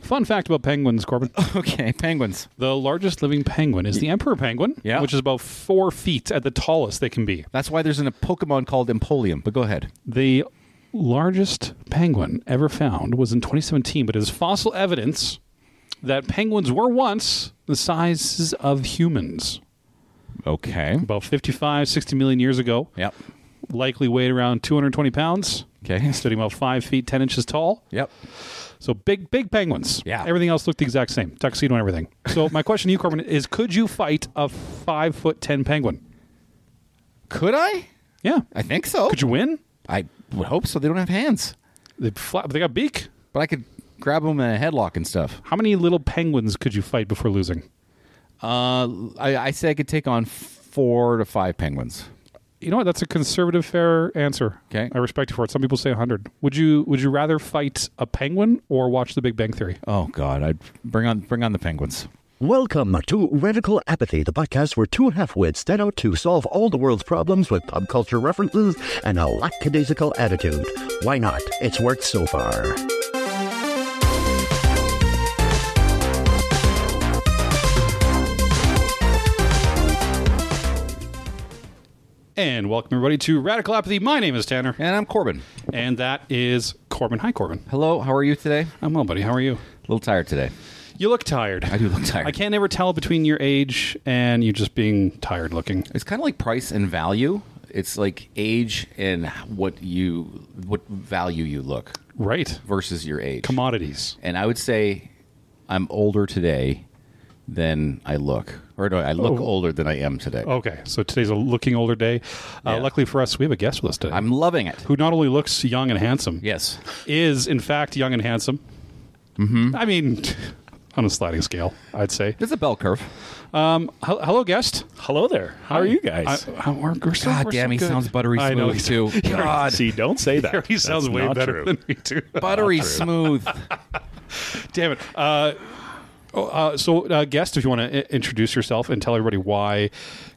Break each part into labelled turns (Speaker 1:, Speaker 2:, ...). Speaker 1: Fun fact about penguins, Corbin.
Speaker 2: Okay, penguins.
Speaker 1: The largest living penguin is the emperor penguin,
Speaker 2: Yeah.
Speaker 1: which is about four feet at the tallest they can be.
Speaker 2: That's why there's an, a Pokemon called Empoleon. But go ahead.
Speaker 1: The largest penguin ever found was in 2017, but it is fossil evidence that penguins were once the sizes of humans.
Speaker 2: Okay.
Speaker 1: About 55, 60 million years ago,
Speaker 2: Yep.
Speaker 1: likely weighed around 220 pounds.
Speaker 2: Okay.
Speaker 1: Stood about five feet, 10 inches tall.
Speaker 2: Yep.
Speaker 1: So big, big penguins.
Speaker 2: Yeah.
Speaker 1: Everything else looked the exact same, tuxedo and everything. So my question to you, Corbin, is: Could you fight a five foot ten penguin?
Speaker 2: Could I?
Speaker 1: Yeah.
Speaker 2: I think so.
Speaker 1: Could you win?
Speaker 2: I would hope so. They don't have hands,
Speaker 1: They flap. They got beak.
Speaker 2: but I could grab them in a headlock and stuff.
Speaker 1: How many little penguins could you fight before losing?
Speaker 2: Uh, I, I say I could take on four to five penguins.
Speaker 1: You know what? That's a conservative, fair answer.
Speaker 2: Okay.
Speaker 1: I respect you for it. Some people say hundred. Would you Would you rather fight a penguin or watch The Big Bang Theory?
Speaker 2: Oh God! I bring on bring on the penguins.
Speaker 3: Welcome to Radical Apathy, the podcast where two half-wits set out to solve all the world's problems with pop culture references and a lackadaisical attitude. Why not? It's worked so far.
Speaker 1: And welcome everybody to Radical Apathy. My name is Tanner,
Speaker 2: And I'm Corbin.
Speaker 1: and that is Corbin. Hi, Corbin.
Speaker 2: Hello. How are you today?
Speaker 1: I'm well, buddy. How are you?
Speaker 2: A little tired today.
Speaker 1: You look tired.
Speaker 2: I do look tired.
Speaker 1: I can't ever tell between your age and you just being tired looking.
Speaker 2: It's kind of like price and value. It's like age and what you what value you look
Speaker 1: Right.
Speaker 2: versus your age.
Speaker 1: Commodities.
Speaker 2: And I would say I'm older today than I look, or no, I look older than I am today.
Speaker 1: Okay, so today's a looking older day. Uh,
Speaker 2: Yeah.
Speaker 1: Luckily for us, we have a guest with us today
Speaker 2: I'm loving it.
Speaker 1: who not only looks young and handsome,
Speaker 2: Yes.
Speaker 1: is in fact young and handsome. Mm-hmm. I mean, on a sliding scale, I'd say.
Speaker 2: It's a bell curve.
Speaker 1: Um, hel- hello, guest.
Speaker 4: Hello there. How are you guys?
Speaker 1: I, I- we're, we're so,
Speaker 2: God
Speaker 1: we're
Speaker 2: damn,
Speaker 1: so
Speaker 2: he
Speaker 1: good.
Speaker 2: sounds buttery
Speaker 1: I know,
Speaker 2: smooth too. God,
Speaker 4: See, don't say that.
Speaker 1: He sounds
Speaker 4: That's
Speaker 1: way
Speaker 4: not
Speaker 1: better
Speaker 4: true.
Speaker 1: than me too.
Speaker 2: buttery smooth.
Speaker 1: Damn it. Uh, oh, uh, so, uh, guest, if you want to introduce yourself and tell everybody why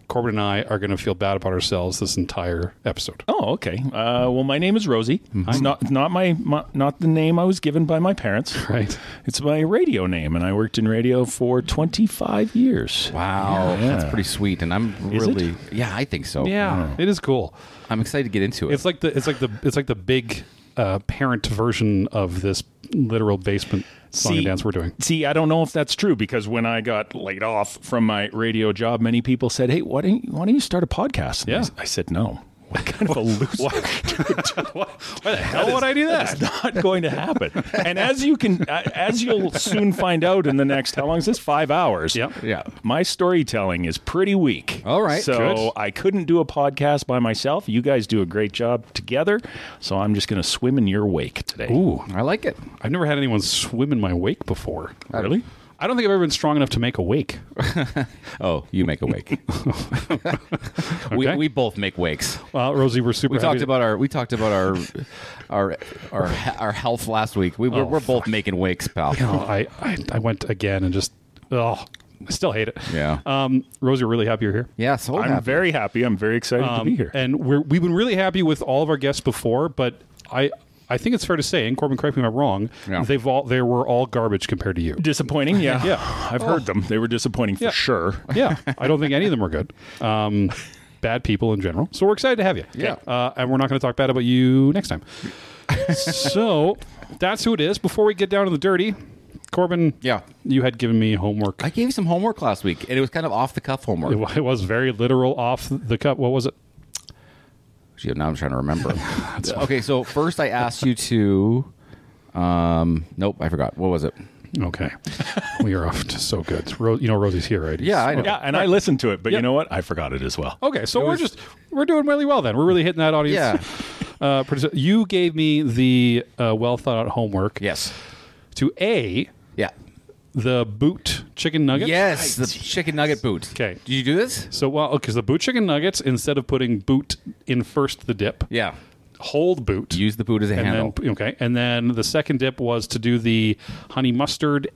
Speaker 1: Corbin and I are going to feel bad about ourselves this entire episode.
Speaker 4: Oh, okay. Uh, well, my name is Rosie. It's not it's not my, my not the name I was given by my parents.
Speaker 1: Right.
Speaker 4: It's my radio name, and I worked in radio for 25 years.
Speaker 2: Wow, that's
Speaker 4: Yeah.
Speaker 2: pretty sweet. And I'm
Speaker 4: Is it?
Speaker 2: really, yeah, I think so.
Speaker 1: Yeah, it is cool.
Speaker 2: I'm excited to get into it.
Speaker 1: It's like the it's like the it's like the big uh, parent version of this literal basement song and dance we're doing.
Speaker 4: See, I don't know if that's true because when I got laid off from my radio job, many people said, "Hey, why don't you, why don't you start a podcast?" And I
Speaker 1: Yeah.
Speaker 4: s- I, said no. What kind of a loser?
Speaker 1: Why the hell would I do
Speaker 4: That's not going to happen. And as you can, uh, as you'll soon find out in the next how long is this? Five hours.
Speaker 1: Yep.
Speaker 2: Yeah.
Speaker 4: My storytelling is pretty weak.
Speaker 2: All right,
Speaker 4: So
Speaker 2: good.
Speaker 4: I couldn't do a podcast by myself. You guys do a great job together. So I'm just going to swim in your wake today.
Speaker 1: Ooh,
Speaker 2: I like it.
Speaker 1: I've never had anyone swim in my wake before.
Speaker 4: really?
Speaker 1: I don't think I've ever been strong enough to make a wake.
Speaker 2: Oh, you make a wake. we,
Speaker 1: Okay.
Speaker 2: we both make wakes.
Speaker 1: Well, Uh, Rosie, we're super.
Speaker 2: We
Speaker 1: happy
Speaker 2: talked
Speaker 1: to-
Speaker 2: about our we talked about our our our our health last week. We we're, we're both making wakes, pal.
Speaker 1: Oh, I, I I went again and just oh, I still hate it.
Speaker 2: Yeah.
Speaker 1: Um, Rosie, we're really happy you're here.
Speaker 2: Yeah, so
Speaker 4: I'm
Speaker 2: happy.
Speaker 4: very happy. I'm very excited to be here.
Speaker 1: Um, And we're, we've been really happy with all of our guests before, but I I think it's fair to say, and Corbin, correct me if I'm wrong,
Speaker 2: Yeah.
Speaker 1: they've all they were all garbage compared to you.
Speaker 4: Disappointing, yeah,
Speaker 1: Yeah. Oh.
Speaker 4: I've heard them. They were disappointing for
Speaker 1: Yeah.
Speaker 4: sure.
Speaker 1: yeah, I don't think any of them are good. Um, bad people in general. So we're excited to have you.
Speaker 2: Yeah.
Speaker 1: uh, and we're not going to talk bad about you next time. so that's who it is. Before we get down to the dirty, Corbin.
Speaker 2: Yeah.
Speaker 1: you had given me homework.
Speaker 2: I gave you some homework last week, and it was kind of off the cuff homework.
Speaker 1: It wa- it was very literal off the cup. What was it?
Speaker 2: Gee, now I'm trying to remember. okay, so first I asked you to. Um, nope, I forgot. What was it?
Speaker 1: Okay, we are off to so good. Ro- you know Rosie's here, right?
Speaker 2: Yeah, I know.
Speaker 4: Yeah, and I listened to it, but
Speaker 1: Yeah.
Speaker 4: you know what? I forgot it as well.
Speaker 1: Okay, so we're just we're doing really well then. We're really hitting that audience.
Speaker 2: Yeah.
Speaker 1: Uh, producer- you gave me the uh, well thought out homework.
Speaker 2: Yes.
Speaker 1: To a
Speaker 2: Yeah.
Speaker 1: the boot chicken nuggets.
Speaker 2: Yes, the chicken nugget boot.
Speaker 1: Okay.
Speaker 2: Did you do this?
Speaker 1: So well, because the boot chicken nuggets, instead of putting boot in first the dip,
Speaker 2: Yeah.
Speaker 1: hold boot,
Speaker 2: Use the boot as a
Speaker 1: and
Speaker 2: handle.
Speaker 1: then okay, and then the second dip was to do the honey mustard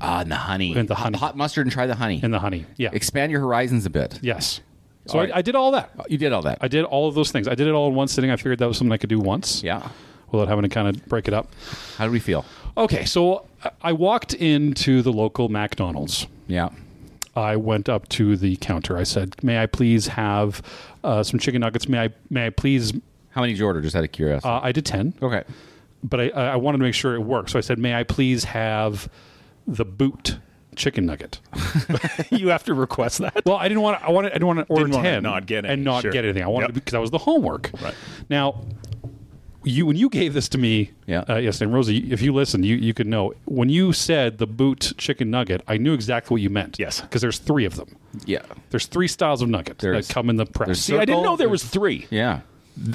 Speaker 2: Ah, and the honey.
Speaker 1: And the
Speaker 2: Hot-
Speaker 1: honey.
Speaker 2: Hot mustard and try the honey.
Speaker 1: and the honey. Yeah.
Speaker 2: Expand your horizons a bit.
Speaker 1: yes. So I,
Speaker 2: All right.
Speaker 1: I did all that.
Speaker 2: You did all that.
Speaker 1: I did all of those things. I did it all in one sitting. I figured that was something I could do once.
Speaker 2: yeah.
Speaker 1: Without having to kind of break it up.
Speaker 2: How do we feel?
Speaker 1: Okay, so I- I walked into the local McDonald's.
Speaker 2: Yeah.
Speaker 1: I went up to the counter. I said, "May I please have uh, some chicken nuggets? May I may I please?"
Speaker 2: How many did you order? Just out of curiosity.
Speaker 1: Uh, I did ten,
Speaker 2: okay.
Speaker 1: but I I wanted to make sure it worked. So I said, "May I please have the boot chicken nugget?"
Speaker 4: you have to request that.
Speaker 1: Well, I didn't want to. I wanted. I didn't want to order
Speaker 4: Didn't wanna
Speaker 1: ten,
Speaker 4: not get any,
Speaker 1: and not
Speaker 4: sure.
Speaker 1: get anything. I wanted
Speaker 4: Yep.
Speaker 1: because that was the homework.
Speaker 4: Right.
Speaker 1: now, you when you gave this to me,
Speaker 2: Yeah.
Speaker 1: uh, yesterday, and Rosie, if you listened, you you could know when you said the boot chicken nugget. I knew exactly what you meant.
Speaker 4: Yes.
Speaker 1: because there's three of them.
Speaker 2: Yeah.
Speaker 1: There's three styles of nuggets
Speaker 2: There's-
Speaker 1: that come in the press.
Speaker 2: there's
Speaker 4: See, I didn't
Speaker 2: Circle,
Speaker 4: know there was three.
Speaker 2: Yeah.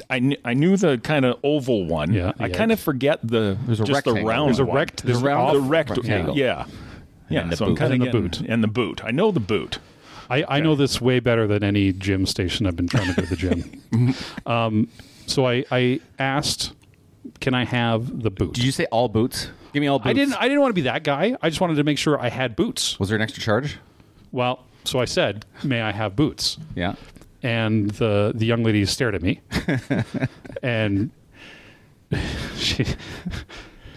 Speaker 4: I, kn- I knew the kind of oval one.
Speaker 1: Yeah,
Speaker 4: I
Speaker 1: yeah.
Speaker 4: kind of forget the
Speaker 2: a
Speaker 4: just the
Speaker 2: rectangle.
Speaker 4: round.
Speaker 1: There's a
Speaker 4: one.
Speaker 1: rect. There's
Speaker 2: round
Speaker 1: an
Speaker 4: The
Speaker 1: off-
Speaker 4: rect. Yeah.
Speaker 2: rectangle.
Speaker 4: Yeah.
Speaker 2: And the
Speaker 4: so I'm
Speaker 2: boot.
Speaker 4: kind of
Speaker 1: And the
Speaker 4: getting,
Speaker 1: boot.
Speaker 4: and the boot. I know the boot.
Speaker 1: I, I know this way better than any gym station I've been trying to go to the gym. um,
Speaker 4: Mm-hmm.
Speaker 1: so I, I asked, can I have the boot?
Speaker 2: Did you say all boots? Give me all boots.
Speaker 1: I didn't. I didn't want to be that guy. I just wanted to make sure I had boots.
Speaker 2: Was there an extra charge?
Speaker 1: Well, so I said, "May I have boots?"
Speaker 2: Yeah.
Speaker 1: And the the young lady stared at me, and she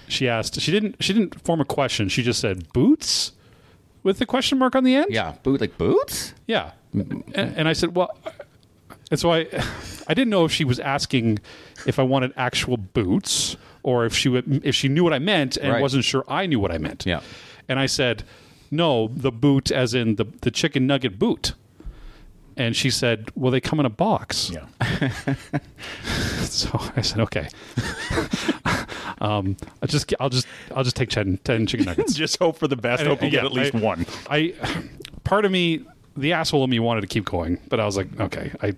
Speaker 1: she asked. She didn't. She didn't form a question. She just said, "Boots?" with the question mark on the end.
Speaker 2: Yeah. Boot like boots?
Speaker 1: Yeah. And, and I said, well, and so I, I didn't know if she was asking if I wanted actual boots or if she would, if she knew what I meant and
Speaker 2: Right.
Speaker 1: wasn't sure I knew what I meant.
Speaker 2: Yeah.
Speaker 1: And I said, no, the boot as in the, the chicken nugget boot. And she said, well, they come in a box.
Speaker 4: Yeah.
Speaker 1: So I said, okay. um, I just, I'll just, I'll just take 10, 10 chicken nuggets.
Speaker 4: just hope for the best.
Speaker 1: And
Speaker 4: hope you
Speaker 1: again,
Speaker 4: get at least
Speaker 1: I-
Speaker 4: one.
Speaker 1: I, part of me, the asshole in me wanted to keep going, but I was like, okay, I,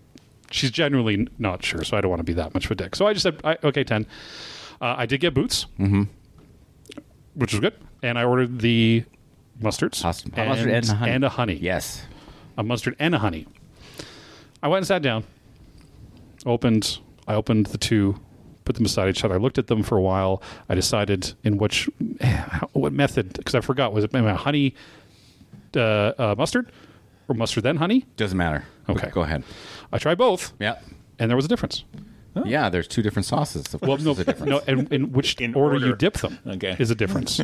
Speaker 1: she's genuinely n- not sure, so I don't want to be that much of a dick. So I just said, I, okay, ten. Uh, I did get boots, mm-hmm. which was good, and I ordered the mustards,
Speaker 2: Must- a mustard and a honey.
Speaker 1: and a honey,
Speaker 2: Yes.
Speaker 1: a mustard and a honey. I went and sat down, opened, I opened the two. Put them beside each other. I looked at them for a while. I decided in which, how- what method? Because I forgot. Was it my honey uh, uh, mustard or mustard then honey?
Speaker 2: Doesn't matter.
Speaker 1: Okay.
Speaker 2: Go ahead.
Speaker 1: I tried both,
Speaker 2: Yeah.
Speaker 1: and there was a difference.
Speaker 2: Yeah. There's two different sauces. Of course,
Speaker 1: Well, no,
Speaker 2: there's a difference.
Speaker 1: no, and in which
Speaker 4: In
Speaker 1: order,
Speaker 4: order.
Speaker 1: you dip them
Speaker 4: Okay.
Speaker 1: is a difference.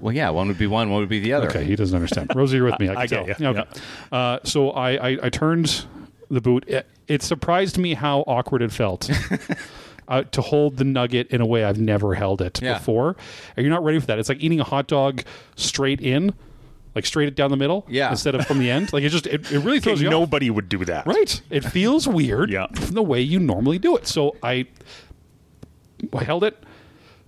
Speaker 2: Well, yeah. One would be one. One would be the other.
Speaker 1: Okay, he doesn't understand. Rosie, you're with me. I can
Speaker 4: I
Speaker 1: tell.
Speaker 4: get ya.
Speaker 1: Okay. Uh, so I, I, I turned the boot. It, it surprised me how awkward it felt uh, to hold the nugget in a way I've never held it
Speaker 2: Yeah.
Speaker 1: before. And you're not ready for that. It's like eating a hot dog straight in, like straight down the middle,
Speaker 2: Yeah.
Speaker 1: instead of from the end. Like it just it, it really throws you off.
Speaker 4: Nobody would do that.
Speaker 1: Right. It feels weird
Speaker 4: Yeah.
Speaker 1: from the way you normally do it. So I, I held it,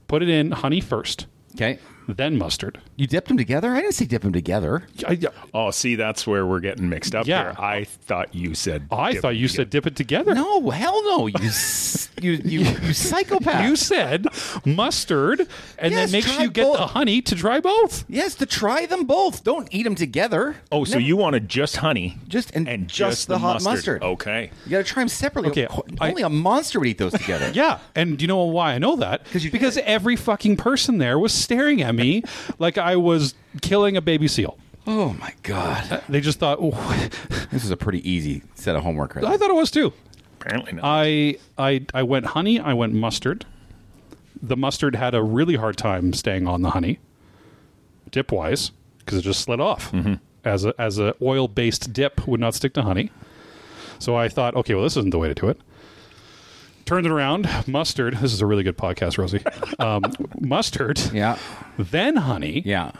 Speaker 1: put it in honey first,
Speaker 2: Okay.
Speaker 1: then mustard.
Speaker 2: You dipped them together. I didn't say dip them together.
Speaker 1: I,
Speaker 4: Oh, see, that's where we're getting mixed up
Speaker 1: Yeah.
Speaker 4: here. I thought you said.
Speaker 1: I
Speaker 4: dip
Speaker 1: thought you
Speaker 4: together.
Speaker 1: said dip it together.
Speaker 2: No, hell no. You s- you you, you psychopath.
Speaker 1: You said mustard, and
Speaker 2: Yes,
Speaker 1: then make sure
Speaker 2: try
Speaker 1: you get the
Speaker 2: both.
Speaker 1: honey to try both.
Speaker 2: yes, to try them both. Don't eat them together.
Speaker 4: Oh,
Speaker 2: No.
Speaker 4: so you wanted just honey,
Speaker 2: Just- and just the hot mustard.
Speaker 4: Okay.
Speaker 2: You gotta try them separately.
Speaker 1: Okay,
Speaker 2: Qu-
Speaker 1: I-
Speaker 2: only a monster would eat those together.
Speaker 1: Yeah, and do you know why I know that?
Speaker 2: you-
Speaker 1: Because every fucking person there was staring at me like I was killing a baby seal.
Speaker 2: Oh my god,
Speaker 1: They just thought, oh,
Speaker 2: this is a pretty easy set of homework. Right
Speaker 1: I thought it was too.
Speaker 4: Apparently not.
Speaker 1: I I I went honey. I went mustard. The mustard had a really hard time staying on the honey, dip wise, because it just slid off.
Speaker 2: Mm-hmm.
Speaker 1: As a as a oil based dip would not stick to honey. So I thought, okay, well, this isn't the way to do it. Turned it around, mustard. This is a really good podcast, Rosie. Um, mustard,
Speaker 2: Yeah,
Speaker 1: then honey,
Speaker 2: yeah.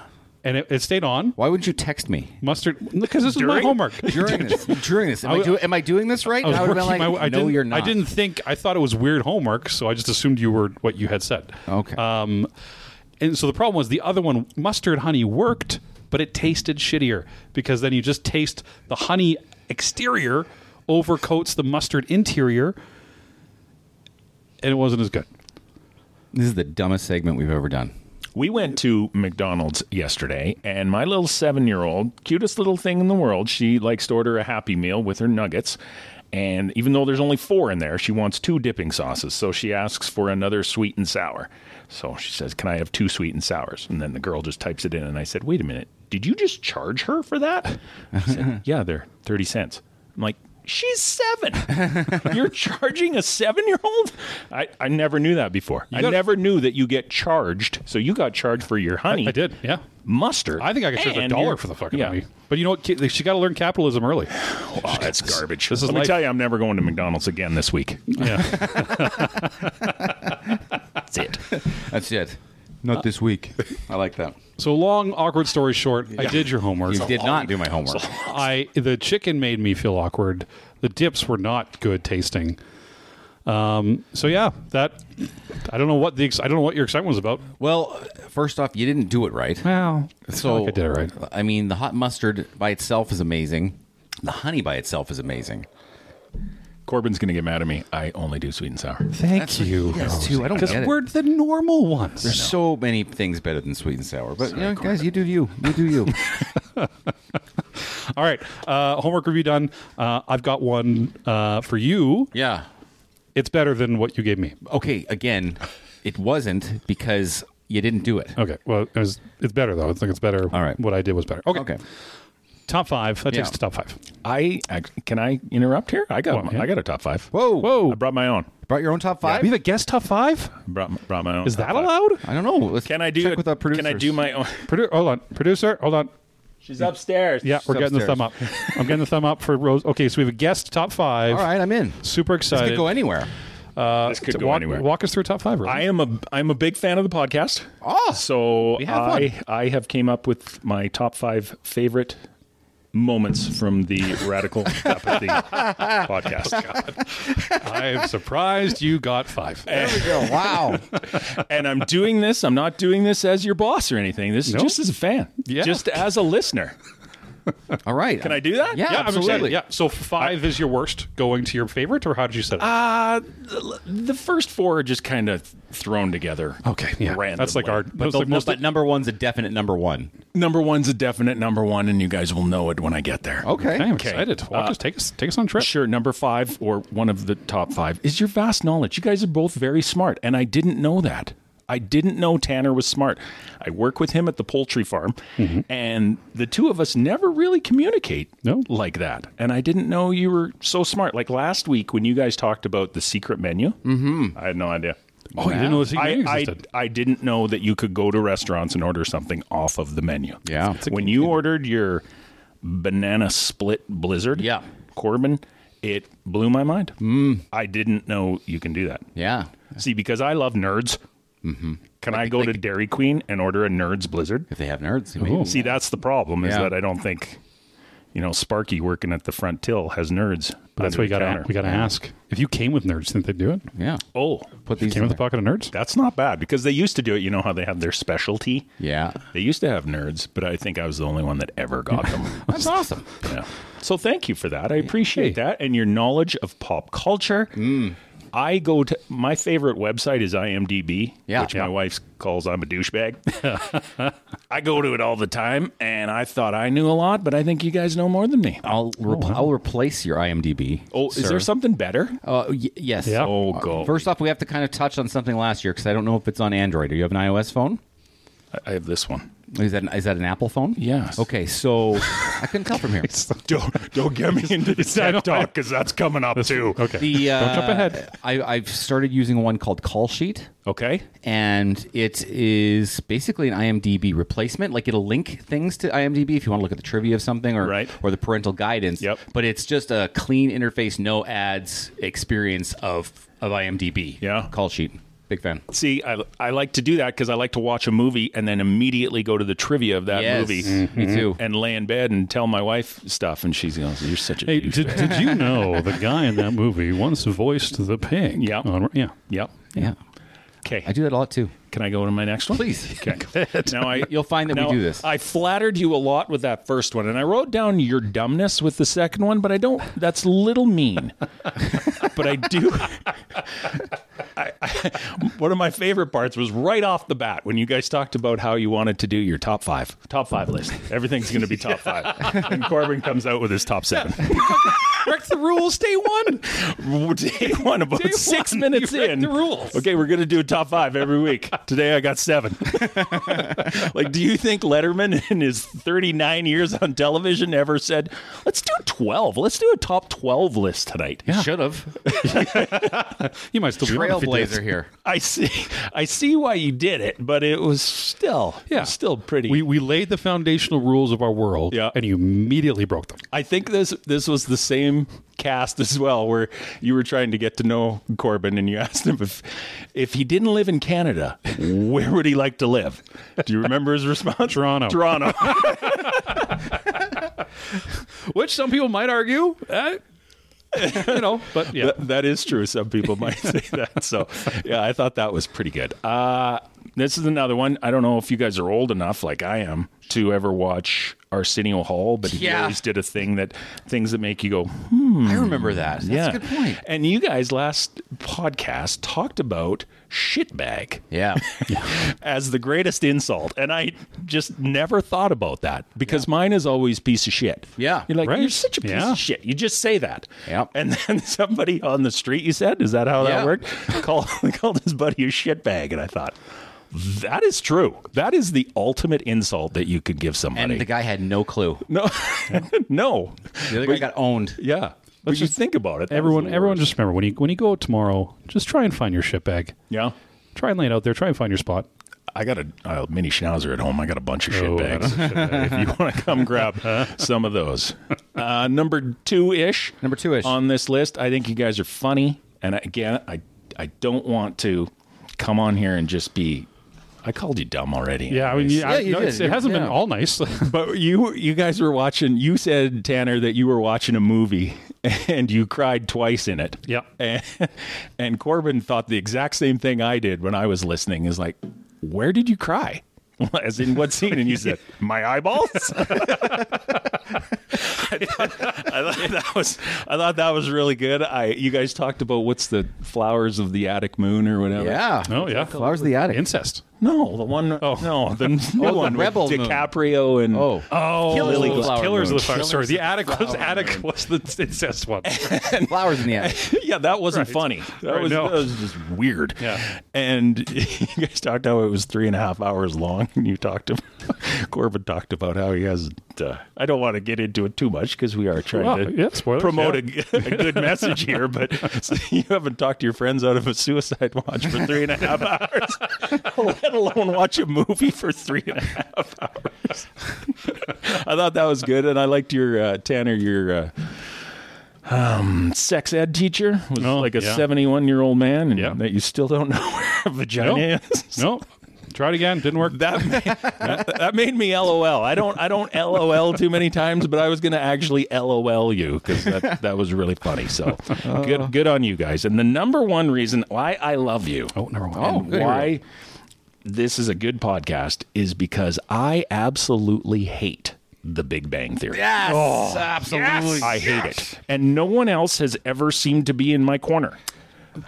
Speaker 1: and it, it stayed on
Speaker 2: Why wouldn't you text me
Speaker 1: mustard because this is my
Speaker 4: During-
Speaker 1: homework.
Speaker 2: during this? During this, am I,
Speaker 1: I-
Speaker 2: do, am I doing this right?
Speaker 1: I was
Speaker 2: would've
Speaker 1: working my way. I
Speaker 2: no,
Speaker 1: didn't,
Speaker 2: you're not.
Speaker 1: I didn't think. I thought it was weird homework, so I just assumed you were what you had said.
Speaker 2: Okay.
Speaker 1: Um, and so the problem was the other one, mustard honey, worked, but it tasted shittier because then you just taste the honey exterior overcoats the mustard interior, and it wasn't as good.
Speaker 2: This is the dumbest segment we've ever done.
Speaker 4: We went to McDonald's yesterday, and my little seven year old, cutest little thing in the world, she likes to order a Happy Meal with her nuggets. And even though there's only four in there, she wants two dipping sauces. So she asks for another sweet and sour. So she says, Can I have two sweet and sours? And then the girl just types it in, and I said, Wait a minute, did you just charge her for that? She said, Yeah, they're 30 cents. I'm like, she's seven. You're charging a seven year old? I, I never knew that before. I
Speaker 1: got-
Speaker 4: never knew that you get charged. So you got charged for your honey.
Speaker 1: I did, yeah.
Speaker 4: Mustard.
Speaker 1: I think I could charge a
Speaker 4: and
Speaker 1: dollar
Speaker 4: your-
Speaker 1: for the fucking
Speaker 4: yeah.
Speaker 1: money. But you know what? Ki- She got to learn capitalism early.
Speaker 4: Oh, that's garbage.
Speaker 1: This is
Speaker 4: Let me
Speaker 1: life.
Speaker 4: tell you, I'm never going to McDonald's again this week.
Speaker 1: Yeah.
Speaker 4: That's it.
Speaker 2: That's it. Not this week. I like that.
Speaker 1: so long, awkward story short. I did your homework.
Speaker 2: You did not do my homework.
Speaker 1: I the chicken made me feel awkward. The dips were not good tasting. Um. So yeah, that I don't know what the ex- I don't know what your excitement was about.
Speaker 2: Well, first off, you didn't do it right.
Speaker 1: Well,
Speaker 2: So
Speaker 1: I did it right.
Speaker 2: I mean, the hot mustard by itself is amazing. The honey by itself is amazing.
Speaker 4: Corbin's going to get mad at me. I only do sweet and sour.
Speaker 1: Thank you.
Speaker 2: Yes, too. I don't
Speaker 1: Because
Speaker 2: get it.
Speaker 1: we're the normal ones.
Speaker 2: There's so many things better than sweet and sour, but you know, guys, you do you. You do you.
Speaker 1: All right, uh, homework review done. Uh, I've got one uh, for you.
Speaker 2: yeah.
Speaker 1: It's better than what you gave me.
Speaker 2: Okay. Again, it wasn't because you didn't do it.
Speaker 1: Okay, well, it was, it's better though. I think it's better.
Speaker 2: All right.
Speaker 1: what I did was better. Okay,
Speaker 2: Okay.
Speaker 1: top five. That
Speaker 2: Yeah.
Speaker 1: takes the top five.
Speaker 4: I ac- can I interrupt here? I got
Speaker 1: What,
Speaker 4: my-
Speaker 1: man?
Speaker 4: I got a top five.
Speaker 2: Whoa.
Speaker 1: Whoa,
Speaker 4: I brought my own.
Speaker 2: Brought your own top five.
Speaker 1: we have a guest top five.
Speaker 4: Brought, my- brought my own.
Speaker 1: Is
Speaker 4: top
Speaker 1: that
Speaker 4: five.
Speaker 1: allowed?
Speaker 2: I don't know. Let's
Speaker 4: Can I do
Speaker 2: check
Speaker 4: it
Speaker 2: with the producers?
Speaker 4: Can I do my own?
Speaker 1: Produ- hold on, producer. Hold on.
Speaker 4: She's upstairs.
Speaker 1: Yeah, we're getting the
Speaker 2: upstairs.
Speaker 1: thumb up. I'm getting the thumb up for Rose. Okay, so we have a guest top five.
Speaker 2: All right, I'm in.
Speaker 1: Super
Speaker 2: This
Speaker 1: excited.
Speaker 2: could go anywhere.
Speaker 4: this could
Speaker 1: To
Speaker 4: go
Speaker 1: walk,
Speaker 4: anywhere.
Speaker 1: Walk us through top five. Rose.
Speaker 4: I am a I'm a big fan of the podcast.
Speaker 2: Oh,
Speaker 4: so
Speaker 2: we have
Speaker 4: I
Speaker 2: one.
Speaker 4: I have came up with my top five favorite moments from the Radical Apathy podcast,
Speaker 1: I am surprised you got five.
Speaker 2: wow.
Speaker 4: and I'm doing this. I'm not doing this as your boss or anything. This is
Speaker 1: No.
Speaker 4: just as a fan,
Speaker 1: Yeah.
Speaker 4: just as a listener.
Speaker 2: All right. Can
Speaker 4: I do that?
Speaker 2: Yeah,
Speaker 1: yeah,
Speaker 2: absolutely.
Speaker 1: I'm excited. Yeah. So five is your worst, going to your favorite, or how did you set it?
Speaker 4: Uh, the, the first four are just kind of thrown together.
Speaker 1: okay. Yeah.
Speaker 4: randomly.
Speaker 1: That's like our. That's
Speaker 2: The-
Speaker 1: like most.
Speaker 2: but number one's a definite number one.
Speaker 4: number one's a definite number one, and you guys will know it when I get there.
Speaker 2: Okay. Uh,
Speaker 1: I'm excited. Walk us. Take us. Take us on a trip.
Speaker 4: Sure, number five or one of the top five is your vast knowledge. You guys are both very smart, and I didn't know that. I didn't know Tanner was smart. I work with him at the poultry farm,
Speaker 1: Mm-hmm.
Speaker 4: and the two of us never really communicate
Speaker 1: No.
Speaker 4: like that. And I didn't know you were so smart. Like last week when you guys talked about the secret menu, mm-hmm. I had no idea.
Speaker 1: Oh, you didn't know this
Speaker 4: I,
Speaker 1: even
Speaker 4: I,
Speaker 1: existed.
Speaker 4: I didn't know that you could go to restaurants and order something off of the menu.
Speaker 2: Yeah. It's a
Speaker 4: When you ordered your banana split blizzard,
Speaker 2: Yeah. Mm.
Speaker 4: Corbin, it blew my mind. I didn't know you can do that.
Speaker 2: Yeah. Mm-hmm.
Speaker 4: See, because I love nerds, can I go to Dairy Queen and order a nerds blizzard?
Speaker 2: If they have nerds, they may-
Speaker 4: See, that's the problem is
Speaker 2: Yeah.
Speaker 4: that I don't think, you know, Sparky working at the front till has nerds.
Speaker 1: That's why
Speaker 4: under
Speaker 1: you
Speaker 4: the
Speaker 1: gotta.
Speaker 4: counter.
Speaker 1: We gotta ask. If you came with nerds, didn't they do it?
Speaker 2: yeah.
Speaker 4: Oh,
Speaker 2: Put these.
Speaker 1: Came
Speaker 2: in
Speaker 1: with a
Speaker 2: there.
Speaker 1: pocket of nerds.
Speaker 4: that's not bad because they used to do it. You know how they have their specialty.
Speaker 2: Yeah.
Speaker 4: They used to have nerds, but I think I was the only one that ever got them.
Speaker 2: That's awesome.
Speaker 4: yeah. So thank you for that. I appreciate that and your knowledge of pop culture. I go to my favorite website is IMDb,
Speaker 2: Yeah.
Speaker 4: which
Speaker 2: Yeah.
Speaker 4: my wife calls I'm a douchebag. I go to it all the time, and I thought I knew a lot, but I think you guys know more than me. Uh,
Speaker 2: I'll rep- I'll replace your IMDb.
Speaker 4: Oh, is there something better?
Speaker 2: Uh, y- yes. Uh,
Speaker 1: Yeah.
Speaker 4: Oh, go.
Speaker 2: First off, we have to kind of touch on something last year because I don't know if it's on Android. Do you have an iOS phone?
Speaker 4: I- I have this one.
Speaker 2: Is that an, is that an Apple phone?
Speaker 4: Yes.
Speaker 2: Okay, so I couldn't tell from here.
Speaker 4: Don't don't get me into the tech talk because that's coming up too. Okay.
Speaker 2: The, uh,
Speaker 1: jump ahead.
Speaker 2: I, I've started using one called Call Sheet,
Speaker 4: Okay.
Speaker 2: and it is basically an IMDb replacement. Like it'll link things to IMDb if you want to look at the trivia of something or
Speaker 4: Right.
Speaker 2: or the parental guidance.
Speaker 4: Yep.
Speaker 2: But it's just a clean interface, no ads experience of of IMDb.
Speaker 4: Yeah.
Speaker 2: Call Sheet, big fan.
Speaker 4: See, I, I like to do that because I like to watch a movie and then immediately go to the trivia of that
Speaker 2: Yes,
Speaker 4: movie.
Speaker 2: me too.
Speaker 4: And lay in bed and tell my wife stuff, and she's going, "You're such a
Speaker 1: Hey,
Speaker 4: douche."
Speaker 1: did, did you know the guy in that movie once voiced the pig?
Speaker 4: Yeah.
Speaker 1: on- yeah.
Speaker 4: Yep.
Speaker 2: Yeah,
Speaker 4: Okay.
Speaker 2: I do that a lot too.
Speaker 4: Can I go to my next one?
Speaker 2: Please.
Speaker 4: Okay. now I,
Speaker 2: You'll find that we
Speaker 4: now,
Speaker 2: do this.
Speaker 4: I flattered you a lot with that first one, and I wrote down your dumbness with the second one, but I don't. That's a little mean. but I do. One of my favorite parts was right off the bat when you guys talked about how you wanted to do your top five, top five list. Everything's going to be top five, and Corbin comes out with his top seven.
Speaker 1: Wreck the rules day one.
Speaker 4: Day one, about
Speaker 1: Day
Speaker 4: six
Speaker 1: one,
Speaker 4: minutes
Speaker 1: you wrecked
Speaker 4: in.
Speaker 1: the rules.
Speaker 4: Okay, we're gonna do a top five every week. Today I got seven. like, do you think Letterman in his 39 years on television ever said, "Let's do 12. Let's do a top 12 list tonight"?
Speaker 2: Should have.
Speaker 1: You might still be on if you did.
Speaker 2: Trailblazer here.
Speaker 4: I see. I see why you did it, but it was still,
Speaker 1: Yeah.
Speaker 4: still pretty.
Speaker 1: We, we laid the foundational rules of our world,
Speaker 4: Yeah.
Speaker 1: and you immediately broke them.
Speaker 4: I think this this was the same cast as well, where you were trying to get to know Corbin, and you asked him if if he didn't live in Canada, where would he like to live? Do you remember his response?
Speaker 1: Toronto.
Speaker 4: Toronto.
Speaker 1: Which some people might argue, uh, you know, but yeah.
Speaker 4: That- that is true. Some people might say that. So, yeah, I thought that was pretty good. Uh, this is another one. I don't know if you guys are old enough, like I am, to ever watch Arsenio Hall, but he
Speaker 2: Yeah.
Speaker 4: always did a thing that things that make you go,
Speaker 2: I remember that. That's a good point.
Speaker 4: And you guys last podcast talked about shitbag
Speaker 2: Yeah.
Speaker 4: as the greatest insult. And I just never thought about that because mine is always piece of shit.
Speaker 2: Yeah.
Speaker 4: You're like,
Speaker 1: Right.
Speaker 4: you're such a piece
Speaker 1: Yeah.
Speaker 4: of shit. You just say that.
Speaker 2: Yep.
Speaker 4: And then somebody on the street, you said, is that how
Speaker 2: Yeah.
Speaker 4: that worked? Call, called his buddy a shitbag. And I thought, that is true. That is the ultimate insult that you could give somebody.
Speaker 2: And the guy had no clue.
Speaker 4: no, no.
Speaker 2: The other guy got owned.
Speaker 4: Yeah. But you think about it. that was
Speaker 1: everyone,
Speaker 4: the
Speaker 1: everyone,
Speaker 4: worst.
Speaker 1: just remember when you when you go out tomorrow, just try and find your shit bag.
Speaker 4: Yeah.
Speaker 1: Try and lay it out there. Try and find your spot.
Speaker 4: I got a, a mini schnauzer at home. I got a bunch of shit
Speaker 1: Oh,
Speaker 4: bags. if you want to come grab some of those. Uh, number two ish.
Speaker 2: Number two-ish.
Speaker 4: On this list, I think you guys are funny. And I- again, I, I don't want to come on here and just be. I called you dumb already.
Speaker 1: Yeah, I mean, yeah, I-
Speaker 2: you
Speaker 1: no,
Speaker 2: did.
Speaker 1: it's- it
Speaker 2: You-
Speaker 1: hasn't
Speaker 2: yeah.
Speaker 1: been all nice.
Speaker 4: But you you guys were watching. You said Tanner that you were watching a movie and you cried twice in it.
Speaker 1: Yep.
Speaker 4: And, and Corbin thought the exact same thing I did when I was listening. Is like, where did you cry? As in what scene? And you said, my eyeballs. I, thought, I thought that was I thought that was really good. I you guys talked about what's the flowers of the attic moon or whatever.
Speaker 2: Yeah.
Speaker 1: oh yeah,
Speaker 2: Flowers of the attic.
Speaker 1: incest.
Speaker 4: No, the one oh no the new
Speaker 2: the
Speaker 4: one with
Speaker 2: Rebel Moon.
Speaker 4: DiCaprio and
Speaker 2: Oh.
Speaker 1: Oh,
Speaker 2: Killers of the
Speaker 1: Killers,
Speaker 2: Flower
Speaker 1: of the
Speaker 2: Moon.
Speaker 1: flower. Sorry, the attic was attic was the incest one.
Speaker 2: Flowers in the attic.
Speaker 4: yeah, that wasn't
Speaker 1: Right.
Speaker 4: funny. That,
Speaker 1: Right,
Speaker 4: was,
Speaker 1: no.
Speaker 4: that was just weird.
Speaker 1: Yeah.
Speaker 4: And you guys talked how it was three and a half hours long, and you talked about Corbin talked about how he has. Uh, I don't want to get into it too much because we are trying
Speaker 1: Well,
Speaker 4: to
Speaker 1: yeah, spoilers,
Speaker 4: promote
Speaker 1: yeah.
Speaker 4: a g- a, good message here, but so you haven't talked to your friends out of a suicide watch for three and a half hours, let alone watch a movie for three and a half hours. I thought that was good, and I liked your uh, Tanner, your. Uh, um, sex ed teacher was
Speaker 1: Oh,
Speaker 4: like a
Speaker 1: yeah.
Speaker 4: 71 year old man and
Speaker 1: Yeah.
Speaker 4: that you still don't know where a vagina
Speaker 1: Nope.
Speaker 4: is.
Speaker 1: no, tried again, didn't work.
Speaker 4: That made, that made me LOL. I don't I don't LOL too many times, but I was going to actually LOL you because that, that was really funny. So good good on you guys. And the number one reason why I love you
Speaker 1: Oh, number one.
Speaker 4: and why this is a good podcast is because I absolutely hate the Big Bang Theory.
Speaker 2: Yes. absolutely.
Speaker 1: Oh,
Speaker 4: I hate it. And no one else has ever seemed to be in my corner.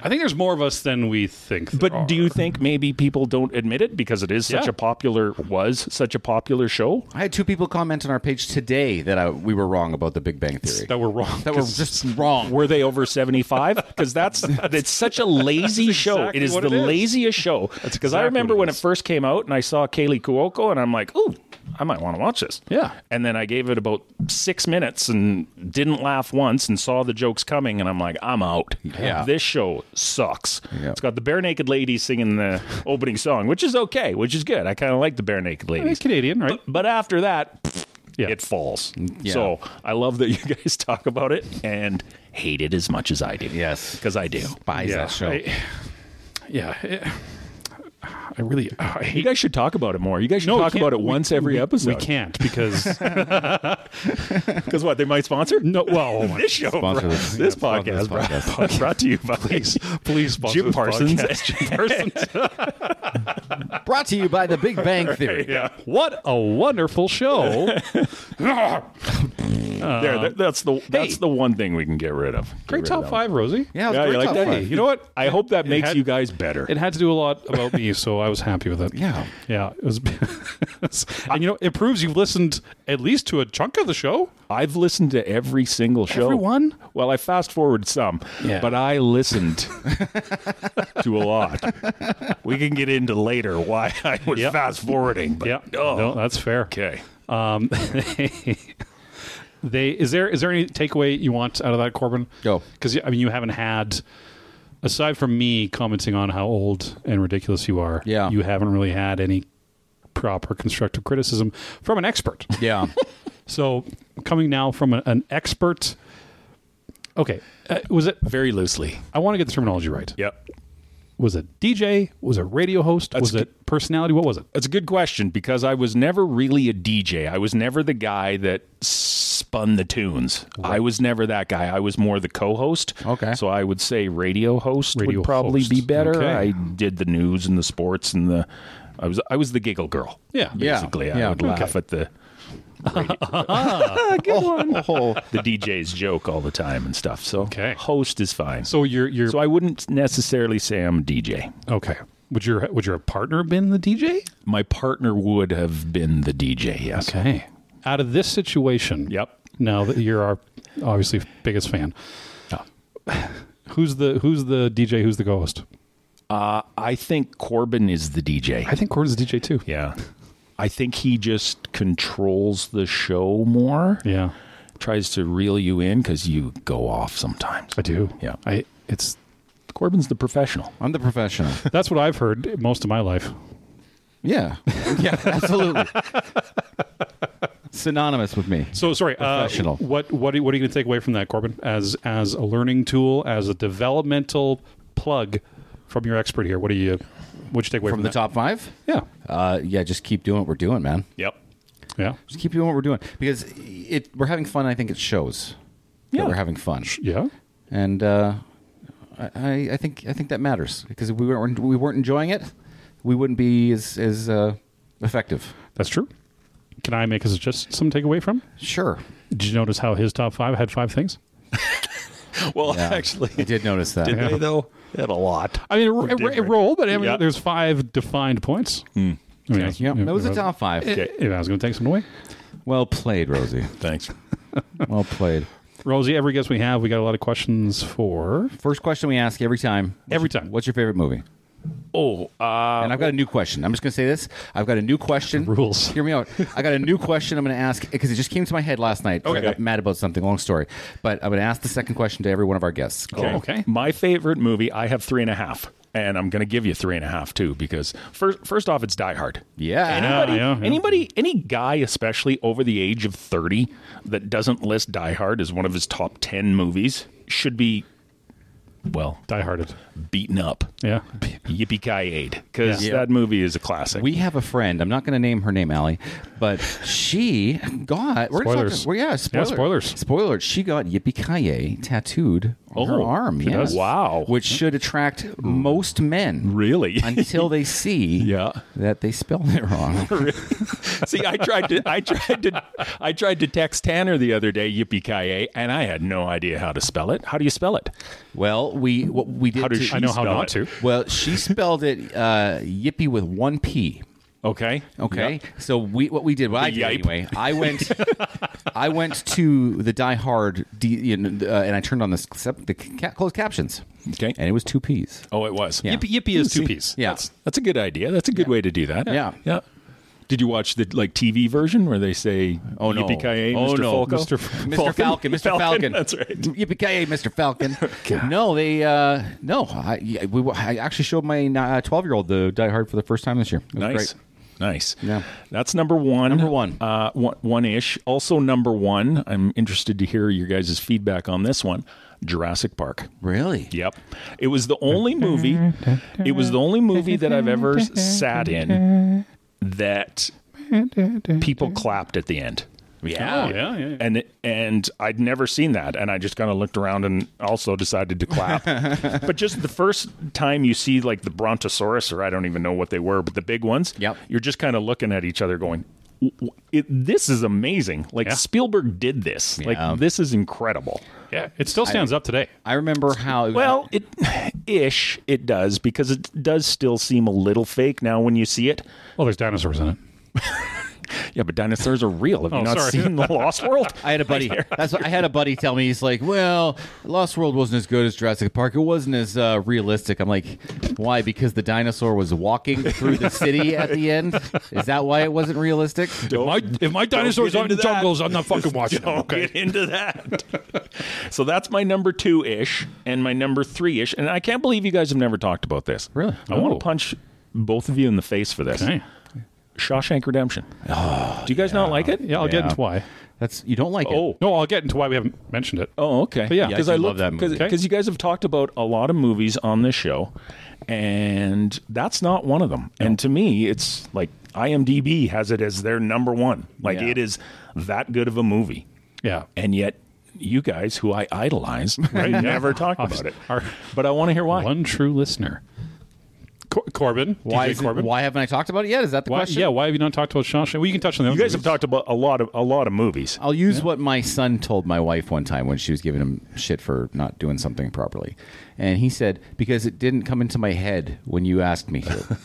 Speaker 1: I think there's more of us than we think. there
Speaker 4: But
Speaker 1: are.
Speaker 4: do you think maybe people don't admit it because it is such
Speaker 1: Oh. Yeah.
Speaker 4: a popular was such a popular show?
Speaker 2: I had two people comment on our page today that I, we were wrong about the Big Bang Theory.
Speaker 1: that we're wrong?
Speaker 2: That were just wrong.
Speaker 4: Were they over 75? Because that's it's such a lazy show. It
Speaker 1: exactly
Speaker 4: is
Speaker 1: what
Speaker 4: the
Speaker 1: it is.
Speaker 4: laziest show. Because I
Speaker 1: exactly what
Speaker 4: remember
Speaker 1: it
Speaker 4: when it
Speaker 1: is.
Speaker 4: first came out and I saw Kaylee Cuoco and I'm like, ooh, I might want to watch this.
Speaker 1: Yeah.
Speaker 4: And then I gave it about six minutes and didn't laugh once and saw the jokes coming and I'm like, I'm out.
Speaker 2: Yeah.
Speaker 4: This show sucks.
Speaker 2: Yeah.
Speaker 4: It's got the bare naked ladies singing the opening song, which is okay, which is good. I kind of like the bare naked ladies.
Speaker 1: He's Canadian, right?
Speaker 4: But after that, pfft,
Speaker 1: Yeah.
Speaker 4: it falls. So I love that you guys talk about it and hate it as much as I do.
Speaker 2: Yes.
Speaker 4: Because I do.
Speaker 2: Buys that show.
Speaker 1: I, yeah. it- I really I
Speaker 4: You
Speaker 1: hate.
Speaker 4: guys should talk about it more. You guys should
Speaker 1: No, we
Speaker 4: talk
Speaker 1: can't-
Speaker 4: about it
Speaker 1: we-
Speaker 4: once every episode.
Speaker 1: We can't because
Speaker 4: Because what? They might sponsor?
Speaker 1: no. Well, oh my-
Speaker 4: This show,
Speaker 2: Sponsor
Speaker 4: bro-
Speaker 2: this.
Speaker 4: this,
Speaker 2: Yeah, sponsor this
Speaker 4: podcast, bro-
Speaker 2: podcast.
Speaker 4: brought to you by please,
Speaker 1: please sponsor
Speaker 4: Jim
Speaker 1: this
Speaker 4: Parsons.
Speaker 1: podcast. Jim Parsons.
Speaker 2: Brought to you by the Big Bang Theory.
Speaker 1: What a wonderful show!
Speaker 4: there, that- that's the that's
Speaker 2: hey.
Speaker 4: the one thing we can get rid of. Get
Speaker 1: Great
Speaker 4: rid
Speaker 1: top
Speaker 4: of that
Speaker 1: five, Rosie.
Speaker 2: Yeah, it was
Speaker 4: one. Yeah,
Speaker 2: great
Speaker 4: you like
Speaker 2: top
Speaker 4: that?
Speaker 2: five.
Speaker 4: You know what? I hope that makes
Speaker 1: had-
Speaker 4: you guys better.
Speaker 1: It had to do a lot about me, so I was happy with it.
Speaker 2: Yeah.
Speaker 1: yeah. It was, and you know, it proves you've listened at least to a chunk of the show.
Speaker 4: I've listened to every single show.
Speaker 1: Everyone?
Speaker 4: Well, I fast forwarded some,
Speaker 1: Yeah.
Speaker 4: but I listened to a lot. We can get into later why I was
Speaker 1: Yep.
Speaker 4: fast forwarding. But, Oh,
Speaker 1: no, that's fair.
Speaker 4: okay.
Speaker 1: Um, they is there is there any takeaway you want out of that, Corbin?
Speaker 2: Go.
Speaker 1: because I mean you haven't had. Aside from me commenting on how old and ridiculous you are,
Speaker 2: Yeah.
Speaker 1: you haven't really had any proper constructive criticism from an expert.
Speaker 2: Yeah.
Speaker 1: So coming now from a, an expert. Okay, uh, was it?
Speaker 4: Very loosely.
Speaker 1: I want to get the terminology right.
Speaker 4: Yep.
Speaker 1: Was it DJ? Was it radio host? was
Speaker 4: good.
Speaker 1: it personality? What was it?
Speaker 4: That's a good question because I was never really a DJ. I was never the guy that spun the tunes. I was never that guy. I was more the co-host.
Speaker 2: Okay.
Speaker 4: So I would say radio host
Speaker 1: Radio
Speaker 4: would probably
Speaker 1: host.
Speaker 4: be better.
Speaker 1: Okay.
Speaker 4: I did the news and the sports and the I was I was the giggle girl.
Speaker 1: Yeah.
Speaker 2: Yeah.
Speaker 4: Basically, I
Speaker 2: Yeah.
Speaker 4: would laugh
Speaker 1: Okay.
Speaker 4: at the
Speaker 2: oh,
Speaker 4: the DJ's joke all the time and stuff. So
Speaker 1: Okay.
Speaker 4: host is fine. So,
Speaker 1: So you're you're
Speaker 4: I wouldn't necessarily say I'm a DJ.
Speaker 1: okay. Would your would your partner have been the DJ?
Speaker 4: My partner would have been the DJ. Yes.
Speaker 1: Okay. Out of this situation,
Speaker 4: Yep.
Speaker 1: Now that you're our obviously biggest fan,
Speaker 4: Yeah.
Speaker 1: who's the who's the DJ? Who's the co-host?
Speaker 4: Uh, I think Corbin is the DJ.
Speaker 1: I think Corbin's the DJ too.
Speaker 4: Yeah. I think he just controls the show more.
Speaker 1: Yeah,
Speaker 4: Tries to reel you in because you go off sometimes.
Speaker 1: I do.
Speaker 4: Yeah.
Speaker 1: I it's
Speaker 4: Corbin's the professional.
Speaker 2: I'm the professional.
Speaker 1: that's what I've heard most of my life.
Speaker 2: Yeah. Yeah, absolutely. Synonymous with me.
Speaker 1: So sorry. Uh,
Speaker 2: Professional.
Speaker 1: what what are, what are you going to take away from that, Corbin? As as a learning tool, as a developmental plug from your expert here. What do you what you take away from,
Speaker 2: From the
Speaker 1: that?
Speaker 2: top five?
Speaker 1: Yeah.
Speaker 2: Uh, yeah, just keep doing what we're doing, man.
Speaker 4: Yep.
Speaker 1: Yeah.
Speaker 2: Just keep doing what we're doing because it we're having fun. I think it shows.
Speaker 1: Yeah.
Speaker 2: that we're having fun,
Speaker 1: Yeah.
Speaker 2: and uh, I- I, I think I think that matters because if we weren't we weren't enjoying it, we wouldn't be as as uh, effective.
Speaker 1: That's true. Can I make a suggestion? Some takeaway from?
Speaker 2: Sure.
Speaker 1: Did you notice how his top five had five things?
Speaker 4: Well,
Speaker 2: Yeah. I did notice that.
Speaker 1: Yeah.
Speaker 4: they, though? Had a lot.
Speaker 1: I mean, it, it, it
Speaker 4: different.
Speaker 1: rolled, but I mean,
Speaker 4: Yeah.
Speaker 1: there's five defined points. I mean,
Speaker 2: Yeah, that was
Speaker 1: if
Speaker 2: the
Speaker 1: I-
Speaker 2: top five.
Speaker 1: If I was going to take some away,
Speaker 2: Well played, Rosie.
Speaker 4: Thanks.
Speaker 2: Well played.
Speaker 1: Rosie, every guest we have, we got a lot of questions for.
Speaker 2: First question we ask every time.
Speaker 1: Every time.
Speaker 2: What's your favorite movie?
Speaker 4: Oh, uh,
Speaker 2: and I've got a new question. I'm just going to say this. I've got a new question.
Speaker 1: Rules.
Speaker 2: Hear me out. I got a new question I'm going to ask because it just came to my head last night. 'cause I
Speaker 4: Okay.
Speaker 2: got mad about something. Long story. But I'm going to ask the second question to every one of our guests.
Speaker 1: Oh, okay.
Speaker 4: My favorite movie, I have three and a half. And I'm going to give you three and a half too, because first, first off, it's Die Hard.
Speaker 2: Yeah.
Speaker 4: Anybody,
Speaker 1: yeah, yeah.
Speaker 4: anybody, any guy, especially over the age of 30, that doesn't list Die Hard as one of his top 10 movies should be, well,
Speaker 1: Die Harded.
Speaker 4: beaten up.
Speaker 1: Yeah.
Speaker 4: Yippee ki yay! Because
Speaker 2: Yeah.
Speaker 4: that movie is a classic.
Speaker 2: We have a friend. I'm not going to name her name, Allie, but she got. We're gonna talk
Speaker 1: Spoilers.
Speaker 2: To, well, yeah, spoilers.
Speaker 1: spoilers.
Speaker 2: Spoilers. She got Yippee Kaye tattooed on her
Speaker 4: Oh,
Speaker 2: arm.
Speaker 4: she
Speaker 2: yes.
Speaker 4: does. Wow.
Speaker 2: Which should attract most men.
Speaker 4: Really?
Speaker 2: Until they see
Speaker 4: Yeah.
Speaker 2: that they spelled it wrong.
Speaker 4: See, I tried to, I tried to, I tried to text Tanner the other day, yippee ki yay, and I had no idea how to spell it. How do you spell it?
Speaker 2: Well, we what we did.
Speaker 4: How does
Speaker 2: to-
Speaker 4: she
Speaker 1: I know how
Speaker 4: spell
Speaker 1: not to.
Speaker 4: it?
Speaker 2: Well, she spelled it uh, yippee with one p.
Speaker 4: Okay.
Speaker 2: Okay, so we what we did. Well, I did
Speaker 4: yipe.
Speaker 2: anyway. I went, I went to the Die Hard, D, you know, uh, and I turned on the, sep- the ca- closed captions.
Speaker 4: Okay.
Speaker 2: and it was two p's.
Speaker 4: Oh, it was.
Speaker 2: Yeah.
Speaker 1: Yippee, yippee is two piece.
Speaker 2: Yeah,
Speaker 4: That's, that's a good idea. That's a good way to do that.
Speaker 2: Yeah.
Speaker 4: Yeah. Did you watch the like TV version where they say
Speaker 2: Oh, no.
Speaker 4: yippee-ki-yay,
Speaker 2: Oh,
Speaker 4: Mr.
Speaker 2: no.
Speaker 4: Falco?
Speaker 1: Mr. F-
Speaker 2: Mr.
Speaker 4: Falcon.
Speaker 2: Falcon, Mr. Falcon.
Speaker 4: Falcon, that's right.
Speaker 2: Yippee ki Mr. Falcon. no, they uh, no. I yeah, we I actually showed my twelve year old the Die Hard for the first time this year. It was
Speaker 4: Nice.
Speaker 2: great.
Speaker 4: Nice.
Speaker 2: Yeah.
Speaker 4: That's number one.
Speaker 2: Number one.
Speaker 4: Uh, one, one ish. Also, number one. I'm interested to hear your guys' feedback on this one Jurassic Park.
Speaker 2: Really?
Speaker 4: Yep. It was the only movie. It was the only movie that I've ever sat in that people clapped at the end.
Speaker 1: Oh, yeah, yeah, yeah.
Speaker 4: And and I'd never seen that, and I just kind of looked around and also decided to clap. but just the first time you see like the Brontosaurus, or I don't even know what they were, but the big ones.
Speaker 2: Yep.
Speaker 4: You're just kind of looking at each other, going, it, this is amazing. Like
Speaker 1: Yeah.
Speaker 4: Spielberg did this.
Speaker 2: Yeah.
Speaker 4: Like this is incredible.
Speaker 1: Yeah, it still stands up today.
Speaker 2: I remember how. it-
Speaker 4: Well, it ish it does because it does still seem a little fake now when you see it.
Speaker 1: Well, there's dinosaurs in it.
Speaker 4: Yeah, but dinosaurs are real. Have you
Speaker 1: Oh,
Speaker 4: not
Speaker 1: sorry.
Speaker 4: seen The Lost World?
Speaker 2: I had a buddy. That's what, I had a buddy tell me. He's like, "Well, Lost World wasn't as good as Jurassic Park. It wasn't as uh, realistic." I'm like, "Why? Because the dinosaur was walking through the city at the end. Is that why it wasn't realistic?"
Speaker 1: If my, if my dinosaurs
Speaker 4: get
Speaker 1: aren't in
Speaker 4: into that.
Speaker 1: jungles, I'm not fucking watching them.
Speaker 4: Don't
Speaker 1: Okay.
Speaker 4: get into that. so that's my number two ish and my number three ish. And I can't believe you guys have never talked about this.
Speaker 2: Really?
Speaker 4: I want
Speaker 1: Oh.
Speaker 4: to punch both of you in the face for this.
Speaker 1: Okay. Oh,
Speaker 4: Shawshank Redemption. Do you guys not like it?
Speaker 1: Yeah, I'll get
Speaker 2: Yeah.
Speaker 1: into why.
Speaker 2: That's you don't like it.
Speaker 4: Oh.
Speaker 1: No, I'll get into why we haven't mentioned it.
Speaker 4: Oh, okay.
Speaker 1: But yeah.
Speaker 2: Yeah, I
Speaker 4: because I,
Speaker 2: do
Speaker 4: love
Speaker 2: love
Speaker 4: that
Speaker 2: that movie.
Speaker 4: because you guys have talked about a lot of movies on this show, and that's not one of them. And to me, it's like IMDb has it as their number one. Like
Speaker 2: Yeah.
Speaker 4: it is that good of a movie,
Speaker 1: Yeah.
Speaker 4: and yet you guys, who I idolize,
Speaker 1: yeah.
Speaker 4: never talk about it.
Speaker 1: Our-
Speaker 4: But I want to hear why.
Speaker 1: One true listener. Cor- Corbin.
Speaker 2: why?
Speaker 1: DJ
Speaker 2: isn't-
Speaker 1: Corbin.
Speaker 2: why haven't I talked about it yet? Is that the
Speaker 1: Why-
Speaker 2: question?
Speaker 1: yeah, why have you not talked about Shawshank? Well, you can touch on the
Speaker 4: You guys have talked about a lot of a lot of movies.
Speaker 2: I'll use what my son told my wife one time when she was giving him shit for not doing something properly. And he said, because it didn't come into my head when you asked me to.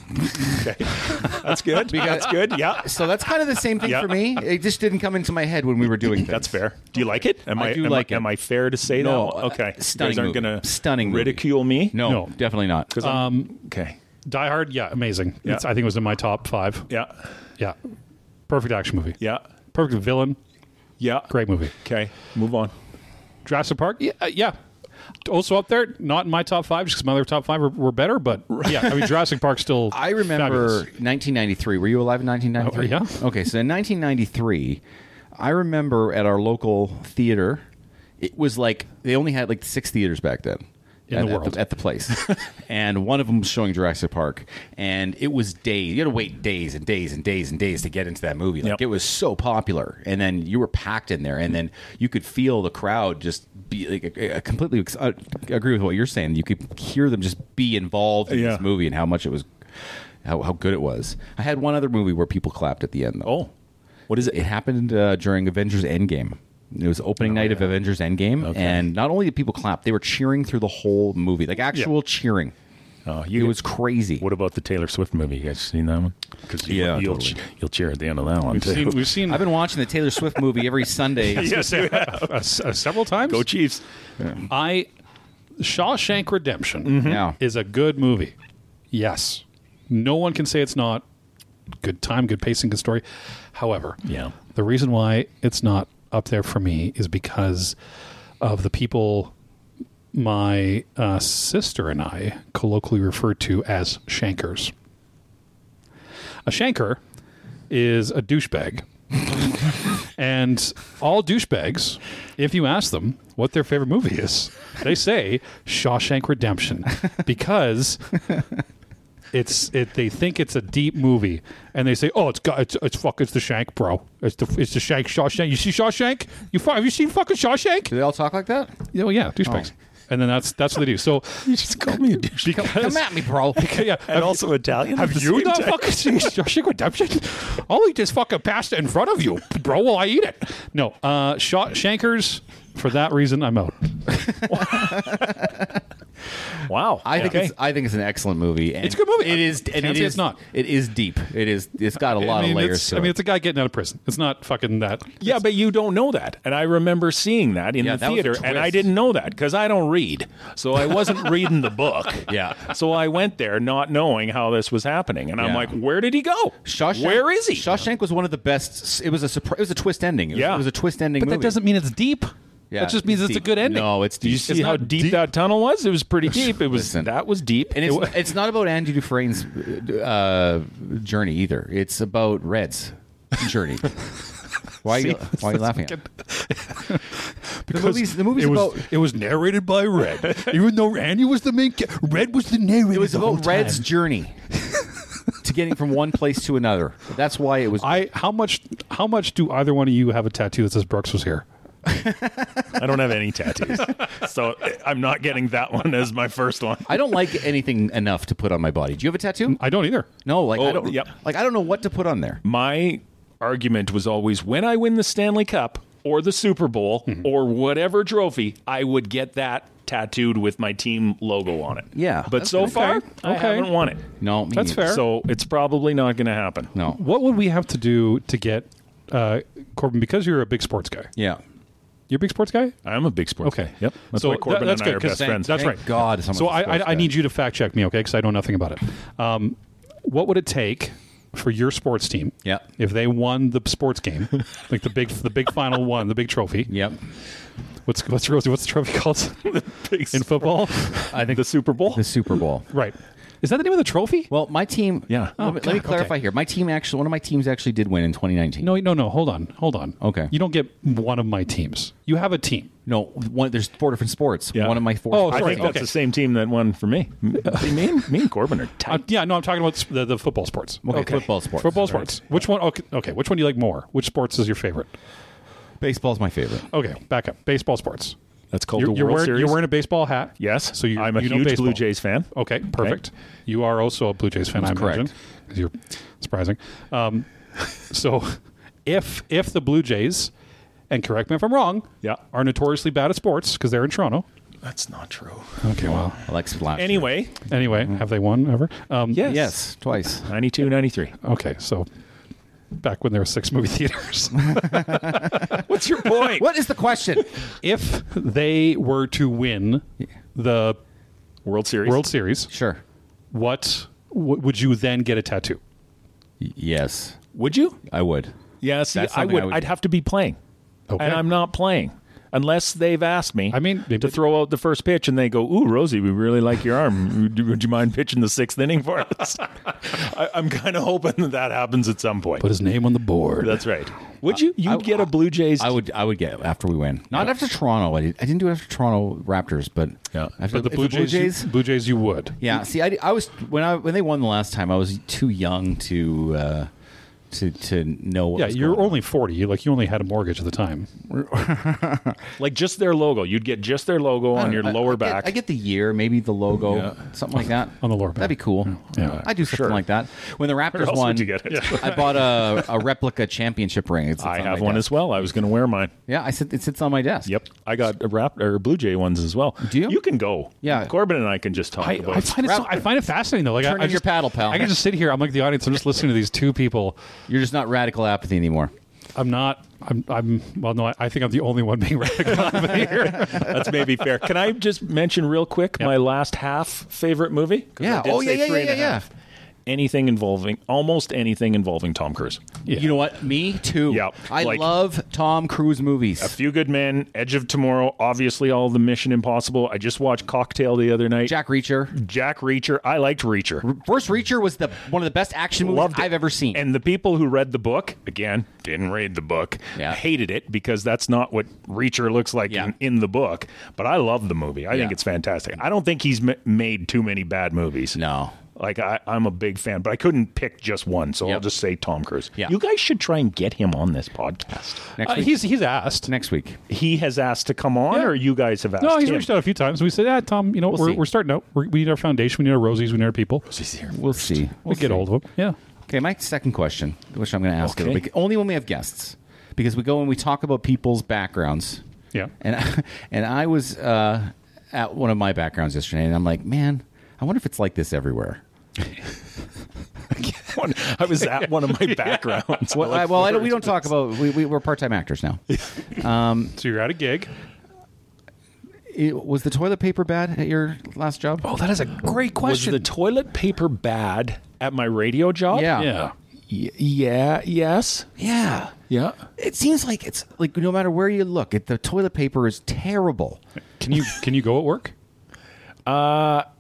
Speaker 4: That's good. that's good. Yeah,
Speaker 2: so that's kind of the same thing
Speaker 4: Yeah.
Speaker 2: for me. It just didn't come into my head when we were doing things.
Speaker 4: that's fair. Do you like it? Am
Speaker 2: I do
Speaker 4: am
Speaker 2: like it.
Speaker 4: Am I fair to say
Speaker 2: No,
Speaker 4: that?
Speaker 2: uh,
Speaker 4: Okay. you guys
Speaker 2: stunning
Speaker 4: aren't
Speaker 2: movie.
Speaker 4: gonna
Speaker 2: Stunning movie.
Speaker 4: ridicule me.
Speaker 2: No,
Speaker 1: No.
Speaker 2: definitely not.
Speaker 4: Um. Okay.
Speaker 1: Die Hard. Yeah, amazing. It's, I think it was in my top five.
Speaker 4: Yeah.
Speaker 1: Yeah. Perfect action movie.
Speaker 4: Yeah.
Speaker 1: Perfect villain.
Speaker 4: Yeah.
Speaker 1: Great movie.
Speaker 4: Okay. Move on.
Speaker 1: Jurassic Park. Yeah. uh, yeah. Also up there, not in my top five, just because my other top five were, were better. But yeah, I mean Jurassic Park still.
Speaker 2: I remember
Speaker 1: fabulous.
Speaker 2: 1993. Were you alive in 1993?
Speaker 1: Oh, yeah.
Speaker 2: Okay, so in 1993, I remember at our local theater, it was like they only had like six theaters back then.
Speaker 1: In
Speaker 2: at,
Speaker 1: the
Speaker 2: at
Speaker 1: world.
Speaker 2: at the place, and one of them was showing Jurassic Park, and it was days. You had to wait days and days and days and days to get into that movie. Like
Speaker 4: Yep.
Speaker 2: it was so popular, and then you were packed in there, and then you could feel the crowd just be like. I I completely ex- I agree with what you're saying. You could hear them just be involved in
Speaker 4: Yeah.
Speaker 2: this movie and how much it was, how, how good it was. I had one other movie where people clapped at the end. Though.
Speaker 4: Oh, what is
Speaker 2: It
Speaker 4: it?
Speaker 2: happened uh, during Avengers Endgame. It was
Speaker 1: Oh,
Speaker 2: opening night of Avengers Endgame, and not only did people clap, they were cheering through the whole movie, like actual cheering.
Speaker 1: Uh,
Speaker 4: Oh,
Speaker 2: It was crazy.
Speaker 4: What about the Taylor Swift movie? You guys seen that one? Because you,
Speaker 2: Yeah,
Speaker 4: you'll
Speaker 2: totally.
Speaker 4: ch- you'll cheer at the end of that one
Speaker 1: We've
Speaker 4: too.
Speaker 1: seen. We've seen
Speaker 2: I've been watching the Taylor Swift movie every Sunday.
Speaker 1: yes, uh, s- uh, several times.
Speaker 4: Go Chiefs!
Speaker 1: I Shawshank Redemption
Speaker 2: Yeah.
Speaker 1: is a good movie. Yes. No one can say it's not. Good time, good pacing, good story. However,
Speaker 4: Yeah.
Speaker 1: the reason why it's not up there for me is because of the people my uh, sister and I colloquially refer to as shankers. A shanker is a douchebag. and all douchebags, if you ask them what their favorite movie is, they say Shawshank Redemption because it's it, they think it's a deep movie and they say, "Oh, it's got, it's it's fuck it's the Shank, bro. It's the it's the Shank Shawshank. You see Shawshank? You fu- have you seen fucking Shawshank?
Speaker 2: Do they all talk like that?
Speaker 1: Yeah, well, yeah, douchebags."
Speaker 2: Oh.
Speaker 1: And then that's that's what they do. So
Speaker 4: You just called me a douche.
Speaker 1: because
Speaker 2: Come at me, bro.
Speaker 1: yeah,
Speaker 4: And also Italian.
Speaker 1: have you not fucking seen Shawshank Redemption? I'll eat this fucking pasta in front of you, bro. Will I eat it? No, uh, Shaw- Shankers. For that reason, I'm out.
Speaker 4: Wow.
Speaker 2: I think
Speaker 4: Okay.
Speaker 2: it's I think it's an excellent movie. and
Speaker 1: It's a good movie.
Speaker 2: It is,
Speaker 1: I
Speaker 2: and
Speaker 1: can't
Speaker 2: it
Speaker 1: say
Speaker 2: is
Speaker 1: it's not.
Speaker 2: It is deep. It is. It's got a lot
Speaker 1: I mean,
Speaker 2: of layers.
Speaker 1: it's-
Speaker 2: To
Speaker 1: I mean,
Speaker 2: it.
Speaker 1: it's a guy getting out of prison. It's not fucking that.
Speaker 4: Yeah, but you don't know that. And I remember seeing that in
Speaker 2: Yeah,
Speaker 4: the
Speaker 2: that was a
Speaker 4: theater, and I
Speaker 2: twist.
Speaker 4: didn't know that because I don't read. So I wasn't reading the book.
Speaker 2: Yeah.
Speaker 4: So I went there not knowing how this was happening. And I'm
Speaker 2: Yeah.
Speaker 4: like, where did he go?
Speaker 2: Shawshank,
Speaker 4: Where is he?
Speaker 2: Shawshank was one of the best. It was a surprise. It was a twist ending. It was,
Speaker 4: Yeah.
Speaker 2: it was a twist ending.
Speaker 1: But
Speaker 2: movie.
Speaker 1: that doesn't mean it's deep.
Speaker 2: Yeah,
Speaker 1: that just means it's,
Speaker 2: it's
Speaker 1: a
Speaker 2: deep.
Speaker 1: good ending.
Speaker 2: No, it's
Speaker 4: Did you
Speaker 2: deep.
Speaker 4: see
Speaker 1: It's
Speaker 4: how
Speaker 1: not
Speaker 4: deep,
Speaker 1: deep.
Speaker 4: that tunnel was? It was pretty deep. It was
Speaker 2: Listen.
Speaker 4: that was deep.
Speaker 2: And
Speaker 4: It wa-
Speaker 2: it's, it's not about Andy Dufresne's uh, journey either. It's about Red's journey. why are you, why are you laughing? At? The movie's the movie's
Speaker 1: it was,
Speaker 2: about
Speaker 1: it was narrated by Red, even though Andy was the main. Ca- Red was the narrator.
Speaker 2: it was about Red's journey to getting from one place to another. That's why it was.
Speaker 1: I how much how much do either one of you have a tattoo that says Brooks was here?
Speaker 4: I don't have any tattoos, so I'm not getting that one as my first one.
Speaker 2: I don't like anything enough to put on my body. Do you have a tattoo?
Speaker 1: I don't either.
Speaker 2: No, like
Speaker 4: Oh,
Speaker 2: I don't.
Speaker 4: yep.
Speaker 2: Like I don't know what to put on there.
Speaker 4: My argument was always when I win the Stanley Cup or the Super Bowl
Speaker 1: Mm-hmm.
Speaker 4: or whatever trophy, I would get that tattooed with my team logo on it.
Speaker 2: Yeah.
Speaker 4: But so far, I
Speaker 1: Okay.
Speaker 4: haven't won it.
Speaker 2: No, me
Speaker 1: That's
Speaker 2: neither.
Speaker 1: fair.
Speaker 4: So it's probably not going to happen.
Speaker 2: No.
Speaker 1: What would we have to do to get uh, Corbin? Because you're a big sports guy.
Speaker 2: Yeah.
Speaker 1: You're a big sports guy.
Speaker 4: I'm a big sports
Speaker 1: Okay.
Speaker 4: guy. Yep. That's
Speaker 1: So
Speaker 4: why Corbin
Speaker 1: that- that's
Speaker 4: and I
Speaker 1: good,
Speaker 4: are
Speaker 1: 'cause
Speaker 4: best
Speaker 1: thank-
Speaker 4: friends.
Speaker 1: That's
Speaker 2: Thank
Speaker 1: right.
Speaker 2: God. someone's
Speaker 1: So
Speaker 2: a
Speaker 1: I,
Speaker 2: sports
Speaker 1: I, I
Speaker 2: guy.
Speaker 1: need you to fact check me, okay? Because I know nothing about it. Um, what would it take for your sports team?
Speaker 2: Yep.
Speaker 1: If they won the sports game, like the big, the big final one, the big trophy.
Speaker 2: Yep.
Speaker 1: What's what's Rosie? What's the trophy called in football?
Speaker 2: I think
Speaker 4: the Super Bowl.
Speaker 2: the Super Bowl.
Speaker 1: right. Is that the name of the trophy?
Speaker 2: Well, my team.
Speaker 4: Yeah.
Speaker 2: Let, me, let me
Speaker 1: Oh, God,
Speaker 2: clarify
Speaker 1: okay.
Speaker 2: here. My team actually, one of my teams actually did win in 2019.
Speaker 1: No, no, no. Hold on, hold on.
Speaker 2: Okay.
Speaker 1: You don't get one of my teams. You have a team.
Speaker 2: no. One, there's four different sports.
Speaker 4: Yeah.
Speaker 2: One of my four.
Speaker 1: Oh,
Speaker 4: I
Speaker 1: sorry.
Speaker 4: think that's
Speaker 1: Okay.
Speaker 4: the same team that won for me. See, me, and, me and Corbin are tight.
Speaker 1: Uh, yeah, no, I'm talking about the, the football sports.
Speaker 2: Okay, football sports.
Speaker 1: Football
Speaker 2: All
Speaker 1: sports. Which one? Okay, okay, which one do you like more? Which sports is your favorite?
Speaker 2: Baseball's my favorite.
Speaker 1: Okay, back up. Baseball sports.
Speaker 4: That's called
Speaker 1: You're,
Speaker 4: Oh, the
Speaker 1: you're
Speaker 4: World
Speaker 1: wearing,
Speaker 4: Series.
Speaker 1: you're wearing a baseball hat.
Speaker 4: yes.
Speaker 1: So you,
Speaker 4: I'm a
Speaker 1: you know
Speaker 4: huge
Speaker 1: baseball.
Speaker 4: Blue Jays fan.
Speaker 1: Okay, perfect. You are also a Blue Jays fan. I
Speaker 2: correct.
Speaker 1: imagine. 'Cause You're surprising. Um, so, if if the Blue Jays, and correct me if I'm wrong,
Speaker 4: Yeah.
Speaker 1: are notoriously bad at sports because they're in Toronto.
Speaker 4: That's not true.
Speaker 1: Okay, well,
Speaker 2: I like splash.
Speaker 4: Anyway,
Speaker 1: anyway, have they won ever? Um,
Speaker 4: yes.
Speaker 2: Yes, twice.
Speaker 4: 92, 93.
Speaker 1: Okay, so back when there were six movie theaters.
Speaker 4: What's your point?
Speaker 2: What is the question?
Speaker 1: if they were to win the
Speaker 4: World Series.
Speaker 1: World Series,
Speaker 2: sure.
Speaker 1: what w- would you then get a tattoo?
Speaker 2: Y- yes,
Speaker 4: Would you?
Speaker 2: I would.
Speaker 4: Yeah, see,
Speaker 2: That's
Speaker 4: I
Speaker 2: something
Speaker 4: would,
Speaker 2: I would-
Speaker 4: I'd have to be playing.
Speaker 1: Okay.
Speaker 4: And I'm not playing unless they've asked me.
Speaker 1: I mean, maybe-
Speaker 4: to throw out the first pitch and they go, "Ooh, Rosie, we really like your arm. Would you, would you mind pitching the sixth inning for us?" I, I'm kind of hoping that that happens at some point.
Speaker 1: Put his name on the board.
Speaker 4: That's right. Would you? You'd get a Blue Jays.
Speaker 2: I would. I would get it after we win. Not after Toronto. I, did, I didn't do it after Toronto Raptors, but
Speaker 4: Yeah.
Speaker 2: after
Speaker 1: but the Blue, Jays, You, Blue Jays, you would.
Speaker 2: Yeah. See, I, I was when I when they won the last time, I was too young to uh, to to know. What
Speaker 1: Yeah,
Speaker 2: was
Speaker 1: you're
Speaker 2: going on.
Speaker 1: only 40. You like you only had a mortgage at the time.
Speaker 4: like just their logo. You'd get just their logo on your
Speaker 2: I-
Speaker 4: lower
Speaker 2: I get-
Speaker 4: back.
Speaker 2: I get the year, maybe the logo, something like that.
Speaker 1: On the lower
Speaker 2: That'd be
Speaker 1: back.
Speaker 2: cool.
Speaker 1: Yeah.
Speaker 2: I do something like that. When the Raptors
Speaker 4: else
Speaker 2: won,
Speaker 4: would you get it? Yeah.
Speaker 2: I bought a, a replica championship ring. It's, it's
Speaker 4: I
Speaker 2: on
Speaker 4: have
Speaker 2: my
Speaker 4: one
Speaker 2: desk.
Speaker 4: as well. I was going to wear mine.
Speaker 2: Yeah, I sit, it sits on my desk.
Speaker 4: Yep, I got a rap or Blue Jay ones as well.
Speaker 2: Do you?
Speaker 4: You can go.
Speaker 2: Yeah.
Speaker 4: Corbin and I can just talk
Speaker 1: I,
Speaker 4: about.
Speaker 1: I find it so, I find it fascinating though. Like I,
Speaker 2: Turn
Speaker 1: I
Speaker 2: in your
Speaker 1: just-
Speaker 2: paddle, pal.
Speaker 1: I can just sit here. I'm like the audience. I'm just listening to these two people.
Speaker 2: You're just not radical apathy anymore.
Speaker 1: I'm not. I'm. I'm. Well, no. I, I think I'm the only one being radical over here.
Speaker 4: That's maybe fair. Can I just mention real quick my last half favorite movie? 'Cause
Speaker 2: Yeah.
Speaker 4: I did
Speaker 2: Oh,
Speaker 4: say
Speaker 2: yeah, yeah,
Speaker 4: three
Speaker 2: yeah,
Speaker 4: and a
Speaker 2: yeah,
Speaker 4: half. Anything involving almost anything involving Tom Cruise.
Speaker 1: Yeah.
Speaker 2: You know what? Me too.
Speaker 4: Yep.
Speaker 2: I
Speaker 4: Like-
Speaker 2: love Tom Cruise movies.
Speaker 4: Few Good Men, Edge of Tomorrow, obviously all the Mission Impossible. I just watched Cocktail the other night.
Speaker 2: Jack Reacher.
Speaker 4: Jack Reacher. I liked Reacher.
Speaker 2: First Reacher was the one of the best action movies
Speaker 4: Loved it.
Speaker 2: I've ever seen.
Speaker 4: And the people who read the book, again, didn't read the book,
Speaker 2: Yeah.
Speaker 4: hated it because that's not what Reacher looks like
Speaker 2: Yeah.
Speaker 4: in, in the book. But I love the movie. I think
Speaker 2: Yeah.
Speaker 4: it's fantastic. I don't think he's m- made too many bad movies.
Speaker 2: no.
Speaker 4: Like I, I'm a big fan, but I couldn't pick just one, so I'll
Speaker 2: Yep.
Speaker 4: just say Tom Cruise.
Speaker 2: Yeah.
Speaker 4: You guys should try and get him on this podcast.
Speaker 2: Next
Speaker 1: Uh,
Speaker 2: week.
Speaker 1: he's he's asked.
Speaker 2: Next week.
Speaker 4: He has asked to come on,
Speaker 1: Yeah.
Speaker 4: or you guys have asked
Speaker 1: No, he's
Speaker 4: him.
Speaker 1: reached out a few times. We said, "Yeah, Tom, you know, we're,
Speaker 2: see.
Speaker 1: we're starting out. We're, we need our foundation. We need our Rosies. We need our people.
Speaker 2: We'll see.
Speaker 1: we get hold of them. Yeah,
Speaker 2: Okay, my second question, which I'm going to ask
Speaker 4: Okay.
Speaker 2: everybody, only when we have guests, because we go and we talk about people's backgrounds.
Speaker 1: Yeah.
Speaker 2: And I, and I was uh, at one of my backgrounds yesterday, and I'm like, man, I wonder if it's like this everywhere.
Speaker 4: One- I was at one of my backgrounds.
Speaker 2: Well, I, well I don't, we don't talk about we, we we're part time actors now.
Speaker 1: So you're at a gig.
Speaker 2: It- was the toilet paper bad at your last job?
Speaker 1: Oh, that is a great
Speaker 4: was the toilet paper bad at my radio job?
Speaker 2: yeah.
Speaker 1: yeah.
Speaker 4: Y- yeah. Yes.
Speaker 2: Yeah.
Speaker 4: Yeah.
Speaker 2: It seems like it's like no matter where you look, it, the toilet paper is terrible.
Speaker 1: Can you can you go at work?
Speaker 4: Yeah.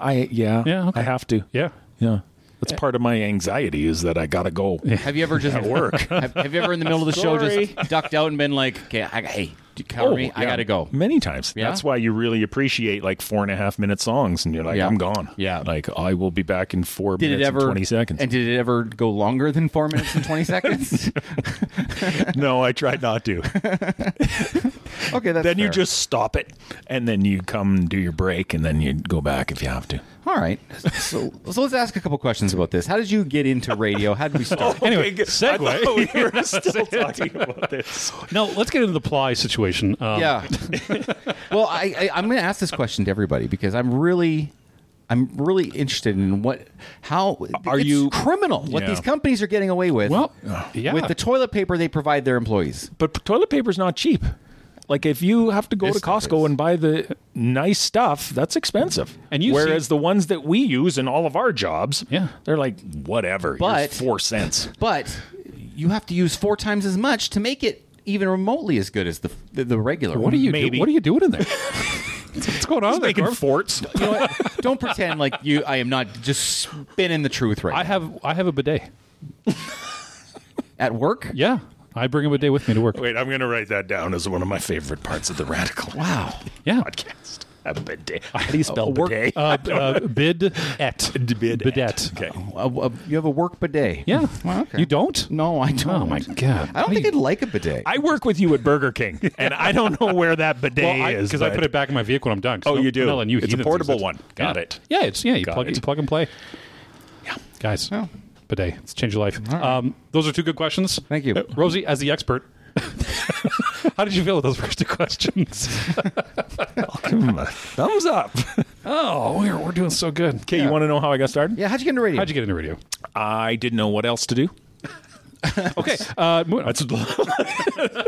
Speaker 4: I. Yeah.
Speaker 1: Yeah, okay.
Speaker 4: I have to.
Speaker 1: Yeah.
Speaker 4: Yeah. That's part of my anxiety is that I gotta go.
Speaker 2: Have you ever just at work? Have, have you ever in the middle of the show
Speaker 4: Sorry.
Speaker 2: just ducked out and been like, "Okay, I, hey, do you cover me? I
Speaker 4: Oh, yeah.
Speaker 2: gotta go."
Speaker 4: Many times.
Speaker 2: Yeah?
Speaker 4: That's why you really appreciate like four and a half minute songs, and you're like,
Speaker 2: Yeah.
Speaker 4: I'm gone.
Speaker 2: Yeah.
Speaker 4: Like I will be back in four
Speaker 2: Did
Speaker 4: minutes
Speaker 2: it ever
Speaker 4: and twenty seconds.
Speaker 2: And did it ever go longer than four minutes and twenty seconds?
Speaker 4: no, I tried not to.
Speaker 2: Okay, that's
Speaker 4: then you
Speaker 2: fair.
Speaker 4: just stop it, and then you come and do your break, and then you go back if you have to.
Speaker 2: All right. So, so let's ask a couple questions about this. How did you get into radio? How did we start?
Speaker 1: Anyway,
Speaker 4: Okay, good.
Speaker 1: segue.
Speaker 4: I thought we were still talking about this.
Speaker 1: No, let's get into the ply situation. Um,
Speaker 2: yeah. well, I, I I'm going to ask this question to everybody because I'm really. I'm really interested in what, how
Speaker 4: Are
Speaker 2: it's
Speaker 4: you-
Speaker 2: criminal? What
Speaker 4: Yeah.
Speaker 2: these companies are getting away with?
Speaker 1: Well, yeah.
Speaker 2: with the toilet paper they provide their employees.
Speaker 4: But p- toilet paper's not cheap. Like if you have to go
Speaker 2: This
Speaker 4: to
Speaker 2: stuff
Speaker 4: Costco
Speaker 2: is.
Speaker 4: and buy the nice stuff, that's expensive.
Speaker 1: And you
Speaker 4: whereas
Speaker 1: see-
Speaker 4: the ones that we use in all of our jobs,
Speaker 1: Yeah.
Speaker 4: they're like whatever, here's
Speaker 2: But-
Speaker 4: four cents.
Speaker 2: But you have to use four times as much to make it even remotely as good as the the, the regular.
Speaker 1: what are you? Do,
Speaker 4: Maybe.
Speaker 1: what are you doing in there? What's going
Speaker 4: Oh,
Speaker 1: on there, Gorf?
Speaker 4: forts.
Speaker 2: You know what? Don't pretend like you. I am not just spinning the truth right.
Speaker 1: I
Speaker 2: now.
Speaker 1: have I have a bidet.
Speaker 2: At work,
Speaker 1: Yeah, I bring a bidet with me to work.
Speaker 4: Wait, I'm going to write that down as one of my favorite parts of the radical. Wow.
Speaker 1: Yeah,
Speaker 4: Podcast. A bidet. How do you spell
Speaker 1: work
Speaker 4: bidet?
Speaker 1: uh, uh, bid et
Speaker 4: Bidet.
Speaker 1: bidet.
Speaker 4: Okay.
Speaker 2: A- a- you have a work bidet.
Speaker 1: Yeah,
Speaker 2: Well, okay.
Speaker 1: you don't.
Speaker 2: No, I don't.
Speaker 1: Oh my god!
Speaker 2: I don't think I'd like a bidet.
Speaker 4: I work with you at Burger King, and I don't know where that bidet is.
Speaker 1: because I
Speaker 4: but-
Speaker 1: put it back in my vehicle when I'm done. 'cause
Speaker 4: Oh, you do?
Speaker 1: I'm not letting you
Speaker 4: It's a
Speaker 1: heathens use
Speaker 4: portable
Speaker 1: it.
Speaker 4: one. Got
Speaker 1: Yeah.
Speaker 4: it.
Speaker 1: Yeah, it's yeah. You
Speaker 4: Got
Speaker 1: plug
Speaker 4: it.
Speaker 1: you plug and play. Yeah, guys,
Speaker 2: Oh.
Speaker 1: bidet. It's changed your life. Um, those are two good questions.
Speaker 2: Thank you.
Speaker 1: Uh, Rosie, as the expert. How did you feel with those first two questions?
Speaker 4: Thumbs up.
Speaker 1: oh, we're, we're doing so good.
Speaker 4: Okay, you want to know how I got started?
Speaker 2: yeah, how'd you get into radio?
Speaker 1: How'd you get into radio?
Speaker 4: I didn't know what else to do.
Speaker 1: Okay, uh, moving on.
Speaker 4: That's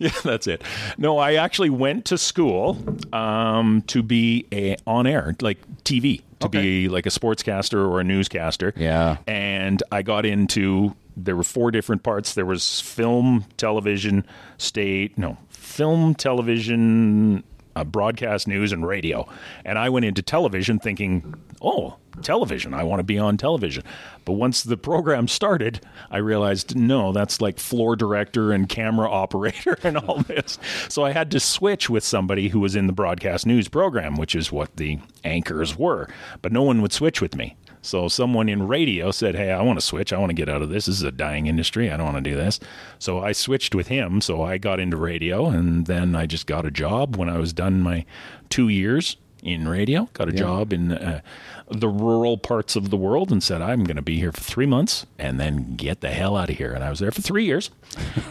Speaker 4: yeah, that's it. No, I actually went to school um, to be a on air, like TV, to be like a sportscaster or a newscaster.
Speaker 2: Yeah.
Speaker 4: and I got into there were four different parts. There was film, television, state, no film, television. Uh, broadcast news and radio. And I went into television thinking, oh, television. I want to be on television. But once the program started, I realized, no, that's like floor director and camera operator and all this. So I had to switch with somebody who was in the broadcast news program, which is what the anchors were. But no one would switch with me. So someone in radio said, "Hey, I want to switch. I want to get out of this. This is a dying industry. I don't want to do this." So I switched with him. So I got into radio, and then I just got a job when I was done my two years in radio. Got a job in uh, the rural parts of the world, and said, "I'm going to be here for three months, and then get the hell out of here." And I was there for three years,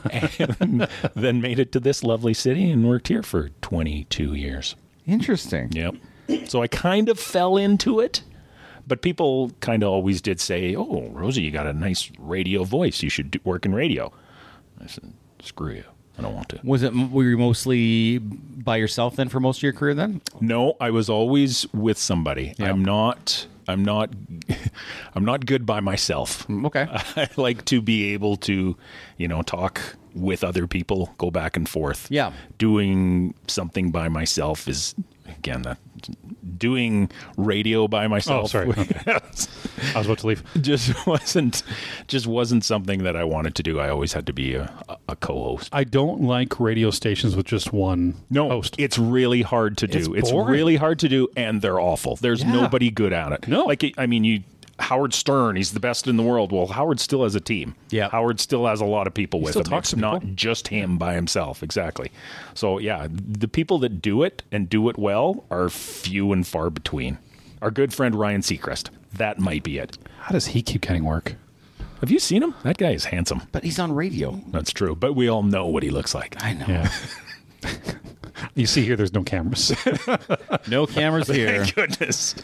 Speaker 4: and then made it to this lovely city and worked here for 22 years.
Speaker 2: Interesting.
Speaker 4: Yep. So I kind of fell into it, but people kind of always did say, "Oh, Rosie, you got a nice radio voice. You should do, work in radio." I said, "Screw you. I don't want to."
Speaker 2: Was it? Were you mostly by yourself then for most of your career? Then
Speaker 4: No, I was always with somebody. I'm not. I'm not. I'm not good by myself.
Speaker 2: Mm, okay.
Speaker 4: I like to be able to, you know, talk with other people, go back and forth.
Speaker 2: Yeah.
Speaker 4: Doing something by myself is again that doing radio by myself.
Speaker 1: Oh, sorry. Okay. I was about to leave.
Speaker 4: just wasn't just wasn't something that I wanted to do. I always had to be a, a- a co-host.
Speaker 1: I don't like radio stations with just one
Speaker 4: No,
Speaker 1: host.
Speaker 4: it's really hard to do.
Speaker 1: It's
Speaker 4: It's,
Speaker 1: boring.
Speaker 4: really hard to do, and they're awful. There's
Speaker 1: Yeah.
Speaker 4: nobody good at it.
Speaker 1: No.
Speaker 4: like I mean, you Howard Stern, he's the best in the world. Well, Howard still has a team.
Speaker 2: Yeah.
Speaker 4: Howard still has a lot of people with
Speaker 1: still
Speaker 4: him.
Speaker 1: talks
Speaker 4: It's
Speaker 1: to people.
Speaker 4: not just him by himself. Exactly. So yeah, the people that do it and do it well are few and far between. Our good friend Ryan Seacrest. That might be it.
Speaker 1: How does he keep getting work?
Speaker 4: Have you seen him? That guy is handsome.
Speaker 2: But he's on radio.
Speaker 4: That's true, but we all know what he looks like.
Speaker 2: I know.
Speaker 1: Yeah. you see here, there's no cameras.
Speaker 2: No cameras here.
Speaker 4: Goodness.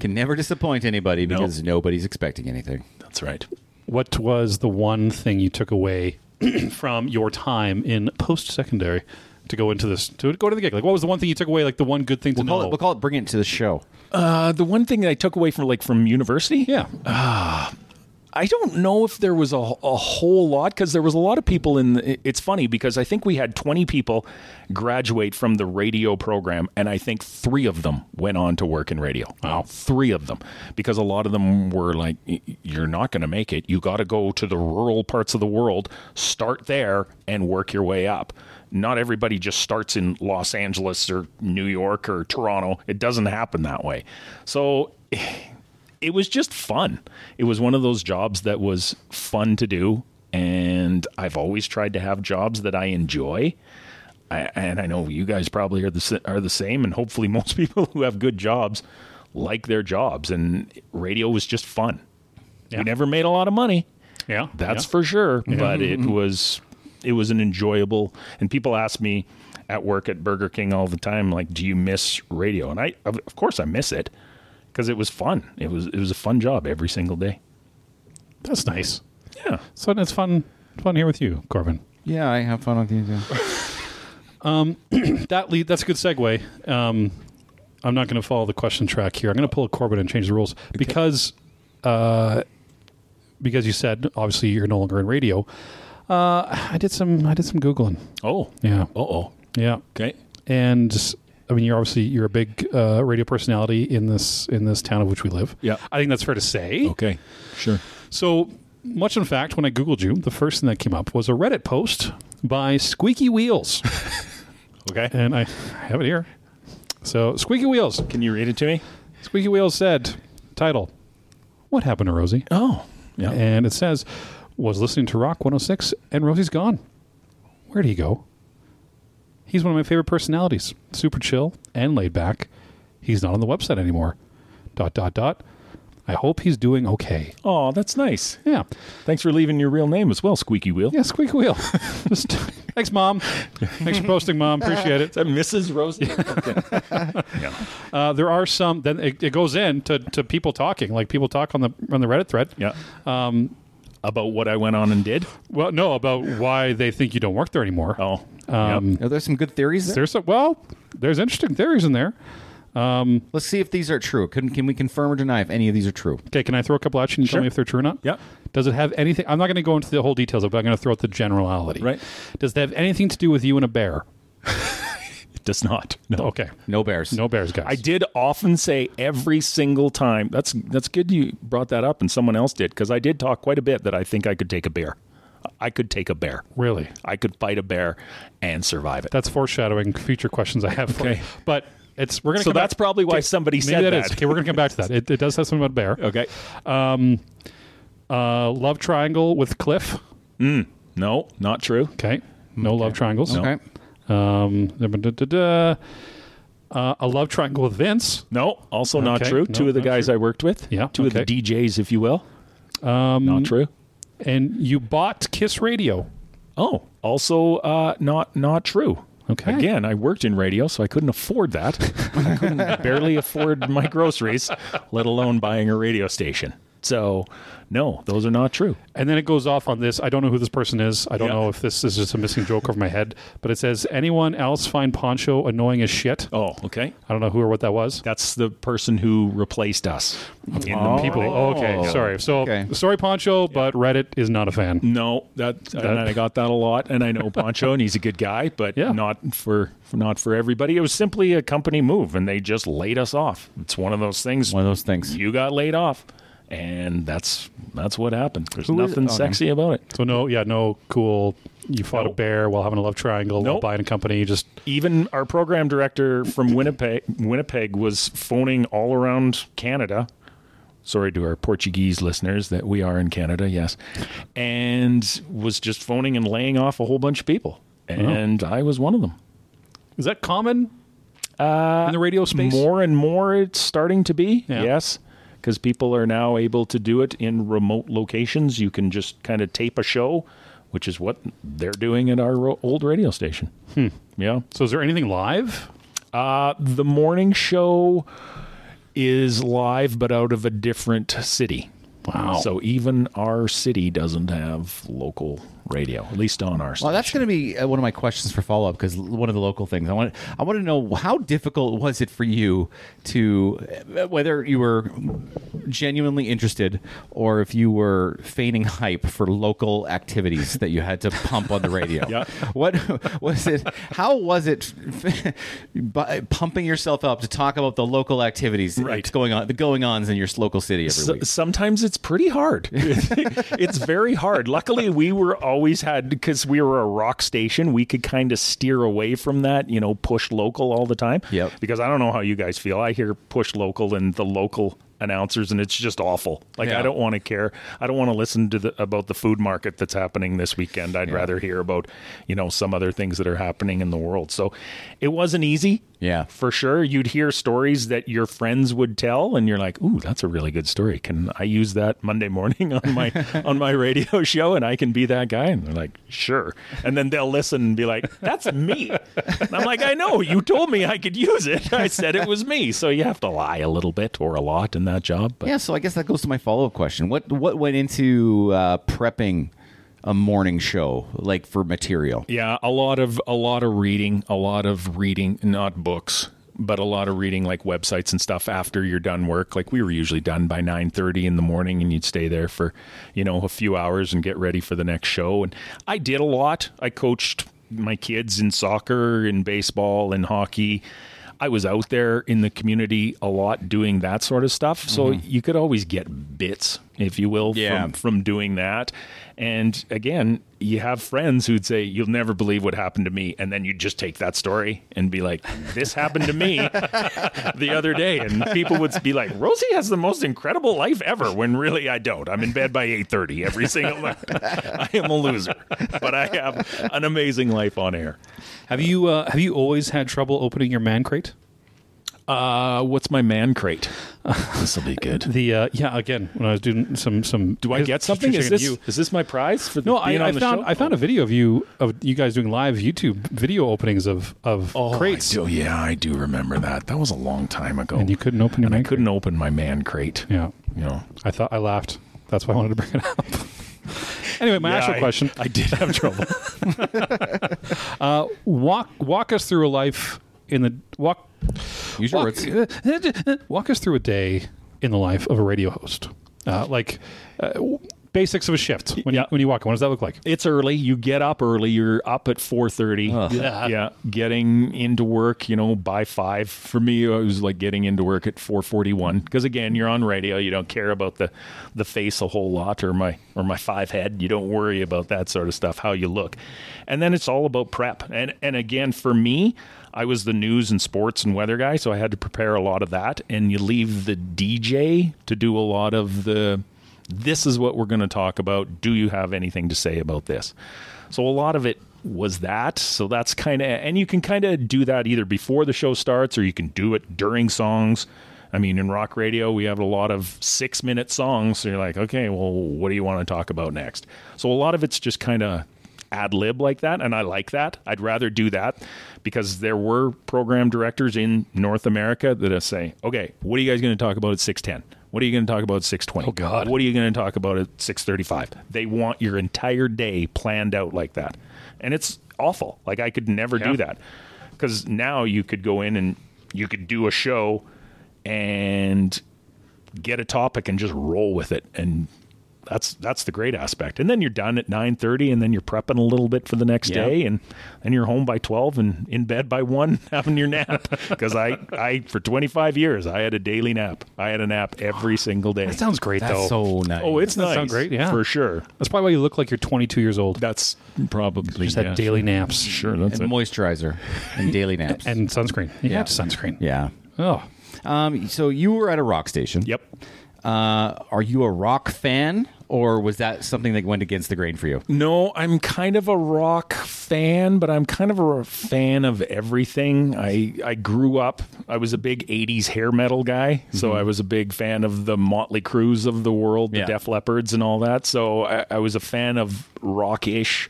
Speaker 2: Can never disappoint anybody because nobody's expecting anything.
Speaker 4: That's right.
Speaker 1: what was the one thing you took away from your time in post-secondary to go into this to go to the gig? Like, what was the one thing you took away? Like the one good thing to
Speaker 2: We'll call,
Speaker 1: know?
Speaker 2: it, we'll call it bring it to the show.
Speaker 4: Uh, the one thing that I took away from like from university,
Speaker 1: yeah,
Speaker 4: I don't know if there was a, a whole lot because there was a lot of people in. The, it's funny because I think we had 20 people graduate from the radio program, and I think three of them went on to work in radio. Wow, three of them because a lot of them were like, "Y- "You're not going to make it. You got to go to the rural parts of the world, start there, and work your way up." Not everybody just starts in Los Angeles or New York or Toronto. It doesn't happen that way. So it was just fun. It was one of those jobs that was fun to do. And I've always tried to have jobs that I enjoy. I, and I know you guys probably are the s- are the same, and hopefully most people who have good jobs like their jobs. And radio was just fun.
Speaker 1: Yeah.
Speaker 4: We never made a lot of money,
Speaker 1: Yeah,
Speaker 4: that's
Speaker 1: yeah.
Speaker 4: for sure. But it was it was an enjoyable. And people ask me at work at Burger King all the time, like, "Do you miss radio?" And I, of of course, I miss it because it was fun. It was it was a fun job every single day.
Speaker 1: that's nice.
Speaker 4: Yeah.
Speaker 1: So it's fun, fun here with you, Corbin.
Speaker 2: Yeah, I have fun with you too.
Speaker 1: That lead, that's a good segue. Um, I'm not going to follow the question track here. I'm going to pull a Corbin and change the rules because, uh, because you said obviously you're no longer in radio. Uh, I did some I did some googling.
Speaker 4: Oh.
Speaker 1: Yeah.
Speaker 4: Uh oh.
Speaker 1: Yeah,
Speaker 4: Okay.
Speaker 1: and I mean you're obviously you're a big uh, radio personality in this in this town of which we live.
Speaker 4: Yeah.
Speaker 1: I think that's fair to say.
Speaker 4: Okay. Sure.
Speaker 1: So much in fact, when I googled you, the first thing that came up was a Reddit post by Squeaky Wheels,
Speaker 4: Okay.
Speaker 1: and I have it here. So Squeaky Wheels,
Speaker 4: Can you read it to me?
Speaker 1: Squeaky Wheels said, title, What Happened to Rosie?
Speaker 4: Oh. Yeah.
Speaker 1: And it says, was listening to Rock 106 and Rosie's gone. Where'd he go? He's one of my favorite personalities. Super chill and laid back. He's not on the website anymore. Dot, dot, dot. I hope he's doing okay.
Speaker 4: oh, that's nice.
Speaker 1: Yeah.
Speaker 4: Thanks for leaving your real name as well, Squeaky Wheel.
Speaker 1: Yeah, squeak wheel. Just, thanks, Mom. Thanks for posting, Mom. Appreciate it.
Speaker 4: Is that Mrs. Rosie?
Speaker 1: Uh, there are some, then it, it goes in to, to people talking, like people talk on the on the Reddit thread.
Speaker 4: yeah. Um, About what I went on and did?
Speaker 1: Well, no, about why they think you don't work there anymore.
Speaker 4: Oh. Um,
Speaker 2: Are there some good theories there?
Speaker 1: There's a, well, there's interesting theories in there.
Speaker 2: Let's see if these are true. Can, can we confirm or deny if any of these are true?
Speaker 1: Okay, can I throw a couple at you and
Speaker 4: Sure.
Speaker 1: tell me if they're true or not?
Speaker 4: Yeah.
Speaker 1: Does it have anything? I'm not going to go into the whole details of it, but I'm going to throw out the generality.
Speaker 4: Right.
Speaker 1: Does it have anything to do with you and a bear?
Speaker 4: It does not. No.
Speaker 1: Okay.
Speaker 2: No bears.
Speaker 1: No bears, guys.
Speaker 4: Oh, I did often say every single time. That's that's good you brought that up and someone else did because I did talk quite a bit that I think I could take a bear. I could take a bear.
Speaker 1: Really?
Speaker 4: I could fight a bear and survive it.
Speaker 1: That's foreshadowing future questions I have for
Speaker 4: Okay.
Speaker 1: you. But it's we're going to
Speaker 4: so
Speaker 1: come back-
Speaker 4: that's probably why
Speaker 1: Okay,
Speaker 4: somebody
Speaker 1: maybe
Speaker 4: said that.
Speaker 1: that is. Okay, we're going to come back to that. It, it does have something about bear.
Speaker 4: okay.
Speaker 1: Uh, love triangle with Cliff.
Speaker 4: No, not true.
Speaker 1: Okay. No love triangles.
Speaker 2: Okay.
Speaker 1: Um, da- da- da- da. Uh, a love triangle with Vince.
Speaker 4: No, also not
Speaker 1: Okay.
Speaker 4: true.
Speaker 1: No,
Speaker 4: Two of the
Speaker 1: not
Speaker 4: guys
Speaker 1: true.
Speaker 4: I worked with.
Speaker 1: Yeah,
Speaker 4: Two of
Speaker 1: okay.
Speaker 4: the DJs, if you will. Um, not true.
Speaker 1: and you bought Kiss Radio.
Speaker 4: Oh, also uh, not not true.
Speaker 1: Okay.
Speaker 4: Again, I worked in radio, so I couldn't afford that. I couldn't barely afford my groceries, let alone buying a radio station. So, no, those are not true.
Speaker 1: And then it goes off on this. I don't know who this person is. I don't
Speaker 4: Yeah.
Speaker 1: know if this, is just a missing joke over my head, but it says, anyone else find Poncho annoying as shit?
Speaker 4: Oh, okay.
Speaker 1: I don't know who or what that was.
Speaker 4: That's the person who replaced us. In the
Speaker 1: People. Oh, okay. Sorry. So,
Speaker 2: Okay.
Speaker 1: sorry, Poncho, but Reddit is not a fan.
Speaker 4: No, that, and I got that a lot, and I know Poncho, and he's a good guy, but
Speaker 1: Yeah.
Speaker 4: not for not for everybody. It was simply a company move, and they just laid us off. It's one of those things.
Speaker 2: One of those things.
Speaker 4: you got laid off, and that's that's what happened. There's
Speaker 2: is-
Speaker 4: nothing
Speaker 2: okay.
Speaker 4: sexy about it.
Speaker 1: So, no, yeah, no cool. You fought a
Speaker 4: Nope.
Speaker 1: bear while having a love triangle, while
Speaker 4: Nope.
Speaker 1: buying a company. Just
Speaker 4: Even our program director from Winnipeg, Winnipeg was phoning all around Canada. Sorry to our Portuguese listeners that we are in Canada, yes, and was just phoning and laying off a whole bunch of people, and I was one of them.
Speaker 1: is that common uh, in the radio space?
Speaker 4: More and more, it's starting to be.
Speaker 1: Yeah.
Speaker 4: Yes. Because people are now able to do it in remote locations. You can just kind of tape a show, which is what they're doing at our ro- old radio station.
Speaker 1: Hmm.
Speaker 4: Yeah.
Speaker 1: So, is there anything live?
Speaker 4: Uh, the morning show is live, but out of a different city.
Speaker 1: Wow.
Speaker 4: So even our city doesn't have local radio, at least on our
Speaker 2: Well,
Speaker 4: side.
Speaker 2: that's going to be uh, one of my questions for follow up because one of the local things I want I want to know how difficult was it for you to uh, whether you were genuinely interested or if you were feigning hype for local activities that you had to pump on the radio.
Speaker 4: Yeah.
Speaker 2: What was it? How was it by pumping yourself up to talk about the local activities
Speaker 4: Right.
Speaker 2: that's going on the going ons in your local city every
Speaker 4: So-
Speaker 2: week?
Speaker 4: sometimes it's pretty hard. it's very hard. Luckily, we were always had because we were a rock station. We could kind of steer away from that, you know, push local all the time.
Speaker 2: Yep.
Speaker 4: Because I don't know how you guys feel. I hear push local and the local announcers, and it's just awful. Like
Speaker 2: Yeah.
Speaker 4: I don't want to care. I don't want to listen to the, about the food market that's happening this weekend. I'd rather hear about you know some other things that are happening in the world. So it wasn't easy.
Speaker 2: Yeah.
Speaker 4: for sure. You'd hear stories that your friends would tell, and you're like, "Ooh, that's a really good story. Can I use that Monday morning on my on my radio show? And I can be that guy." And they're like, "Sure." And then they'll listen and be like, "That's me." And I'm like, "I know. You told me I could use it. I said it was me." So you have to lie a little bit or a lot in that job. But
Speaker 2: Yeah, so I guess that goes to my follow up question. What what went into uh, prepping a morning show like for material?
Speaker 4: Yeah, a lot of a lot of reading, a lot of reading, not books, but a lot of reading like websites and stuff after you're done work. Like we were usually done by 9:30 in the morning and you'd stay there for, you know, a few hours and get ready for the next show. And I did a lot. I coached my kids in soccer, in baseball, in hockey. I was out there in the community a lot doing that sort of stuff. So you could always get bits, if you will,
Speaker 2: Yeah.
Speaker 4: from, from doing that. And again, you have friends who'd say, You'll never believe what happened to me. And then you just take that story and be like, This happened to me the other day. And people would be like, Rosie has the most incredible life ever when really I don't. I'm in bed by eight thirty every single night. I am a loser. But I have an amazing life on air.
Speaker 1: Have you uh, have you always had trouble opening your man crate?
Speaker 4: Uh, what's my man crate? This'll be good.
Speaker 1: The uh, yeah, again, when I was doing some some.
Speaker 4: Do I get something? Is this is this my prize for the,
Speaker 1: No, I,
Speaker 4: being on
Speaker 1: I
Speaker 4: the
Speaker 1: found
Speaker 4: show? Oh.
Speaker 1: I found a video of you of you guys doing live YouTube video openings of of crates.
Speaker 4: I do, yeah, I do remember that. That was a long time ago.
Speaker 1: And you couldn't open your
Speaker 4: And I
Speaker 1: man crate.
Speaker 4: couldn't open my man crate.
Speaker 1: Yeah,
Speaker 4: You know.
Speaker 1: I thought I laughed. That's why I wanted to bring it up. anyway, my actual
Speaker 4: I,
Speaker 1: question:
Speaker 4: I did have trouble.
Speaker 1: walk walk us through a life in the walk
Speaker 2: Use your
Speaker 1: walk,
Speaker 2: words.
Speaker 1: walk us through a day in the life of a radio host. Uh, like uh, w- basics of a shift when you when you walk in. What does that look like?
Speaker 4: it's early. You get up early. You're up at four thirty.
Speaker 1: Yeah.
Speaker 4: yeah, getting into work. You know, by five. For me, I was like getting into work at four forty one because again, you're on radio. You don't care about the the face a whole lot or my or my five head. You don't worry about that sort of stuff. How you look, and then it's all about prep. And and again, for me. I was the news and sports and weather guy, so I had to prepare a lot of that. And you leave the DJ to do a lot of the this is what we're going to talk about. Do you have anything to say about this? So a lot of it was that. So that's kind of, and you can kind of do that either before the show starts or you can do it during songs. I mean, in rock radio, we have a lot of six minute songs. So you're like, okay, well, what do you want to talk about next? So a lot of it's just kind of ad lib like that, and I like that. I'd rather do that because there were program directors in North America that are saying, "Okay, what are you guys going to talk about at six ten? What are you going to talk about at six twenty? Oh God, what are you going to talk about at six thirty five? They want your entire day planned out like that, and it's awful. Like I could never do that because now you could go in and you could do a show and get a topic and just roll with it and that's that's the great aspect and then you're done at 9.30 and then you're prepping a little bit for the next
Speaker 2: Yeah.
Speaker 4: day and then you're home by 12 and in bed by 1 having your nap because i i for 25 years i had a daily nap i had a nap every single day
Speaker 1: That sounds great though.
Speaker 2: That's so nice.
Speaker 4: oh it's
Speaker 1: That
Speaker 4: nice
Speaker 1: sounds great, yeah.
Speaker 4: for sure
Speaker 1: That's probably why you look like you're 22 years old.
Speaker 4: that's probably
Speaker 1: Just had daily naps
Speaker 4: sure that's
Speaker 2: and moisturizer and daily naps.
Speaker 1: and sunscreen. You yeah, sunscreen.
Speaker 2: yeah.
Speaker 1: Oh,
Speaker 2: Um, so you were at a rock station.
Speaker 4: yep
Speaker 2: Uh, are you a rock fan, or was that something that went against the grain for you?
Speaker 4: No, I'm kind of a rock fan, but I'm kind of a fan of everything. I I grew up. I was a big '80s hair metal guy, so I was a big fan of the Motley Crues of the world, the
Speaker 2: Yeah.
Speaker 4: Def Leopards, and all that. So I, I was a fan of rockish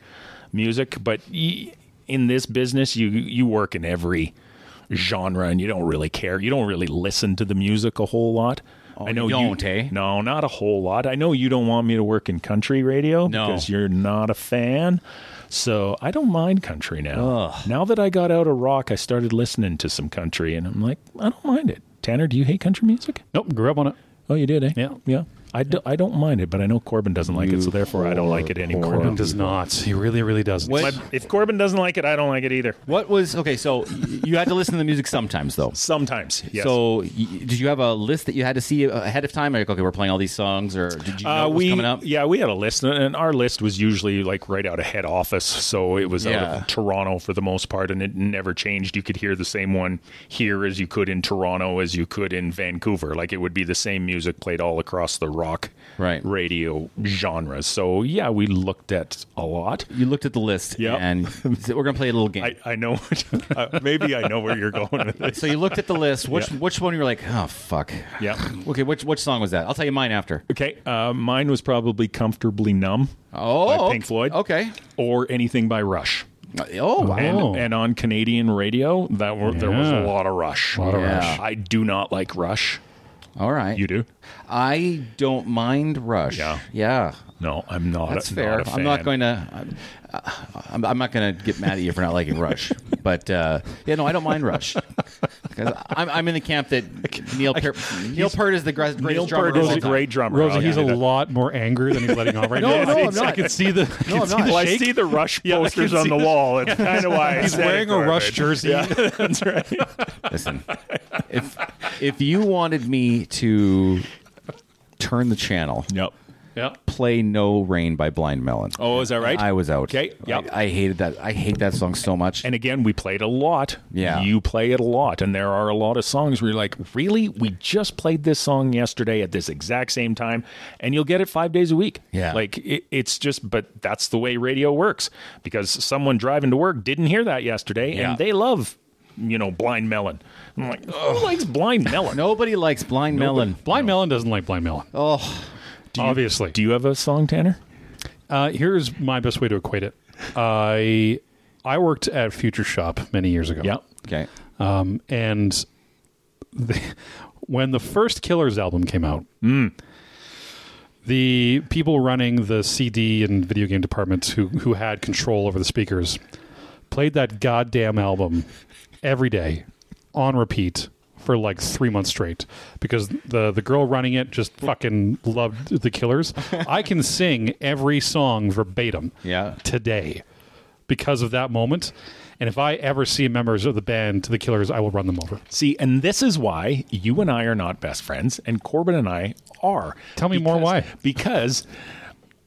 Speaker 4: music. But y- in this business, you you work in every genre, and you don't really care. You don't really listen to the music a whole lot. I know
Speaker 2: you don't, eh?
Speaker 4: No, not a whole lot. I know you don't want me to work in country radio
Speaker 2: No.
Speaker 4: because you're not a fan. So I don't mind country now. Now that I got out of rock, I started listening to some country, and I'm like, I don't mind it. Tanner, do you hate country music?
Speaker 1: nope. Grew up on it.
Speaker 4: Oh, you did, eh?
Speaker 1: Yeah.
Speaker 4: yeah. I, do, I don't mind it, but I know Corbin doesn't like it, so therefore I don't like it anymore.
Speaker 1: Corbin does not. He really, really doesn't.
Speaker 2: What-
Speaker 4: But if Corbin doesn't like it, I don't like it either.
Speaker 2: What was okay? So y- you had to listen to the music sometimes, though.
Speaker 4: Sometimes, yes.
Speaker 2: So y- did you have a list that you had to see ahead of time? Like, okay, we're playing all these songs, or did you know
Speaker 4: Uh,
Speaker 2: what was
Speaker 4: we
Speaker 2: coming up?
Speaker 4: yeah we had a list and- and our list was usually like right out of head office so it was out
Speaker 2: Yeah.
Speaker 4: of Toronto for the most part and it never changed you could hear the same one here as you could in Toronto as you could in Vancouver like it would be the same music played all across the rock
Speaker 2: Right.
Speaker 4: radio genres so yeah we looked at a lot
Speaker 2: You looked at the list,
Speaker 4: Yep.
Speaker 2: and said, we're gonna play a little game.
Speaker 4: I, I know uh, maybe I know where you're going with this
Speaker 2: so you looked at the list. Which which one you were like, oh fuck.
Speaker 4: yeah
Speaker 2: Okay, which which song was that? I'll tell you mine after.
Speaker 4: okay uh, mine was probably comfortably numb
Speaker 2: Oh,
Speaker 4: by Pink Floyd
Speaker 2: Okay.
Speaker 4: or anything by Rush
Speaker 2: Oh,
Speaker 4: and,
Speaker 1: Oh.
Speaker 4: and on Canadian radio, that were, there was a
Speaker 1: Yeah.
Speaker 4: lot of Rush.
Speaker 2: of Yeah. Rush.
Speaker 4: I do not like Rush.
Speaker 2: all right.
Speaker 4: You do?
Speaker 2: I don't mind Rush.
Speaker 4: Yeah.
Speaker 2: Yeah.
Speaker 4: No, I'm not.
Speaker 2: That's fair.
Speaker 4: Not a
Speaker 2: I'm not
Speaker 4: fan.
Speaker 2: going to. I'm, I'm, I'm not going to get mad at you for not liking Rush, but uh, yeah, no, I don't mind Rush. 'Cause I'm, I'm in the camp that Neil Peart, Neil Peart is the gre- greatest
Speaker 4: Neil
Speaker 2: drummer.
Speaker 4: Peart
Speaker 2: of
Speaker 4: is
Speaker 2: all
Speaker 4: a
Speaker 2: time.
Speaker 4: great drummer. Oh,
Speaker 1: Rosa,
Speaker 4: I'll
Speaker 1: he's a
Speaker 4: give you that.
Speaker 1: lot more angry than he's letting on right now.
Speaker 4: no,
Speaker 1: It's-
Speaker 4: I'm
Speaker 1: I
Speaker 4: not.
Speaker 1: can see the. I can
Speaker 4: I'm
Speaker 1: see
Speaker 4: not.
Speaker 1: the
Speaker 4: Well, I
Speaker 1: shake.
Speaker 4: see the Rush
Speaker 1: Yeah, I can
Speaker 4: posters
Speaker 1: see
Speaker 4: on the
Speaker 1: the-
Speaker 4: wall. It's kind of why I
Speaker 1: He's
Speaker 4: said it,
Speaker 1: wearing a
Speaker 4: Corbin.
Speaker 1: Rush jersey.
Speaker 4: That's right.
Speaker 2: Listen, if if you wanted me to turn the channel,
Speaker 4: Yep.
Speaker 1: Yep.
Speaker 2: play "No Rain" by Blind Melon.
Speaker 4: Oh, is that right?
Speaker 2: I was out.
Speaker 4: Okay. Yep.
Speaker 2: I, I hated that. I hate that song so much.
Speaker 4: And again, we played a lot.
Speaker 2: Yeah.
Speaker 4: You play it a lot. And there are a lot of songs where you're like, really? We just played this song yesterday at this exact same time. And you'll get it five days a week.
Speaker 2: Yeah.
Speaker 4: Like it, it's just, but that's the way radio works because someone driving to work didn't hear that yesterday
Speaker 2: Yeah.
Speaker 4: and they love, you know, Blind Melon. I'm like, who likes Blind Melon?
Speaker 2: Nobody likes Blind Melon.
Speaker 1: Blind Melon doesn't like Blind Melon. Oh, obviously.
Speaker 4: Do you have a song, Tanner?
Speaker 1: Uh, here's my best way to equate it. I I worked at Future Shop many years ago.
Speaker 2: Okay.
Speaker 1: Um, and the, when the first Killers album came out, the people running the CD and video game departments who who had control over the speakers played that goddamn album every day on repeat for like three months straight because the the girl running it just fucking loved the Killers. I can sing every song verbatim
Speaker 2: Yeah.
Speaker 1: today because of that moment. And if I ever see members of the band to the Killers, I will run them over.
Speaker 4: See, and this is why you and I are not best friends, and Corbin and I are.
Speaker 1: Tell me more why.
Speaker 4: Because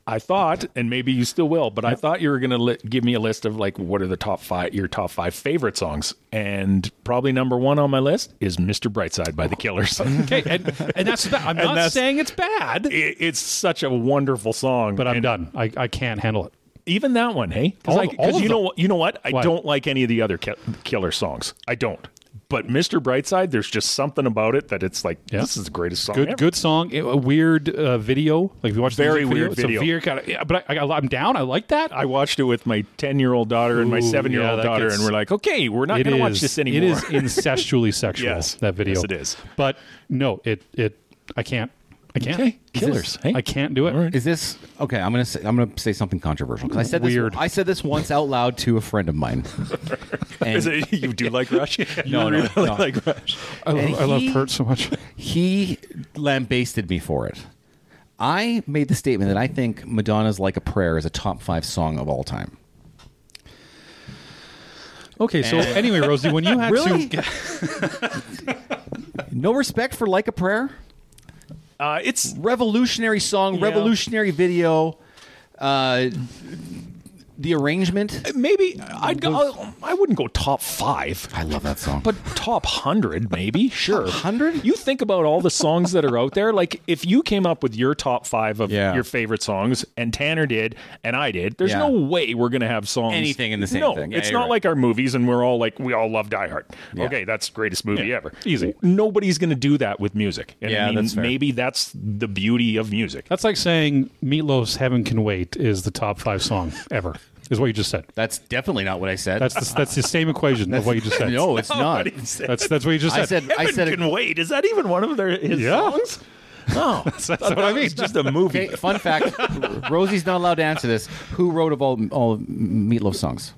Speaker 4: I thought, and maybe you still will, but I thought you were going to li- give me a list of like what are the top five, your top five favorite songs, and probably number one on my list is "Mr. Brightside" by the Killers.
Speaker 1: Okay, and, and that's the- I'm not
Speaker 4: that's-
Speaker 1: saying it's bad,
Speaker 4: It- it's such a wonderful song,
Speaker 1: but I'm
Speaker 4: and
Speaker 1: done. I, I can't handle it.
Speaker 4: Even that one, hey,
Speaker 1: All of- all
Speaker 4: because
Speaker 1: of
Speaker 4: you know
Speaker 1: them.
Speaker 4: what, you know what, I
Speaker 1: Why?
Speaker 4: don't like any of the other ki- Killer songs. I don't. But Mr. Brightside, there's just something about it that it's like
Speaker 1: Oh, Yeah.
Speaker 4: this is the greatest song.
Speaker 1: Good,
Speaker 4: ever.
Speaker 1: good song. It- a weird uh, video. Like if you watch the
Speaker 4: Very
Speaker 1: music video,
Speaker 4: weird
Speaker 1: it's a
Speaker 4: video.
Speaker 1: weird kind of. Yeah, but I, I, I'm down. I like that.
Speaker 4: I watched it with my 10 year old daughter and my
Speaker 1: Ooh,
Speaker 4: seven year
Speaker 1: yeah,
Speaker 4: old
Speaker 1: that
Speaker 4: daughter,
Speaker 1: gets-
Speaker 4: and we're like, okay, we're not
Speaker 1: It
Speaker 4: going to watch
Speaker 1: is-
Speaker 4: this anymore.
Speaker 1: It is incestually sexual.
Speaker 4: Yes.
Speaker 1: that video.
Speaker 4: Yes, it is.
Speaker 1: But no, it it I can't. I can't.
Speaker 4: Okay, Killers, hey?
Speaker 1: I can't do it.
Speaker 2: Is this okay? I'm gonna say, I'm gonna say something controversial because I said
Speaker 1: Weird.
Speaker 2: This, I said this once out loud to a friend of mine. And
Speaker 4: Is it- you do like Rush?
Speaker 2: No,
Speaker 4: You
Speaker 2: no,
Speaker 4: really
Speaker 2: no.
Speaker 4: like Rush.
Speaker 1: I, love,
Speaker 2: And
Speaker 1: I love
Speaker 2: he-
Speaker 1: Pert so much.
Speaker 2: he lambasted me for it. I made the statement that I think Madonna's "Like a Prayer" is a top five song of all time.
Speaker 1: Okay, so anyway, Rosie, when you had
Speaker 2: Really?
Speaker 1: to,
Speaker 2: No respect for "Like a Prayer."
Speaker 4: Uh, it's
Speaker 2: revolutionary song,
Speaker 4: Yeah.
Speaker 2: revolutionary video. Uh, the arrangement.
Speaker 4: maybe I'd go, I wouldn't go top five.
Speaker 2: I love that song.
Speaker 4: But top 100, maybe, sure.
Speaker 2: 100?
Speaker 4: You think about all the songs that are out there. Like, if you came up with your top five of
Speaker 2: Yeah.
Speaker 4: your favorite songs, and Tanner did, and I did, there's
Speaker 2: Yeah.
Speaker 4: no way we're going to have songs.
Speaker 2: Anything in the same
Speaker 4: no,
Speaker 2: thing. Yeah,
Speaker 4: it's
Speaker 2: you're
Speaker 4: not
Speaker 2: right.
Speaker 4: like our movies, and we're all like, we all love Die Hard.
Speaker 2: Yeah.
Speaker 4: Okay, that's the greatest movie ever.
Speaker 1: Easy.
Speaker 4: Nobody's going to do that with music. And
Speaker 2: Yeah,
Speaker 4: I mean,
Speaker 2: that's fair.
Speaker 4: Maybe that's the beauty of music.
Speaker 1: That's like saying Meatloaf's "Heaven Can Wait" is the top five song ever. Is what you just said.
Speaker 2: that's definitely not what I said.
Speaker 1: That's the, that's the same equation of what you just said.
Speaker 2: no, it's not.
Speaker 4: Nobody said-
Speaker 1: that's that's what you just
Speaker 2: I
Speaker 1: said.
Speaker 2: said. I
Speaker 4: Heaven
Speaker 2: said.
Speaker 4: can wait. Is that even one of their his
Speaker 1: Yeah.
Speaker 4: songs? No, that's,
Speaker 1: what I mean.
Speaker 4: Just a movie.
Speaker 2: okay, fun fact: Rosie's not allowed to answer this. Who wrote of all all Meatloaf songs?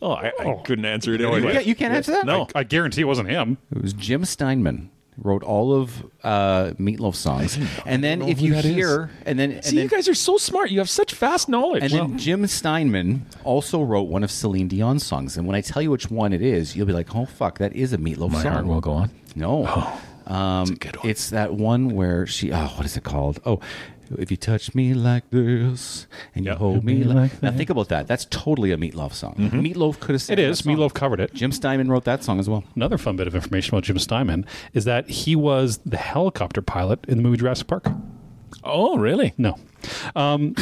Speaker 4: Oh, I, I couldn't answer it
Speaker 2: You
Speaker 4: anyway.
Speaker 2: can't, you can't answer that.
Speaker 4: No.
Speaker 1: I guarantee it wasn't him.
Speaker 2: it was Jim Steinman. wrote all of uh, Meatloaf songs. And then if you hear, and then and
Speaker 4: See,
Speaker 2: then,
Speaker 4: you guys are so smart. You have such vast knowledge.
Speaker 2: and
Speaker 1: hmm.
Speaker 2: then Jim Steinman also wrote one of Celine Dion's songs. And when I tell you which one it is, you'll be like, "Oh fuck, that is a Meatloaf song."
Speaker 4: go on.
Speaker 2: No.
Speaker 1: Oh,
Speaker 2: Um, It's that one where she. Oh, what is it called? Oh, if you touch me like this and you
Speaker 1: Yep.
Speaker 2: hold me like. Now think about that. That's totally a Meatloaf song. Meatloaf could have said
Speaker 1: Mm-hmm. It is.
Speaker 2: that song.
Speaker 1: Meatloaf covered it.
Speaker 2: Jim Steinman wrote that song as well.
Speaker 1: Another fun bit of information about Jim Steinman is that he was the helicopter pilot in the movie Jurassic Park.
Speaker 4: Oh, really?
Speaker 1: No. Um,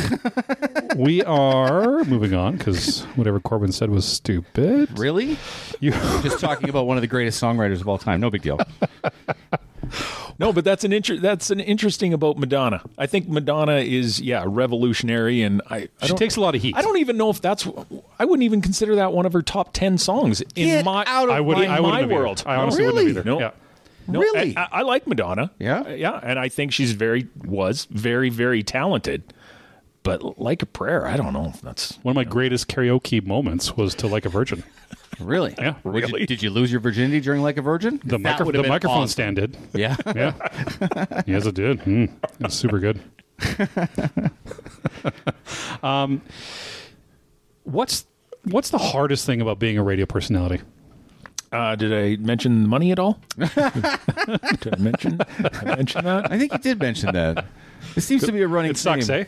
Speaker 1: we are moving on because whatever Corbin said was stupid.
Speaker 2: Really?
Speaker 1: You,
Speaker 2: Just talking about one of the greatest songwriters of all time. No big deal.
Speaker 4: No, but that's an inter- that's an interesting about Madonna. I think Madonna is yeah revolutionary, and I, I
Speaker 1: she
Speaker 4: don't-
Speaker 1: takes a lot of heat.
Speaker 4: I don't even know if that's. I wouldn't even consider that one of her top ten songs in
Speaker 2: Get
Speaker 4: my
Speaker 2: out of
Speaker 1: I would.
Speaker 4: in
Speaker 1: I wouldn't
Speaker 4: my
Speaker 1: have either.
Speaker 4: world.
Speaker 1: I honestly wouldn't have either.
Speaker 4: No.
Speaker 1: Yeah.
Speaker 4: No,
Speaker 2: Really?
Speaker 4: I, I- I like Madonna.
Speaker 2: Yeah?
Speaker 4: Uh, yeah, and I think she's very was very very talented. But like a prayer, I don't know if that's
Speaker 1: One of my greatest karaoke moments was to "Like a Virgin."
Speaker 2: Really?
Speaker 1: Yeah,
Speaker 2: Would you-
Speaker 4: really.
Speaker 2: did you lose your virginity during Like a Virgin?
Speaker 1: The, micro- the microphone stand did.
Speaker 2: Yeah.
Speaker 1: Yeah. yes, it did. Mm. It was super good. um, what's what's the hardest thing about being a radio personality?
Speaker 4: Uh, did I mention money at all? did I mention? Did I mention that?
Speaker 2: I think you did mention that. It seems to be a running
Speaker 1: It sucks,
Speaker 2: theme.
Speaker 1: eh?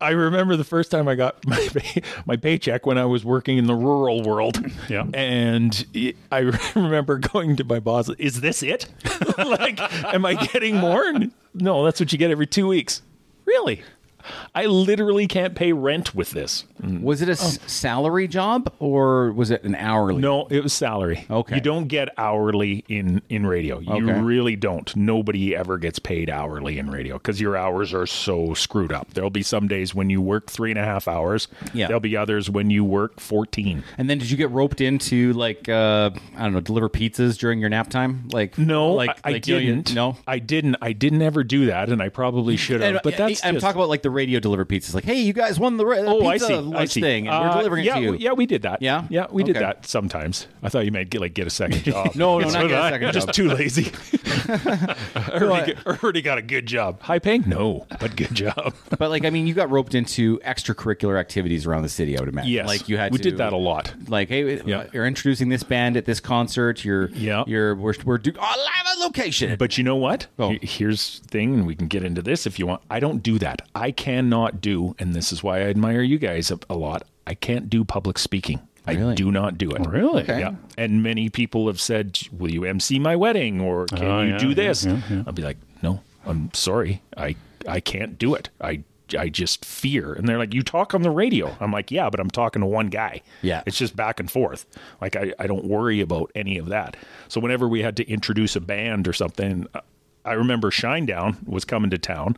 Speaker 4: I remember the first time I got my pay- my paycheck when I was working in the rural world.
Speaker 1: Yeah.
Speaker 4: and it- I remember going to my boss. Is this it? like, am I getting more? And, no, that's what you get every two weeks. Really? I literally can't pay rent with this.
Speaker 2: Was
Speaker 4: Oh.
Speaker 2: it a s- salary job or was it an hourly?
Speaker 4: No, it was salary.
Speaker 2: Okay.
Speaker 4: You don't get hourly in in radio. You
Speaker 2: Okay.
Speaker 4: really don't. Nobody ever gets paid hourly in radio because your hours are so screwed up. There'll be some days when you work three and a half hours.
Speaker 2: Yeah.
Speaker 4: There'll be others when you work fourteen.
Speaker 2: And then did you get roped into like uh, I don't know, deliver pizzas during your nap time? Like
Speaker 4: No,
Speaker 2: like
Speaker 4: I, I
Speaker 2: like, you know, you-
Speaker 4: didn't.
Speaker 2: no.
Speaker 4: I didn't. I didn't ever do that, and I probably should have.
Speaker 2: And- uh,
Speaker 4: But that's
Speaker 2: I'm
Speaker 4: just-
Speaker 2: talking about like the radio deliver pizzas. Like, hey, you guys won the ra-
Speaker 4: Oh,
Speaker 2: pizza
Speaker 4: I see.
Speaker 2: lunch
Speaker 4: I see.
Speaker 2: thing, and we're
Speaker 4: Uh,
Speaker 2: delivering
Speaker 4: yeah,
Speaker 2: it to you.
Speaker 4: w- Yeah, we did that.
Speaker 2: Yeah?
Speaker 4: yeah, we did
Speaker 2: Okay.
Speaker 4: that sometimes. I thought you meant get, like get a second job.
Speaker 2: No, no,
Speaker 4: It's
Speaker 2: not
Speaker 4: what
Speaker 2: get a
Speaker 4: I-
Speaker 2: second
Speaker 4: Just
Speaker 2: job.
Speaker 4: too lazy. I already, g- already got a good job. High paying? No, but good job.
Speaker 2: But like, I mean, you got roped into extracurricular activities around the city. I would imagine.
Speaker 4: Yes,
Speaker 2: like you had.
Speaker 4: We
Speaker 2: to,
Speaker 4: did that a lot.
Speaker 2: Like, hey,
Speaker 4: Yeah.
Speaker 2: you're introducing this band at this concert. You're,
Speaker 4: Yeah.
Speaker 2: you're, we're, we're do- oh, live on location.
Speaker 4: But you know what?
Speaker 2: Oh.
Speaker 4: He- Here's the thing, and we can get into this if you want. I don't do that. I cannot do, and this is why I admire you guys a, a lot. I can't do public speaking. I
Speaker 2: Really?
Speaker 4: do not do it.
Speaker 1: Oh, Really?
Speaker 2: Okay.
Speaker 4: Yeah. And many people have said, "Will you MC my wedding?" or "Can
Speaker 1: Oh,
Speaker 4: you
Speaker 1: yeah,
Speaker 4: do
Speaker 1: yeah,
Speaker 4: this?"
Speaker 1: yeah, yeah.
Speaker 4: I'll be like, "No, I'm sorry. I I can't do it. I." I just fear. And they're like, you talk on the radio. I'm like, yeah, but I'm talking to one guy.
Speaker 2: Yeah.
Speaker 4: It's just back and forth. Like, I, I don't worry about any of that. So, whenever we had to introduce a band or something, I remember Shinedown was coming to town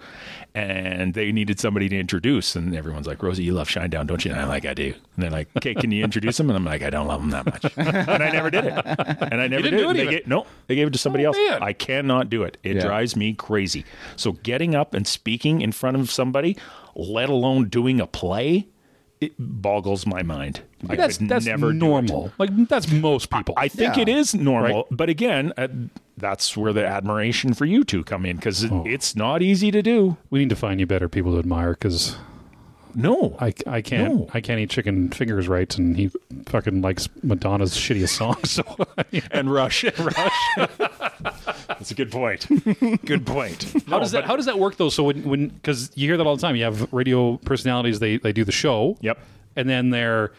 Speaker 4: and they needed somebody to introduce. And everyone's like, Rosie, you love Shinedown, don't you? And I'm like, I do. And they're like, okay, can you introduce them? And I'm like, I don't love them that much. And I never did it. And I
Speaker 1: didn't
Speaker 4: never did
Speaker 1: do it
Speaker 4: And they
Speaker 1: even.
Speaker 4: gave- no, they gave it to somebody
Speaker 1: Oh,
Speaker 4: else. I cannot do it. It
Speaker 2: Yeah.
Speaker 4: drives me crazy. So, getting up and speaking in front of somebody, let alone doing a play, it boggles my mind. I
Speaker 1: that's
Speaker 4: could
Speaker 1: that's
Speaker 4: never do it.
Speaker 1: normal. Like that's most people.
Speaker 4: I think
Speaker 2: Yeah.
Speaker 4: it is normal, but again, uh, that's where the admiration for you two come in because it, it's not easy to do.
Speaker 1: we need to find you better people to admire because
Speaker 4: No,
Speaker 1: I, I can't
Speaker 4: No.
Speaker 1: I can't eat chicken fingers right, and he fucking likes Madonna's shittiest song. So
Speaker 4: and Rush, Rush. that's a good point. Good point.
Speaker 1: how does that how does that work though? So when when because you hear that all the time, you have radio personalities they they do the show.
Speaker 4: Yep. Mm-hmm.
Speaker 1: and then they're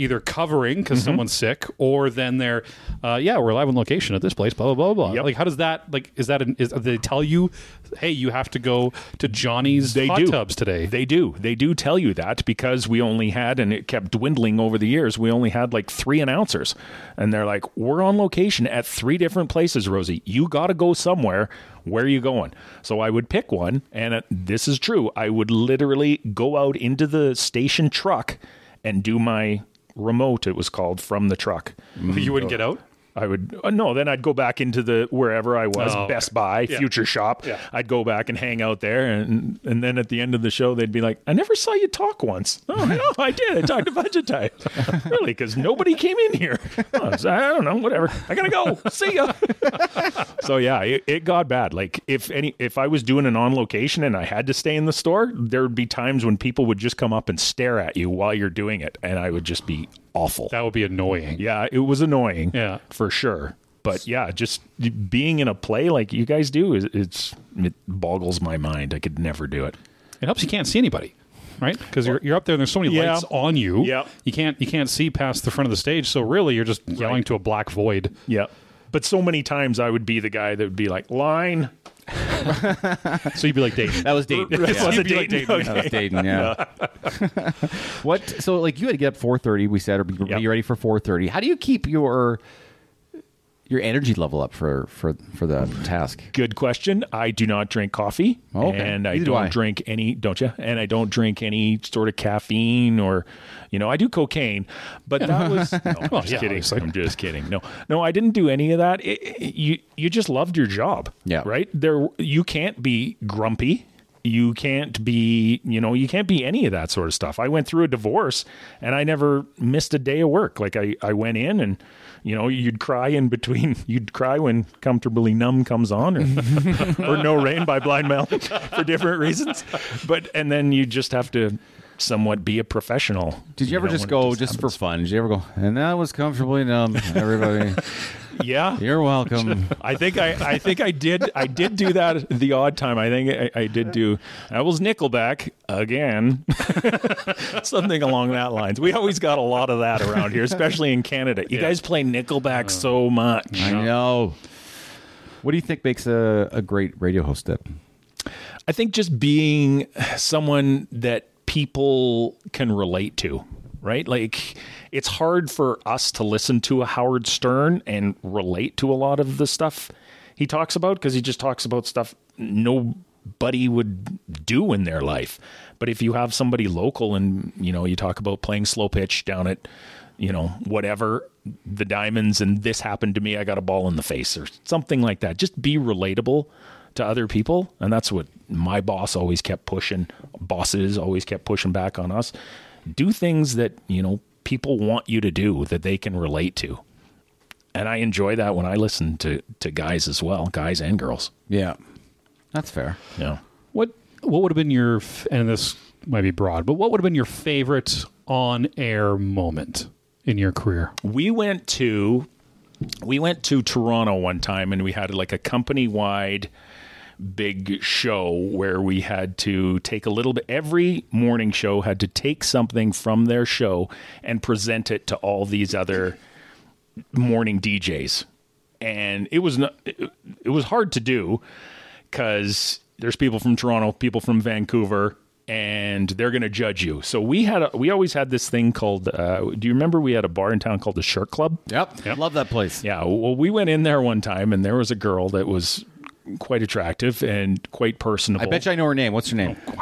Speaker 1: either covering because someone's sick, or then they're uh, yeah we're live on location at this place. Blah blah blah blah.
Speaker 4: Yep.
Speaker 1: Like how does that like is that an, is they tell you hey you have to go to Johnny's
Speaker 4: They
Speaker 1: hot
Speaker 4: do.
Speaker 1: tubs today?
Speaker 4: They do. They do tell you that because we only had, and it kept dwindling over the years. We only had like three announcers, and they're like, "We're on location at three different places, Rosie. You got to go somewhere. Where are you going?" So I would pick one, and uh, this is true. I would literally go out into the station truck and do my remote. It was called from the truck.
Speaker 1: you wouldn't get out.
Speaker 4: I would uh, no. Then I'd go back into the wherever I was,
Speaker 1: Oh, okay.
Speaker 4: Best Buy, Future Shop.
Speaker 1: Yeah.
Speaker 4: I'd go back and hang out there, and and then at the end of the show, they'd be like, "I never saw you talk once." Oh no, I did. I talked a bunch of times, really, because nobody came in here. Oh, I was- I don't know, whatever. I gotta go. See ya. so yeah, it, it got bad. Like if any, if I was doing an on location and I had to stay in the store, there would be times when people would just come up and stare at you while you're doing it, and I would just be awful.
Speaker 1: That would be annoying.
Speaker 4: Yeah, it was annoying.
Speaker 1: Yeah.
Speaker 4: for sure. But yeah, just being in a play like you guys do is it's it boggles my mind. I could never do it.
Speaker 1: It helps you can't see anybody, right? Because you're, you're up there and there's so many
Speaker 4: Yeah.
Speaker 1: lights on you.
Speaker 4: Yeah.
Speaker 1: You can't you can't see past the front of the stage. So really, you're just yelling to a black void.
Speaker 4: Yeah. But so many times I would be the guy that would be like, line.
Speaker 1: So you'd be like, Dayton.
Speaker 2: That was Dayton.
Speaker 4: This
Speaker 2: Yeah.
Speaker 4: was a
Speaker 1: You'd be like
Speaker 4: Dayton.
Speaker 1: Dayton,
Speaker 2: That was Dayton, yeah. what? So, like, you had to get up four thirty. We said, or be, be
Speaker 4: Yep.
Speaker 2: ready for four thirty. How do you keep your your energy level up for for for the task?
Speaker 4: Good question. I do not drink coffee,
Speaker 2: Okay.
Speaker 4: and I
Speaker 2: Neither do
Speaker 4: don't
Speaker 2: I.
Speaker 4: drink any. Don't you? And I don't drink any sort of caffeine or, you know, I do cocaine, but that was. No, I'm just
Speaker 1: yeah,
Speaker 4: kidding.
Speaker 1: obviously.
Speaker 4: I'm just kidding. No, no, I didn't do any of that. It- it- you you just loved your job,
Speaker 2: Yeah.
Speaker 4: right? There, you can't be grumpy. You can't be, you know, you can't be any of that sort of stuff. I went through a divorce and I never missed a day of work. Like I, I went in and, you know, you'd cry in between. You'd cry when Comfortably Numb comes on or, or No Rain by Blind Melon for different reasons. But, and then you just have to somewhat be a professional.
Speaker 2: Did you, ever
Speaker 4: know,
Speaker 2: just
Speaker 4: when it
Speaker 2: go just for fun? Did you ever go? And that was comfortably numb. Everybody,
Speaker 4: Yeah.
Speaker 2: you're welcome.
Speaker 4: I think I, I think I did I did do that the odd time. I think I, I did do that was Nickelback again. Something along that lines. We always got a lot of that around here, especially in Canada. You guys play Nickelback so much.
Speaker 2: I know. What do you think makes a, a great radio host? Tip?
Speaker 4: I think just being someone that people can relate to, right? Like it's hard for us to listen to a Howard Stern and relate to a lot of the stuff he talks about because he just talks about stuff nobody would do in their life. But if you have somebody local and you know you talk about playing slow pitch down at you know whatever the diamonds and this happened to me, I got a ball in the face or something like that. Just be relatable to other people. And that's what my boss always kept pushing. Bosses always kept pushing back on us. Do things that, you know, people want you to do that they can relate to. And I enjoy that when I listen to, to guys as well, guys and girls.
Speaker 2: Yeah, that's fair.
Speaker 4: Yeah.
Speaker 1: What what would have been your f- and this might be broad, but what would have been your favorite on air moment in your career?
Speaker 4: we went to we went to Toronto one time and we had like a company wide big show where we had to take a little bit every morning show had to take something from their show and present it to all these other morning DJs. And it was not, it, it was hard to do cuz there's people from Toronto, people from Vancouver and they're going to judge you. So we had a, we always had this thing called uh, do you remember we had a bar in town called the Shirt Club?
Speaker 2: Yep. love that place.
Speaker 4: Yeah. Well, we went in there one time, and there was a girl that was quite attractive and quite personable.
Speaker 2: I bet you I know her name. What's her name?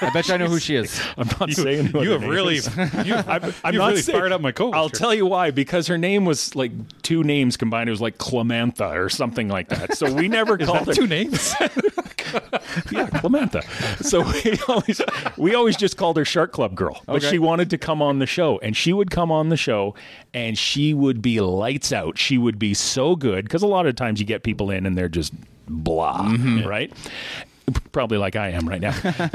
Speaker 2: I bet you I know who she is.
Speaker 4: I'm not saying what her name is.
Speaker 1: you, I'm,
Speaker 4: I'm not saying- I'll tell you why because her name was like two names combined. It was like Clemantha or something like that. So we never called her
Speaker 1: two names.
Speaker 4: yeah, Clementa. So we always we always just called her Shark Club Girl. But
Speaker 2: Okay.
Speaker 4: she wanted to come on the show, and she would come on the show, and she would be lights out. She would be so good because a lot of times you get people in and they're just blah, right? Probably like I am right now.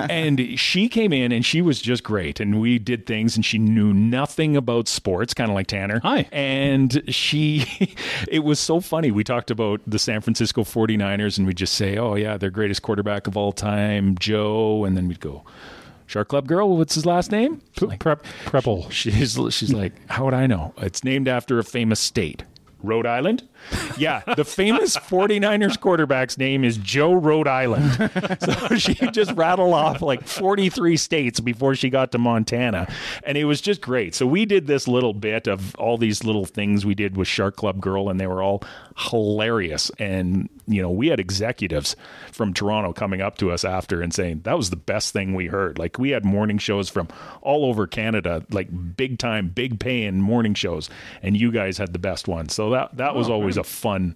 Speaker 4: and she came in and she was just great. And we did things and she knew nothing about sports, kind of like Tanner.
Speaker 1: Hi.
Speaker 4: And she, it was so funny. We talked about the San Francisco 49ers and we'd just say, oh, yeah, their greatest quarterback of all time, Joe. And then we'd go, Shark Club Girl, what's his last name?
Speaker 1: Prep Prepple.
Speaker 4: She's, she's like, how would I know? It's named after a famous state, Rhode Island. Yeah, the famous 49ers quarterback's name is Joe Rhode Island. So she just rattled off like 43 states before she got to Montana. And it was just great. So we did this little bit of all these little things we did with Shark Club Girl, and they were all hilarious. And, you know, we had executives from Toronto coming up to us after and saying, that was the best thing we heard. Like we had morning shows from all over Canada, like big time, big paying morning shows. And you guys had the best one. So that, that
Speaker 2: Oh,
Speaker 4: was always a fun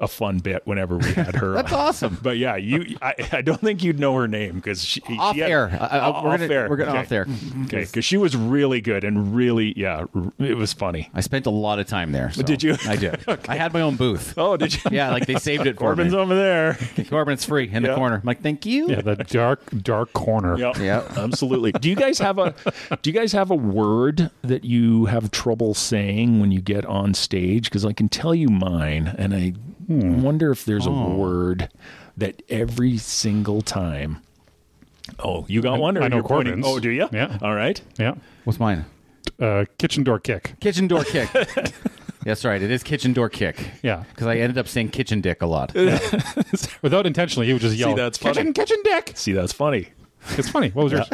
Speaker 4: a fun bit whenever we had her.
Speaker 2: That's
Speaker 4: on.
Speaker 2: awesome.
Speaker 4: But yeah, you I, I don't think you'd know her name because she
Speaker 2: Off
Speaker 4: she had-
Speaker 2: air. I- I-
Speaker 4: off
Speaker 2: we're gonna-
Speaker 4: air.
Speaker 2: we're gonna
Speaker 4: okay.
Speaker 2: off air.
Speaker 4: Okay, because she was really good and really yeah, r- it was funny.
Speaker 2: I spent a lot of time there. so-
Speaker 4: Did you?
Speaker 2: I did. I had my own booth.
Speaker 4: Oh, did you?
Speaker 2: Yeah, like they saved it for
Speaker 4: Corbin's
Speaker 2: me.
Speaker 4: over there.
Speaker 2: Corbin, it's free in
Speaker 4: Yeah.
Speaker 2: the corner. I'm like, thank you.
Speaker 1: Yeah, the dark, dark corner.
Speaker 2: Yeah.
Speaker 4: absolutely. Do you guys have a Do you guys have a word that you have trouble saying when you get on stage? Because I can tell you mine, and I
Speaker 1: Hmm.
Speaker 4: wonder if there's
Speaker 1: Oh.
Speaker 4: a word that every single time. Oh, you got one? Or
Speaker 1: I know
Speaker 4: you're pointing-
Speaker 1: Corbin's.
Speaker 4: Oh, do you?
Speaker 1: Yeah.
Speaker 4: All right.
Speaker 1: Yeah.
Speaker 2: What's mine?
Speaker 1: Uh, kitchen door kick.
Speaker 2: Kitchen door kick. That's right. It is kitchen door kick.
Speaker 1: Yeah.
Speaker 2: Because I ended up saying kitchen dick a lot.
Speaker 1: Without intentionally, he would just yell.
Speaker 4: that's funny.
Speaker 1: kitchen, kitchen dick.
Speaker 4: See, that's funny.
Speaker 1: It's funny. What was yours?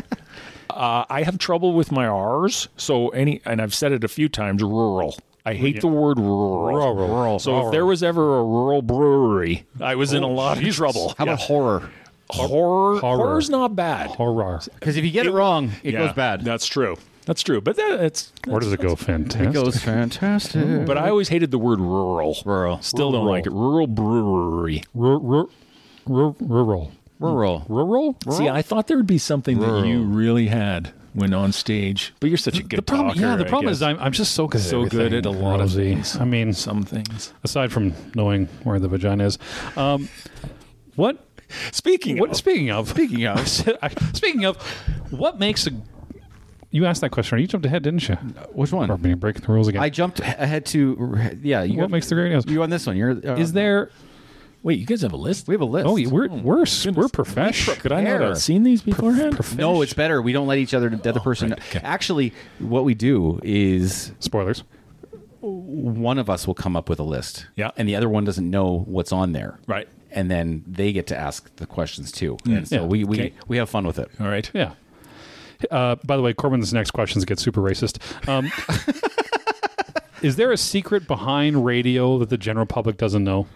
Speaker 4: Uh, I have trouble with my R's. So any, and I've said it a few times. Rural. I hate the word rural.
Speaker 1: Rural. Rural.
Speaker 4: So if there was ever a rural brewery, I was in a lot of trouble.
Speaker 2: How about horror?
Speaker 4: horror?
Speaker 1: Horror.
Speaker 4: Horror's not bad.
Speaker 1: Horror.
Speaker 2: Because if you get it, wrong, it
Speaker 4: Yeah,
Speaker 2: goes bad.
Speaker 4: That's true. That's true. But that, it's.
Speaker 1: Where does it go? Fantastic.
Speaker 2: It goes fantastic.
Speaker 4: But I always hated the word rural.
Speaker 2: Rural.
Speaker 4: Still don't like it. Rural brewery.
Speaker 1: Ru- ru- ru- Rural.
Speaker 2: Rural.
Speaker 1: Rural.
Speaker 4: See, I thought there would be something that you really had when on stage, but you're such a good
Speaker 1: The problem,
Speaker 4: talker.
Speaker 1: yeah, the
Speaker 4: I
Speaker 1: problem
Speaker 4: guess.
Speaker 1: is I'm, I'm just so good at
Speaker 4: So good
Speaker 1: everything,
Speaker 4: at a lot of
Speaker 1: Rosie.
Speaker 4: things.
Speaker 1: I mean,
Speaker 4: some things.
Speaker 1: aside from knowing where the vagina is, um, what
Speaker 4: Speaking
Speaker 1: What,
Speaker 4: of,
Speaker 1: speaking of, speaking of, speaking of, what makes a? You asked that question. You jumped ahead, didn't you?
Speaker 2: Which
Speaker 1: Or
Speaker 2: one?
Speaker 1: you're breaking the rules again.
Speaker 2: I jumped ahead to. Yeah. You
Speaker 1: what makes the great news?
Speaker 2: you on this one? You're. Uh,
Speaker 1: Is there?
Speaker 4: wait, you guys have a list?
Speaker 2: We have a list.
Speaker 1: Oh, we're we're s- we're professional.
Speaker 4: Could I not
Speaker 2: Error.
Speaker 4: have seen these beforehand?
Speaker 2: No, it's better. We don't let each other,
Speaker 1: Oh,
Speaker 2: the other person. Actually, what we do is
Speaker 1: Spoilers.
Speaker 2: one of us will come up with a list.
Speaker 4: Yeah.
Speaker 2: And the other one doesn't know what's on there.
Speaker 4: Right.
Speaker 2: And then they get to ask the questions too. And so
Speaker 1: Yeah.
Speaker 2: we, we,
Speaker 4: Okay.
Speaker 2: we have fun with it.
Speaker 4: All right.
Speaker 1: Yeah. Uh, by the way, Corbin's next questions get super racist. Um, is there a secret behind radio that the general public doesn't know?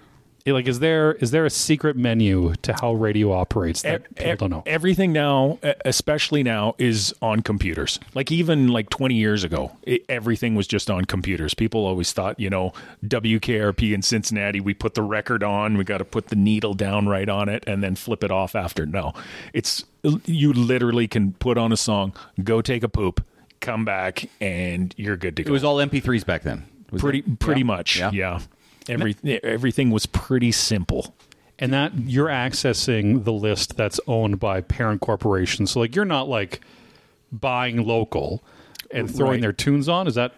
Speaker 1: Yeah, Like, is there is there a secret menu to how radio operates that
Speaker 4: Ev-
Speaker 1: people
Speaker 4: ev-
Speaker 1: don't know?
Speaker 4: Everything now, e- especially now, is on computers. Like even like 20 years ago, i everything was just on computers. People always thought, you know, WKRP in Cincinnati, we put the record on, we got to put the needle down right on it, and then flip it off after. No, it's you literally can put on a song, go take a poop, come back, and you're good to
Speaker 2: It
Speaker 4: go.
Speaker 2: was all MP3s back then. Was
Speaker 4: pretty
Speaker 2: it?
Speaker 4: pretty
Speaker 2: Yeah.
Speaker 4: much,
Speaker 2: Yeah.
Speaker 4: yeah. Every, everything was pretty simple.
Speaker 1: and that you're accessing the list that's owned by parent corporations. So like you're not like buying local and throwing
Speaker 4: Right.
Speaker 1: their tunes on. Is that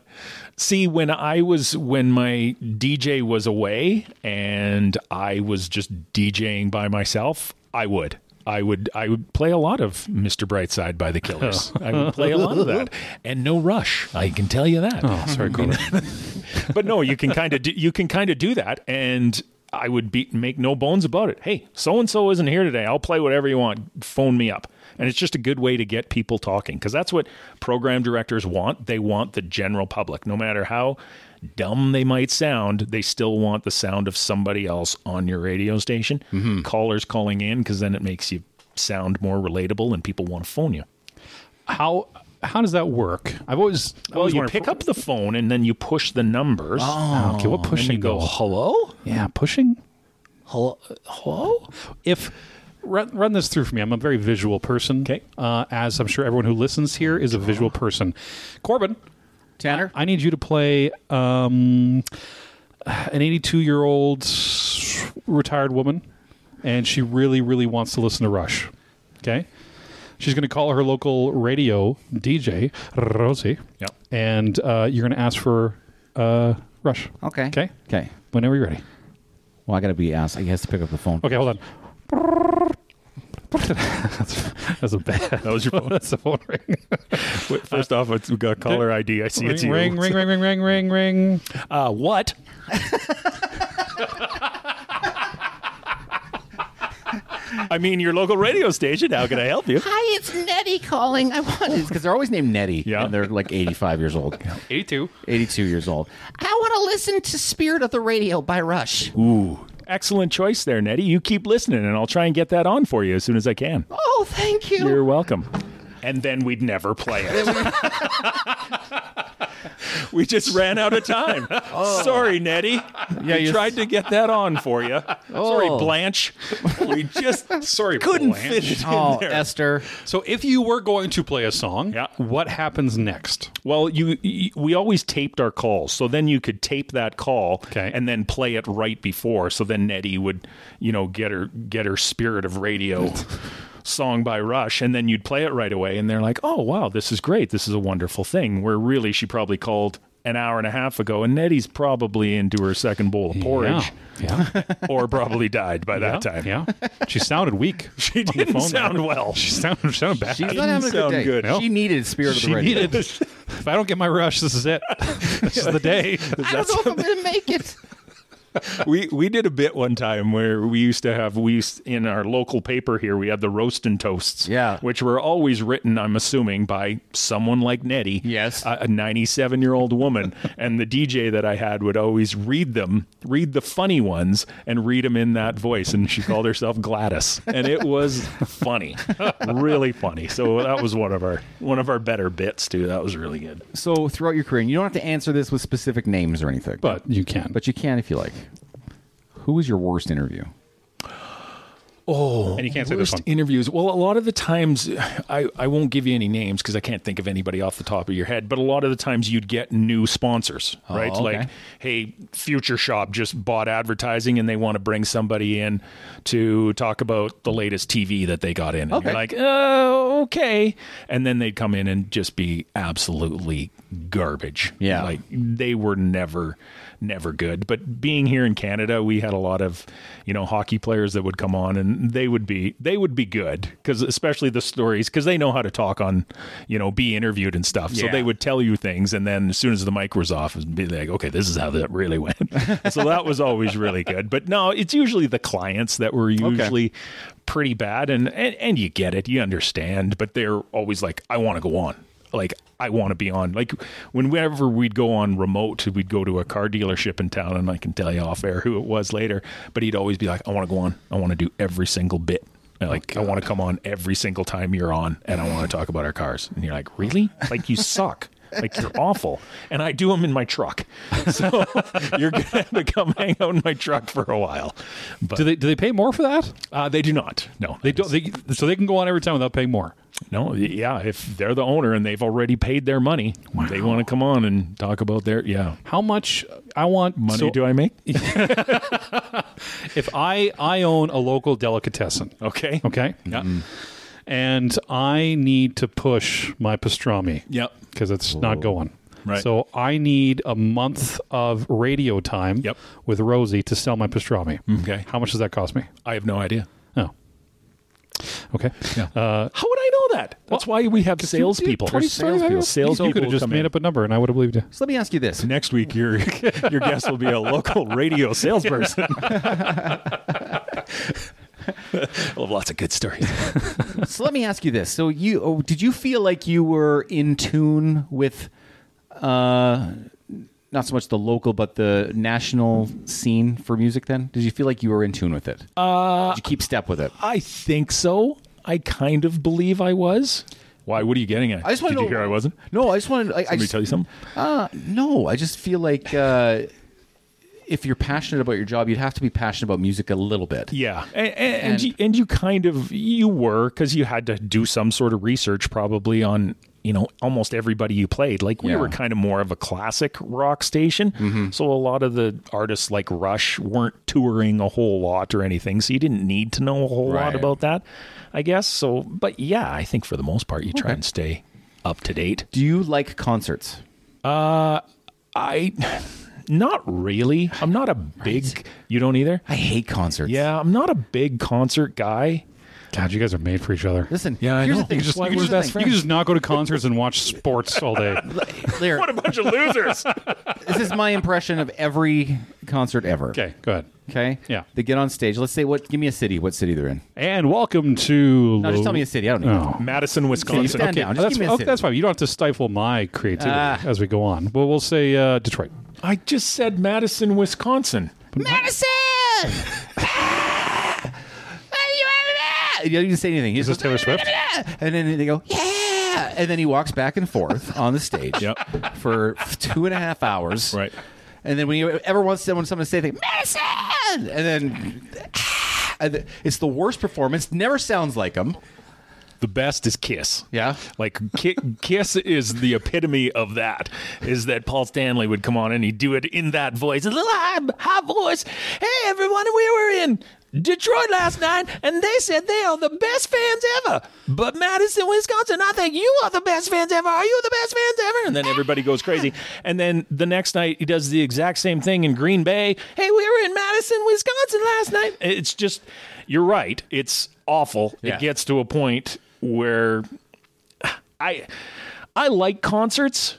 Speaker 4: See, when I was when my DJ was away and I was just DJing by myself, I would. I would I would play a lot of Mr. Brightside by the Killers. I would play a lot of that. And no rush. I can tell you that.
Speaker 1: sorry,
Speaker 4: but no, you can kind of do, you can kind of do that and I would be make no bones about it. Hey, so and so isn't here today. I'll play whatever you want. Phone me up. And it's just a good way to get people talking because that's what program directors want. They want the general public. No matter how dumb they might sound, they still want the sound of somebody else on your radio station. Callers calling in because then it makes you sound more relatable and people want to phone you.
Speaker 1: how how does that work? I've always I
Speaker 4: Well,
Speaker 1: always
Speaker 4: you
Speaker 1: wondered-
Speaker 4: pick up the phone and then you push the numbers.
Speaker 1: Oh, okay, what
Speaker 4: and
Speaker 1: pushing
Speaker 4: you go,
Speaker 1: though?
Speaker 4: hello?
Speaker 1: Yeah, pushing.
Speaker 4: Hello? Hello?
Speaker 1: If run run this through for me, I'm a very visual person.
Speaker 4: Okay.
Speaker 1: uh, as I'm sure everyone who listens here is a visual person. Corbin,
Speaker 2: Tanner?
Speaker 1: I need you to play um, an 82 year old retired woman, and she really, really wants to listen to Rush. Okay? She's going to call her local radio DJ, Rosie,
Speaker 4: Yep.
Speaker 1: and uh, you're going to ask for uh, Rush.
Speaker 2: okay.
Speaker 1: Okay?
Speaker 2: Okay.
Speaker 1: Whenever you're ready.
Speaker 2: Well, I got to be asked. He has to pick up the phone.
Speaker 1: Okay, hold on. that's, that's a bad.
Speaker 4: That was your phone.
Speaker 1: That's a phone ring.
Speaker 4: Wait, First off, it's, we got caller ID. I see
Speaker 1: ring,
Speaker 4: it's you.
Speaker 1: ring, ring, ring, ring, ring, ring, ring.
Speaker 4: Uh, what? I mean, your local radio station. How can I help you?
Speaker 2: Hi, it's Nettie calling. I want because they're always named Nettie.
Speaker 4: Yeah.
Speaker 2: and they're like eighty-five years old,
Speaker 1: 82.
Speaker 2: eighty-two years old. I want to listen to "Spirit of the Radio" by Rush.
Speaker 4: Ooh, excellent choice there, Nettie. You keep listening, and I'll try and get that on for you as soon as I can.
Speaker 2: Oh, thank you.
Speaker 4: You're welcome. And then we'd never play it. we just ran out of time. Sorry, Nettie.
Speaker 2: Yeah,
Speaker 4: we
Speaker 2: you-
Speaker 4: tried to get that on for you. Sorry, Blanche. We just
Speaker 1: Sorry,
Speaker 4: Oh. couldn't
Speaker 1: Blanche.
Speaker 4: fit it in
Speaker 2: oh,
Speaker 4: there.
Speaker 2: Esther.
Speaker 1: So if you were going to play a song,
Speaker 4: Yeah.
Speaker 1: what happens next?
Speaker 4: Well, you, y we always taped our calls, so then you could tape that call
Speaker 1: Okay.
Speaker 4: and then play it right before. So then Nettie would, you know, get her get her spirit of radio song by Rush, and then you'd play it right away, and they're like, "Oh wow, this is great! This is a wonderful thing." Where really she probably called an hour and a half ago, and Nettie's probably into her second bowl of porridge,
Speaker 1: Yeah. Yeah.
Speaker 4: or probably died by that time.
Speaker 1: Yeah. She sounded weak.
Speaker 4: She didn't sound well.
Speaker 1: She sounded, sounded bad.
Speaker 2: She's not having a good
Speaker 4: sound
Speaker 2: day.
Speaker 4: good.
Speaker 1: No.
Speaker 2: She needed "Spirit of the
Speaker 1: she
Speaker 2: Radio."
Speaker 1: needed. if I don't get my rush, this is it. This is the day.
Speaker 2: I don't know if I'm gonna make it.
Speaker 4: we we did a bit one time where we used to have we used in our local paper here we had the roast and toasts
Speaker 2: Yeah.
Speaker 4: which were always written I'm assuming by someone like Nettie
Speaker 2: Yes.
Speaker 4: a 97 year old woman and the DJ that I had would always read them read the funny ones and read them in that voice and she called herself Gladys and it was funny really funny so that was one of our one of our better bits too that was really good
Speaker 2: So throughout your career, and you don't have to answer this with specific names or anything,
Speaker 1: But you can.
Speaker 2: but you can if you like. Who was your worst interview?
Speaker 1: and you can't say this one.
Speaker 4: worst interviews. Well, a lot of the times, I, I won't give you any names because I can't think of anybody off the top of your head. But a lot of the times, you'd get new sponsors,
Speaker 1: Oh,
Speaker 4: right?
Speaker 2: okay.
Speaker 4: Like, hey, Future Shop just bought advertising, and they want to bring somebody in to talk about the latest TV that they got in. And
Speaker 2: Okay.
Speaker 4: you're like, oh, okay. And then they'd come in and just be absolutely garbage.
Speaker 2: Yeah.
Speaker 4: like they were never never good but being here in canada we had a lot of you know hockey players that would come on and they would be they would be good because especially the stories because they know how to talk on you know be interviewed and stuff so
Speaker 2: Yeah.
Speaker 4: they would tell you things and then as soon as the mic was off it'd be like okay this is how that really went so that was always really good but no it's usually the clients that were usually pretty bad and, and and you get it you understand but they're always like i want to go on like I want to be on. Like whenever we'd go on remote, we'd go to a car dealership in town, and I can tell you off air who it was later. But he'd always be like, "I want to go on. I want to do every single bit.
Speaker 1: Oh
Speaker 4: And, Like I want to come on every single time you're on, and I want to talk about our cars." And you're like, "Really? Like you suck." Like you're awful, and I do them in my truck. So you're gonna have to come hang out in my truck for a while. But
Speaker 1: Do they do they pay more for that?
Speaker 4: uh, they do not. No,
Speaker 1: They don't. They, so they can go on every time without paying more.
Speaker 4: No, yeah, if they're the owner and they've already paid their money, they want to come on and talk about their yeah.
Speaker 1: How much I want
Speaker 4: Money
Speaker 1: so
Speaker 4: do I make?
Speaker 1: if I I own a local delicatessen,
Speaker 4: Okay. Mm-hmm.
Speaker 1: okay,
Speaker 4: Yeah.
Speaker 1: and I need to push my pastrami,
Speaker 4: Yep.
Speaker 1: because it's not going.
Speaker 4: Right.
Speaker 1: So I need a month of radio time
Speaker 4: Yep.
Speaker 1: with Rosie to sell my pastrami.
Speaker 4: Okay.
Speaker 1: How much does that cost me?
Speaker 4: I have no idea.
Speaker 1: Oh. Okay.
Speaker 4: Yeah.
Speaker 1: Uh,
Speaker 4: How would I know that? That's why we have salespeople.
Speaker 1: Twenty-
Speaker 4: salespeople.
Speaker 1: You could
Speaker 4: Salespeople
Speaker 1: have just
Speaker 4: come
Speaker 1: made
Speaker 4: in.
Speaker 1: up a number and I would have believed you.
Speaker 2: So let me ask you this:
Speaker 4: Next week, your your guest will be a local radio salesperson. We'll have lots of good stories.
Speaker 2: so let me ask you this. So you oh, did you feel like you were in tune with uh not so much the local but the national scene for music then? Did you feel like you were in tune with it? Uh did you keep step with it?
Speaker 4: I think so. I kind of believe I was. Why? What are you getting at?
Speaker 2: I just want
Speaker 4: Did
Speaker 2: to
Speaker 4: you hear I wasn't?
Speaker 2: No, I just wanted I, I
Speaker 4: Let me
Speaker 2: just,
Speaker 4: tell you something.
Speaker 2: Uh no, I just feel like uh if you're passionate about your job, you'd have to be passionate about music a little bit.
Speaker 4: Yeah, and and, and,
Speaker 2: And-
Speaker 4: you, and you kind of you were because you had to do some sort of research probably on you know almost everybody you played. Like we
Speaker 2: Yeah.
Speaker 4: were kind of more of a classic rock station, so a lot of the artists like Rush weren't touring a whole lot or anything, so you didn't need to know a whole lot
Speaker 2: Right.
Speaker 4: about that, I guess. So, but yeah, I think for the most part you try and stay up to date.
Speaker 2: Do you like concerts?
Speaker 4: I. Not really. I'm not a big. You don't either.
Speaker 2: I hate concerts.
Speaker 4: Yeah, I'm not a big concert guy.
Speaker 1: God, you guys are made for each other.
Speaker 2: Listen,
Speaker 4: Yeah, I
Speaker 2: here's
Speaker 4: know.
Speaker 2: the thing.
Speaker 4: You just-
Speaker 2: Here's
Speaker 4: you
Speaker 2: the
Speaker 4: just-
Speaker 2: thing.
Speaker 4: best
Speaker 1: You can just not go to concerts and watch sports all day.
Speaker 2: There.
Speaker 4: What a bunch of losers.
Speaker 2: this is my impression of every concert ever.
Speaker 1: Okay, go ahead.
Speaker 2: Okay.
Speaker 1: Yeah.
Speaker 2: They get on stage. Let's say what? Give me a city. What city they're in?
Speaker 1: And welcome to.
Speaker 2: No, just tell me a city. I don't know.
Speaker 1: Oh.
Speaker 4: Madison, Wisconsin.
Speaker 2: stand
Speaker 4: Okay.
Speaker 2: down. Just
Speaker 1: That's,
Speaker 2: give me a
Speaker 1: oh,
Speaker 2: city.
Speaker 1: that's fine. You don't have to stifle my creativity
Speaker 2: Ah.
Speaker 1: as we go on. Well, we'll say uh, Detroit.
Speaker 4: I just said Madison, Wisconsin.
Speaker 2: Madison. You don't even say anything. He's
Speaker 1: Is this
Speaker 2: just
Speaker 1: Taylor Swift?
Speaker 2: and then they go yeah, and then he walks back and forth on the stage
Speaker 4: Yep.
Speaker 2: for two and a half hours.
Speaker 4: Right.
Speaker 2: And then when you ever wants someone someone to say thing, Madison, and then "Ah!" and th- it's the worst performance. Never sounds like him.
Speaker 4: The best is Kiss.
Speaker 2: Yeah.
Speaker 4: Like Ki- Kiss is the epitome of that. Is that Paul Stanley would come on and he'd do it in that voice, a little high, high voice. Hey everyone, we were in Detroit last night, and they said they are the best fans ever. But Madison, Wisconsin, I think you are the best fans ever. Are you the best fans ever? And then everybody goes crazy. And then the next night he does the exact same thing in Green Bay. Hey, we were in Madison, Wisconsin last night. It's just, you're right. It's awful.
Speaker 2: Yeah.
Speaker 4: It gets to a point where I I like concerts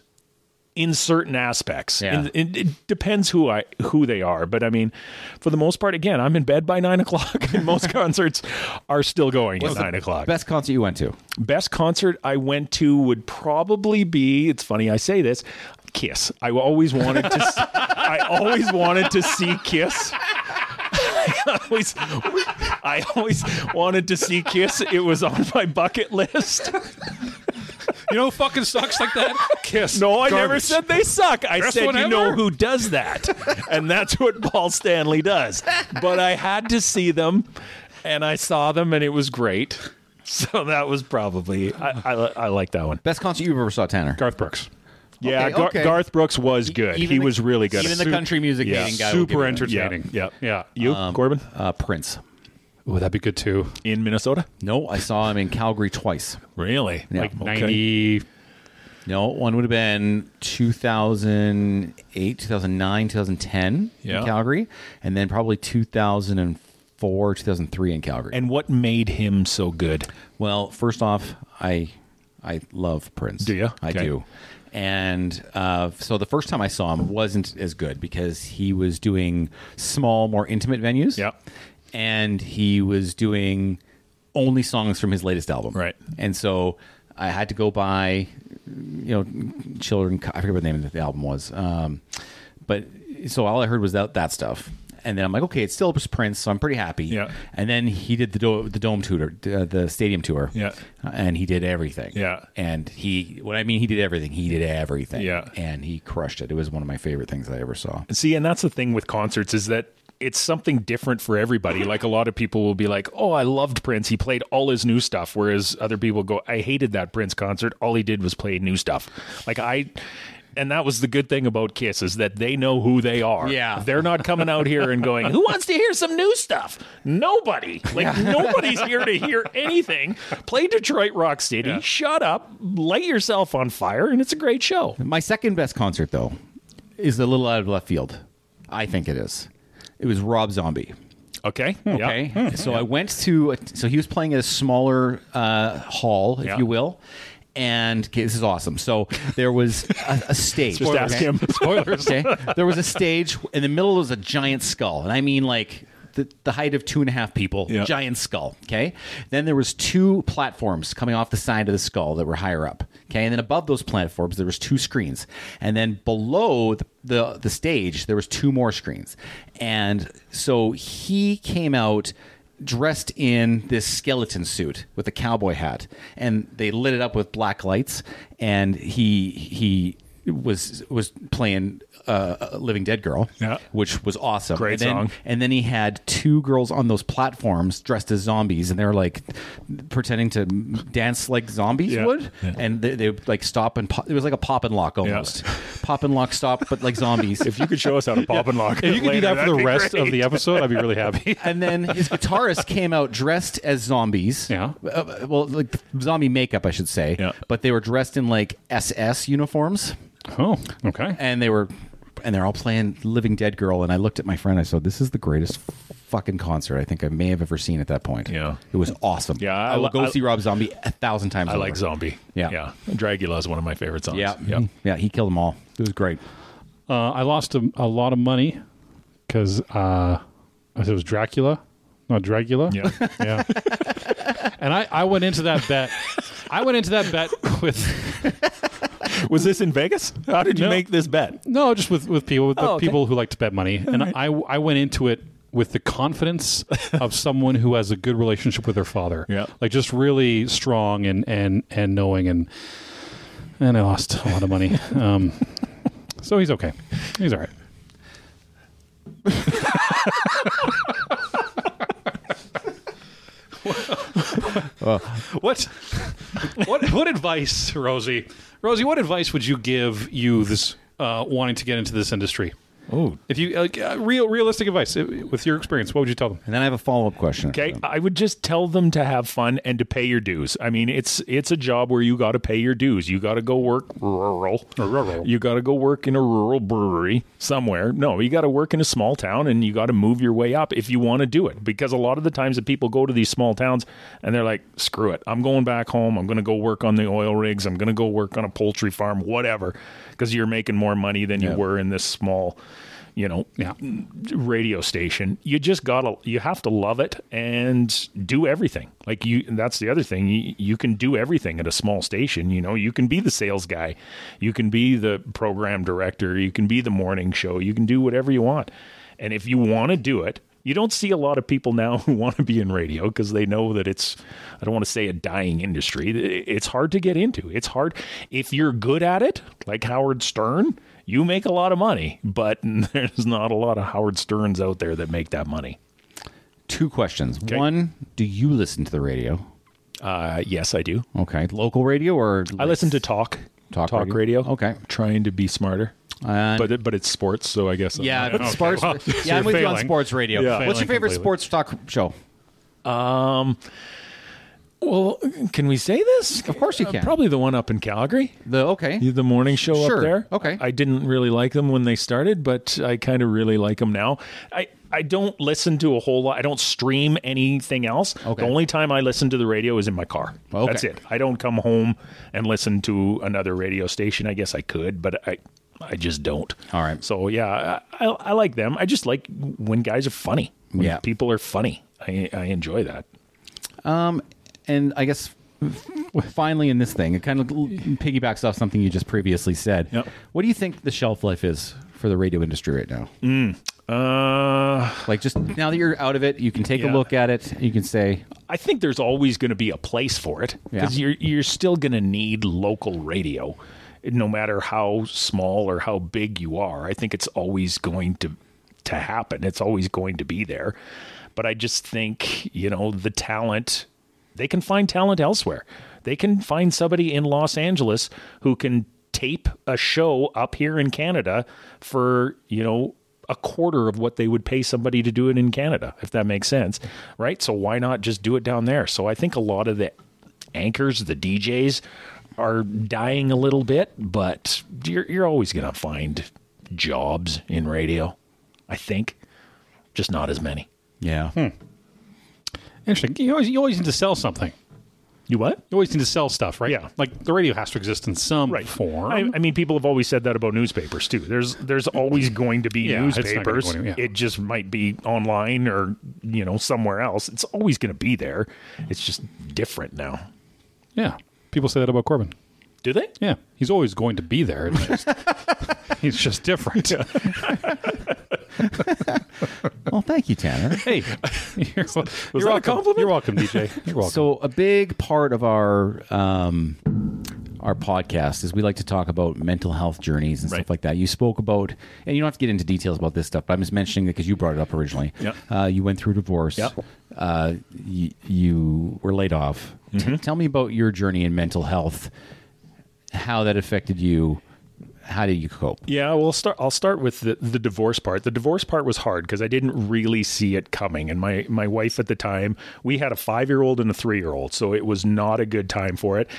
Speaker 4: in certain aspects.
Speaker 2: Yeah.
Speaker 4: And it, it depends who I who they are, but I mean, for the most part, again, I'm in bed by nine o'clock, and most concerts are still going at nine o'clock.
Speaker 2: Best concert you went to?
Speaker 4: Best concert I went to would probably be. It's funny I say this. Kiss. I always wanted to. s- I always wanted to see Kiss. I always, I always wanted to see Kiss. It was on my bucket list.
Speaker 1: You know, who fucking sucks like that. Kiss.
Speaker 4: No, I never
Speaker 1: Garbage.
Speaker 4: said they suck. I
Speaker 1: Best
Speaker 4: said
Speaker 1: one
Speaker 4: you know
Speaker 1: ever.
Speaker 4: who does that, and that's what Paul Stanley does. But I had to see them, and I saw them, and it was great. So that was probably I, I, I like that one.
Speaker 2: Best concert you ever saw, Tanner?
Speaker 1: Garth Brooks.
Speaker 4: Yeah,
Speaker 2: Okay,
Speaker 4: Gar-
Speaker 2: okay. E-,
Speaker 4: Garth Brooks was good.
Speaker 2: Even
Speaker 4: he
Speaker 2: the-
Speaker 4: was really good.
Speaker 2: Even
Speaker 4: Su-
Speaker 2: the country music
Speaker 4: yeah,
Speaker 2: hating guy. will give
Speaker 1: Super
Speaker 2: you that.
Speaker 4: Yeah,
Speaker 1: entertaining.
Speaker 4: yeah,
Speaker 1: yeah.
Speaker 4: You, Corbin,
Speaker 2: Uh, Prince.
Speaker 1: Oh, that'd be good too.
Speaker 4: in Minnesota?
Speaker 2: No, I saw him in Calgary twice.
Speaker 4: Really?
Speaker 2: Yeah.
Speaker 4: Like ninety?
Speaker 1: Ninety.
Speaker 2: No, one would have been 2008, 2009, 2010
Speaker 4: Yeah.
Speaker 2: in Calgary, and then probably 2004, 2003 in Calgary.
Speaker 4: And what made him so good?
Speaker 2: well, first off, I I love Prince.
Speaker 4: Do ya?
Speaker 2: I
Speaker 4: Okay.
Speaker 2: do. And uh, so the first time I saw him wasn't as good because he was doing small, more intimate venues.
Speaker 4: Yep.
Speaker 2: And he was doing only songs from his latest album.
Speaker 4: Right.
Speaker 2: And so I had to go buy, you know, children. I forget what the name of the album was. Um, but so all I heard was that that stuff. And then I'm like, okay, it's still just Prince, so I'm pretty happy.
Speaker 4: Yeah.
Speaker 2: And then he did the do- the dome tour, uh, the stadium tour.
Speaker 4: Yeah.
Speaker 2: And he did everything.
Speaker 4: Yeah.
Speaker 2: And he, what I mean, he did everything. He did everything.
Speaker 4: Yeah.
Speaker 2: And he crushed it. It was one of my favorite things I ever saw.
Speaker 4: See, and that's the thing with concerts is that it's something different for everybody. Like a lot of people will be like, "Oh, I loved Prince. He played all his new stuff." Whereas other people go, "I hated that Prince concert. All he did was play new stuff." Like I and that was the good thing about Kiss is that they know who they are.
Speaker 2: Yeah.
Speaker 4: They're not coming out here and going, "Who wants to hear some new stuff?" Nobody. Like nobody's here to hear anything. Play Detroit Rock City. Shut up. Light yourself on fire and it's a great show.
Speaker 2: My second best concert, though, is a little out of left field. I think it is. It was Rob Zombie.
Speaker 4: Okay?
Speaker 2: Okay. So I went to, a, so he was playing at a smaller uh, hall, if
Speaker 4: Yeah.
Speaker 2: you will. And okay, this is awesome. So there was a, a stage.
Speaker 4: Just ask
Speaker 2: Okay.
Speaker 4: him.
Speaker 1: Spoilers.
Speaker 2: Okay. There was a stage in the middle was a giant skull, and I mean like the, the height of two and a half people,
Speaker 4: Yeah.
Speaker 2: giant skull. Okay. Then there was two platforms coming off the side of the skull that were higher up. Okay. And then above those platforms there was two screens, and then below the the, the stage there was two more screens, and so he came out. Dressed in this skeleton suit with a cowboy hat, and they lit it up with black lights. And he he was was playing uh, Living Dead Girl,
Speaker 4: Yeah.
Speaker 2: which was awesome.
Speaker 4: Great
Speaker 2: and then,
Speaker 4: song.
Speaker 2: And then he had two girls on those platforms dressed as zombies, and they were like pretending to dance like zombies
Speaker 4: Yeah.
Speaker 2: would,
Speaker 4: Yeah.
Speaker 2: and they, they would like stop and pop. It was like a pop and lock almost, pop and lock stop, but like zombies.
Speaker 4: If you could show us how to pop and lock,
Speaker 1: If you could do
Speaker 4: later,
Speaker 1: that for
Speaker 4: that'd
Speaker 1: the
Speaker 4: be
Speaker 1: rest
Speaker 4: great.
Speaker 1: of the episode, I'd be really happy.
Speaker 2: and then his guitarist came out dressed as zombies.
Speaker 1: Yeah.
Speaker 2: Uh, well, like zombie makeup, I should say.
Speaker 4: Yeah.
Speaker 2: But they were dressed in like SS uniforms.
Speaker 1: Oh, okay.
Speaker 2: and they were and they're all playing Living Dead Girl and I looked at my friend I said this is the greatest fucking concert I think I may have ever seen at that point.
Speaker 4: Yeah.
Speaker 2: It was awesome.
Speaker 4: Yeah, I
Speaker 2: I, will
Speaker 4: li-
Speaker 2: go
Speaker 4: I-
Speaker 2: see Rob Zombie a thousand times.
Speaker 4: I
Speaker 2: over.
Speaker 4: like Zombie.
Speaker 2: Yeah.
Speaker 4: yeah. Dragula is one of my favorite songs.
Speaker 2: Yeah. Mm-hmm.
Speaker 4: yeah.
Speaker 2: Yeah. He killed them all. It was great.
Speaker 1: Uh, I lost a, a lot of money because uh, it was Dracula, not Dragula.
Speaker 4: Yeah.
Speaker 1: yeah. And I, I went into that bet. I went into that bet with
Speaker 4: Was this in Vegas? How did you
Speaker 1: No.
Speaker 4: make this bet?
Speaker 1: no, just with with people, with the
Speaker 4: Oh, okay.
Speaker 1: people who like to bet money. and I I went into it with the confidence of someone who has a good relationship with their father.
Speaker 4: Yeah.
Speaker 1: like just really strong and and and knowing and and I lost a lot of money. Um, so he's okay. He's all right. what what what advice, Rosie? Rosie, what advice would you give youths uh, wanting to get into this industry?
Speaker 4: Oh,
Speaker 1: If you like, uh, real realistic advice uh, with your experience, what would you tell them?
Speaker 2: And then I have a follow up question.
Speaker 4: Okay, I would just tell them to have fun and to pay your dues. I mean, it's it's a job where you got to pay your dues. You got to go work rural.
Speaker 1: Rural.
Speaker 4: You got to go work in a rural brewery somewhere. No, you got to work in a small town and you got to move your way up if you want to do it. Because a lot of the times that people go to these small towns and they're like, "Screw it. I'm going back home. I'm going to go work on the oil rigs. I'm going to go work on a poultry farm, whatever." Because you're making more money than you
Speaker 2: Yeah.
Speaker 4: were in this small, you know,
Speaker 1: Yeah.
Speaker 4: radio station you just gotta you have to love it and do everything like you and that's the other thing you, you can do everything at a small station you know you can be the sales guy you can be the program director you can be the morning show you can do whatever you want and if you want to do it you don't see a lot of people now who want to be in radio because they know that it's i don't want to say a dying industry It- it's hard to get into it's hard if you're good at it like howard stern you make a lot of money, but there's not a lot of Howard Sterns out there that make that money.
Speaker 2: Two questions. One, do you listen to the radio?
Speaker 4: Uh, yes, I do.
Speaker 2: Okay. Local radio or
Speaker 4: I listen to talk,
Speaker 2: Talk radio?
Speaker 4: radio.
Speaker 2: Okay.
Speaker 4: trying to be smarter,
Speaker 2: And-
Speaker 4: but it, but it's sports, so I guess.
Speaker 2: Yeah,
Speaker 4: I'm-
Speaker 2: but sports.
Speaker 1: Well, so
Speaker 2: yeah,
Speaker 1: you're
Speaker 2: I'm with you on
Speaker 1: failing.
Speaker 2: sports radio.
Speaker 1: Yeah.
Speaker 2: What's
Speaker 1: Failing
Speaker 2: your favorite
Speaker 1: completely.
Speaker 2: sports talk show?
Speaker 4: well, can we say this? Of
Speaker 2: course you can.
Speaker 4: probably the one up in Calgary.
Speaker 2: The okay.
Speaker 4: You- The morning show
Speaker 2: Sure.
Speaker 4: up there.
Speaker 2: Okay.
Speaker 4: I didn't really like them when they started, but I kind of really like them now. I, I don't listen to a whole lot. I don't stream anything else.
Speaker 2: Okay.
Speaker 4: The only time I listen to the radio is in my car.
Speaker 2: Okay.
Speaker 4: That's it. I don't come home and listen to another radio station. I guess I could, but I I just don't.
Speaker 2: All right.
Speaker 4: So yeah, I, I, I like them. I just like when guys are funny. When
Speaker 2: Yeah.
Speaker 4: People are funny. I, I enjoy that.
Speaker 2: and I guess finally in this thing, it kind of piggybacks off something you just previously said.
Speaker 4: Yep.
Speaker 2: What do you think the shelf life is for the radio industry right now?
Speaker 1: Mm.
Speaker 4: Uh,
Speaker 2: Like, just now that you're out of it, you can take a
Speaker 4: Yeah.
Speaker 2: look at it. You can say,
Speaker 4: I think there's always going to be a place for it
Speaker 2: Yeah.
Speaker 4: because you're you're still going to need local radio, no matter how small or how big you are. I think it's always going to to happen. It's always going to be there, but I just think you know the talent they can find talent elsewhere. They can find somebody in Los Angeles who can tape a show up here in Canada for, you know, a quarter of what they would pay somebody to do it in Canada, if that makes sense. Right? So why not just do it down there? So I think a lot of the anchors, the DJs are dying a little bit, but you're you're always going to find jobs in radio, I think. Just not as many.
Speaker 2: yeah,
Speaker 1: Hmm. Interesting. You always you always need to sell something.
Speaker 4: You what?
Speaker 1: You always need to sell stuff, right?
Speaker 4: Yeah.
Speaker 1: Like the radio has to exist in some
Speaker 4: right.
Speaker 1: form.
Speaker 4: I, I mean, people have always said that about newspapers too. There's there's always going to be
Speaker 1: Yeah, it's not gonna go
Speaker 4: newspapers.
Speaker 1: anywhere, yeah.
Speaker 4: It just might be online or you know somewhere else. It's always going to be there. It's just different now.
Speaker 1: yeah. People say that about Corbin.
Speaker 4: Do they?
Speaker 1: Yeah, he's always going to be there. It's just, he's just different.
Speaker 2: well, thank you, Tanner.
Speaker 1: Hey, you're, wel- you're
Speaker 4: that a
Speaker 1: welcome.
Speaker 4: compliment?
Speaker 1: You're welcome, DJ. You're welcome.
Speaker 2: So a big part of our um, our podcast is we like to talk about mental health journeys and
Speaker 4: Right.
Speaker 2: stuff like that. You spoke about, and you don't have to get into details about this stuff, but I'm just mentioning it because you brought it up originally.
Speaker 4: Yep.
Speaker 2: Uh, you went through divorce.
Speaker 4: Yep.
Speaker 2: Uh, you, you were laid off. T-
Speaker 4: Mm-hmm.
Speaker 2: tell me about your journey in mental health, how that affected you. How did you cope?
Speaker 4: Yeah, well, start. I'll start with the, the divorce part. The divorce part was hard because I didn't really see it coming. And my my wife at the time, we had a five year old and a three year old, so it was not a good time for it.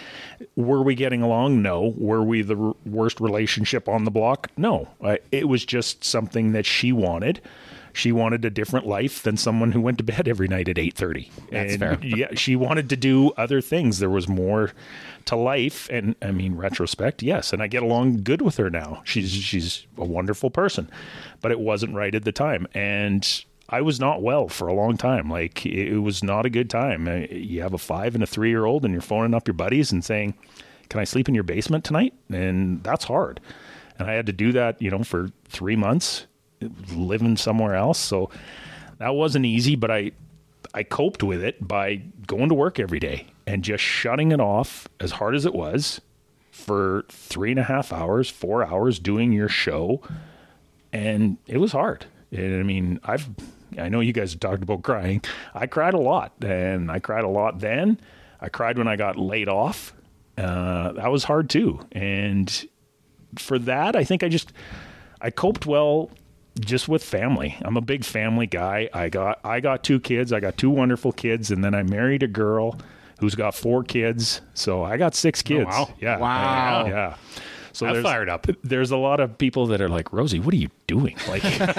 Speaker 4: Were we getting along? No. Were we the r- worst relationship on the block? No. I, it was just something that she wanted. She wanted a different life than someone who went to bed every night at eight thirty.
Speaker 2: That's
Speaker 4: and
Speaker 2: fair.
Speaker 4: Yeah, she wanted to do other things. There was more to life, and I mean, retrospect, yes. And I get along good with her now. She's she's a wonderful person, but it wasn't right at the time, and I was not well for a long time. Like it it was not a good time. Uh, You have a five and a three year old, and you're phoning up your buddies and saying, "Can I sleep in your basement tonight?" And that's hard. And I had to do that, you know, for three months, living somewhere else. So that wasn't easy, but I I coped with it by going to work every day and just shutting it off as hard as it was for three and a half hours, four hours doing your show. And it was hard. And I mean, I've, I know you guys talked about crying. I cried a lot and I cried a lot then. I cried when I got laid off. Uh, that was hard too. And for that, I think I just I coped well just with family. I'm a big family guy. I got I got two kids. I got two wonderful kids, and then I married a girl who's got four kids. So I got six kids.
Speaker 1: wow.
Speaker 4: Yeah.
Speaker 2: Wow.
Speaker 4: Yeah. So
Speaker 1: That
Speaker 4: there's,
Speaker 1: fired up.
Speaker 4: There's a lot of people that are like, Rosie, what are you doing? Like,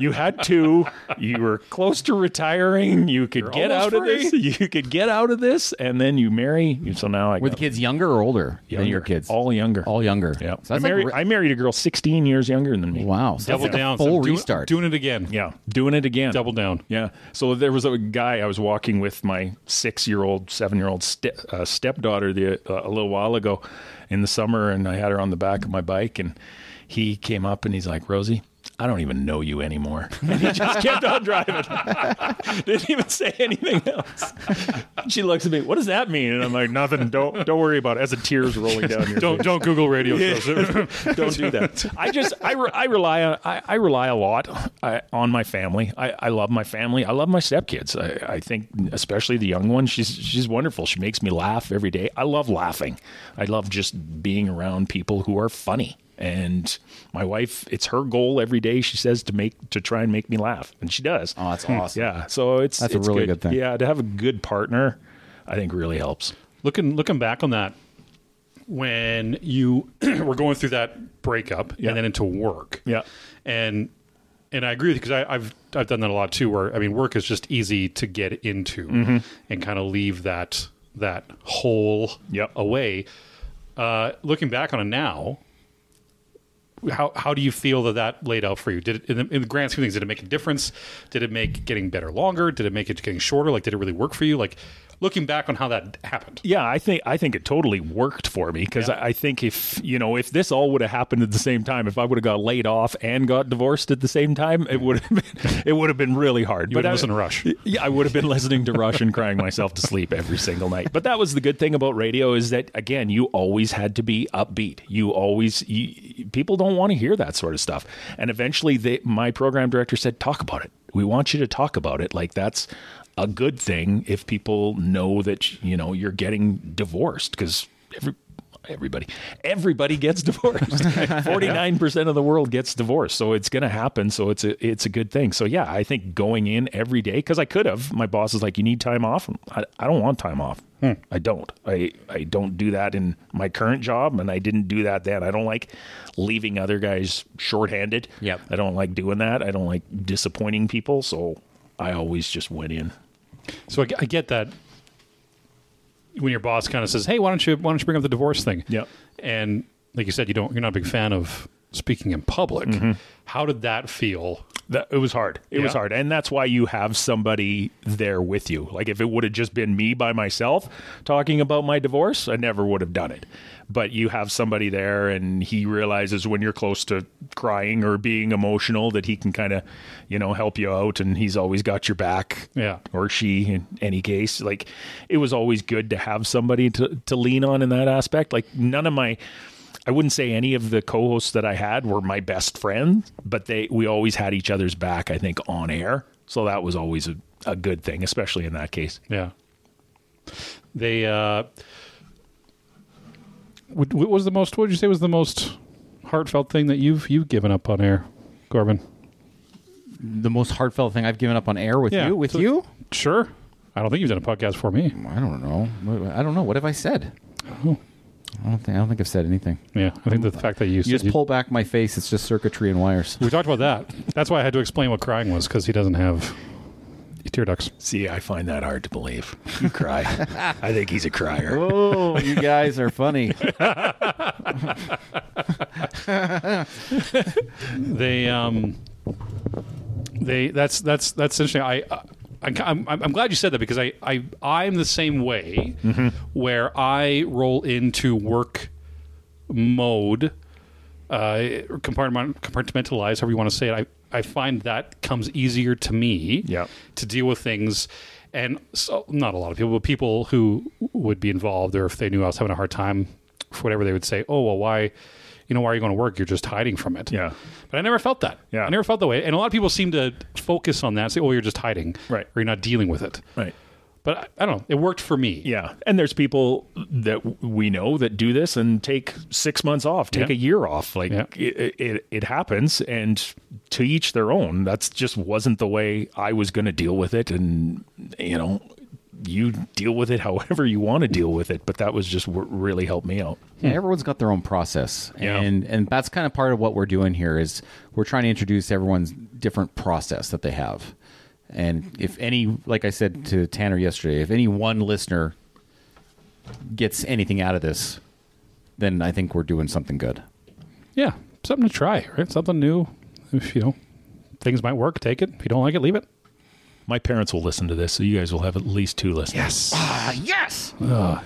Speaker 4: you had two. You were close to retiring. You could get out
Speaker 1: almost
Speaker 4: of this. You could get out of this, and then you marry. So now I
Speaker 2: Were the
Speaker 4: got
Speaker 2: kids younger or older than your
Speaker 4: younger.
Speaker 2: kids?
Speaker 4: all younger,
Speaker 2: all younger.
Speaker 4: yeah.
Speaker 2: So
Speaker 4: I,
Speaker 2: that's like
Speaker 4: married,
Speaker 2: re-
Speaker 4: I married a girl 16 years younger than me.
Speaker 2: wow. So that's
Speaker 1: Double
Speaker 2: like a
Speaker 1: down.
Speaker 2: full
Speaker 1: I'm doing-
Speaker 2: restart.
Speaker 1: Doing, it again.
Speaker 4: Yeah. Doing it again.
Speaker 1: Double down.
Speaker 4: Yeah. So there was a guy I was walking with my six year old, seven year old ste- uh, stepdaughter the, uh, a little while ago in the summer, and I had her on the back of my bike, and he came up and he's like, Rosie, I don't even know you anymore. And he just kept on driving. Didn't even say anything else. She looks at me, what does that mean? And I'm like, nothing. Don't don't worry about it. As the tears rolling down your
Speaker 1: Don't don't Google radio shows.
Speaker 4: don't do that. I just I, re- I rely on I, I rely a lot I, on my family. I, I love my family. I love my stepkids. I, I think especially the young one. She's she's wonderful. She makes me laugh every day. I love laughing. I love just being around people who are funny. And my wife, it's her goal every day. She says to make to try and make me laugh, and she does. Hmm.
Speaker 2: Oh, that's awesome.
Speaker 4: Yeah, Uh, so it's
Speaker 2: That's a
Speaker 4: it's
Speaker 2: really good thing.
Speaker 4: Yeah, to have a good partner, I think really helps.
Speaker 1: looking looking back on that, when you were going through that breakup
Speaker 4: Yeah.
Speaker 1: and then into work,
Speaker 4: Yeah.
Speaker 1: and and I agree with you because I've I've done that a lot too. Where I mean, work is just easy to get into
Speaker 4: Mm-hmm.
Speaker 1: and kind of leave that that hole
Speaker 4: Yep.
Speaker 1: away. Uh, looking back on it now, how how do you feel that that laid out for you? Did it, in the, in the grand scheme of things, did it make a difference? Did it make getting better longer? Did it make it getting shorter? Like, did it really work for you? Like, looking back on how that happened.
Speaker 4: Yeah, I think I think it totally worked for me because I, I think if you know if this all would have happened at the same time, if I would have got laid off and got divorced at the same time, it would have been, it would have been really hard.
Speaker 1: You would
Speaker 4: I-
Speaker 1: listen to Rush.
Speaker 4: Yeah, I would have been listening to Rush and crying myself to sleep every single night. But that was the good thing about radio is that again, you always had to be upbeat. You always you, people don't want to hear that sort of stuff. And eventually, they, my program director said, "Talk about it. We want you to talk about it. Like that's." a good thing if people know that you know you're getting divorced because every everybody everybody gets divorced 49% of the world gets divorced so it's going to happen so it's a it's a good thing so yeah i think going in every day because i could have my boss is like you need time off i, I don't want time off i don't i i don't do that in my current job and i didn't do that then i don't like leaving other guys shorthanded
Speaker 2: Yep.
Speaker 4: i don't like doing that i don't like disappointing people so i always just went in
Speaker 1: So I, I get that when your boss kind of says, "Hey, why don't you why don't you bring up the divorce thing?"
Speaker 4: Yep.
Speaker 1: And like you said, you don't you're not a big fan of speaking in public.
Speaker 2: Mm-hmm.
Speaker 1: How did that feel?
Speaker 4: That, it was hard. It was
Speaker 1: Yeah.
Speaker 4: hard. And that's why you have somebody there with you. Like if it would have just been me by myself talking about my divorce, I never would have done it. But you have somebody there and he realizes when you're close to crying or being emotional that he can kind of, you know, help you out and he's always got your back
Speaker 1: Yeah.
Speaker 4: or she in any case like it was always good to have somebody to, to lean on in that aspect like none of my i wouldn't say any of the co-hosts that i had were my best friends but they we always had each other's back i think on air so that was always a, a good thing especially in that case
Speaker 1: Yeah. They uh what, what was the most what would you say was the most heartfelt thing that you've you've given up on air, Corbin?
Speaker 2: the most heartfelt thing I've given up on air with
Speaker 1: Yeah.
Speaker 2: you. With
Speaker 1: So-
Speaker 2: you,
Speaker 1: Sure. I don't think you've done a podcast for me.
Speaker 2: I don't know. I don't know. What have I said? I don't think I don't think I've said anything.
Speaker 1: Yeah, I think that the fact that you,
Speaker 2: You
Speaker 1: said
Speaker 2: just
Speaker 1: you-
Speaker 2: pull back my face. It's just circuitry and wires.
Speaker 1: we talked about that. That's why I had to explain what crying was because he doesn't have tear ducts.
Speaker 4: See, I find that hard to believe. You cry. I think he's a crier.
Speaker 2: Oh, you guys are funny.
Speaker 1: They um, they that's that's that's interesting. I. uh, I I'm, I'm I'm glad you said that because I, I I'm the same way where I roll into work mode uh, compartment, compartmentalize, however you want to say it, I, I find that comes easier to me
Speaker 4: Yeah.
Speaker 1: to deal with things. And so, not a lot of people, but people who would be involved or if they knew I was having a hard time for whatever, they would say, oh, well, why, you know, why are you going to work? You're just hiding from it.
Speaker 4: Yeah.
Speaker 1: But I never felt that.
Speaker 4: Yeah.
Speaker 1: I never felt that way. And a lot of people seem to focus on that, say, oh, you're just hiding.
Speaker 4: Right.
Speaker 1: Or you're not dealing with it.
Speaker 4: Right.
Speaker 1: But I, I don't know. It worked for me.
Speaker 4: Yeah. And there's people that w- we know that do this and take six months off, take
Speaker 1: Yeah.
Speaker 4: a year off. Like
Speaker 1: Yeah.
Speaker 4: it, it, it happens and to each their own. That's just wasn't the way I was going to deal with it. And, you know, you deal with it however you want to deal with it. But that was just what really helped me out.
Speaker 2: Yeah, everyone's got their own process,
Speaker 4: Yeah.
Speaker 2: and and that's kind of part of what we're doing here is we're trying to introduce everyone's different process that they have, and if any, like I said to Tanner yesterday, if any one listener gets anything out of this, then I think we're doing something good.
Speaker 1: yeah, something to try, right? Something new. If you know, things might work, take it. If you don't like it, leave it.
Speaker 4: My parents will listen to this. So you guys will have at least two listeners.
Speaker 1: Yes.
Speaker 2: yes.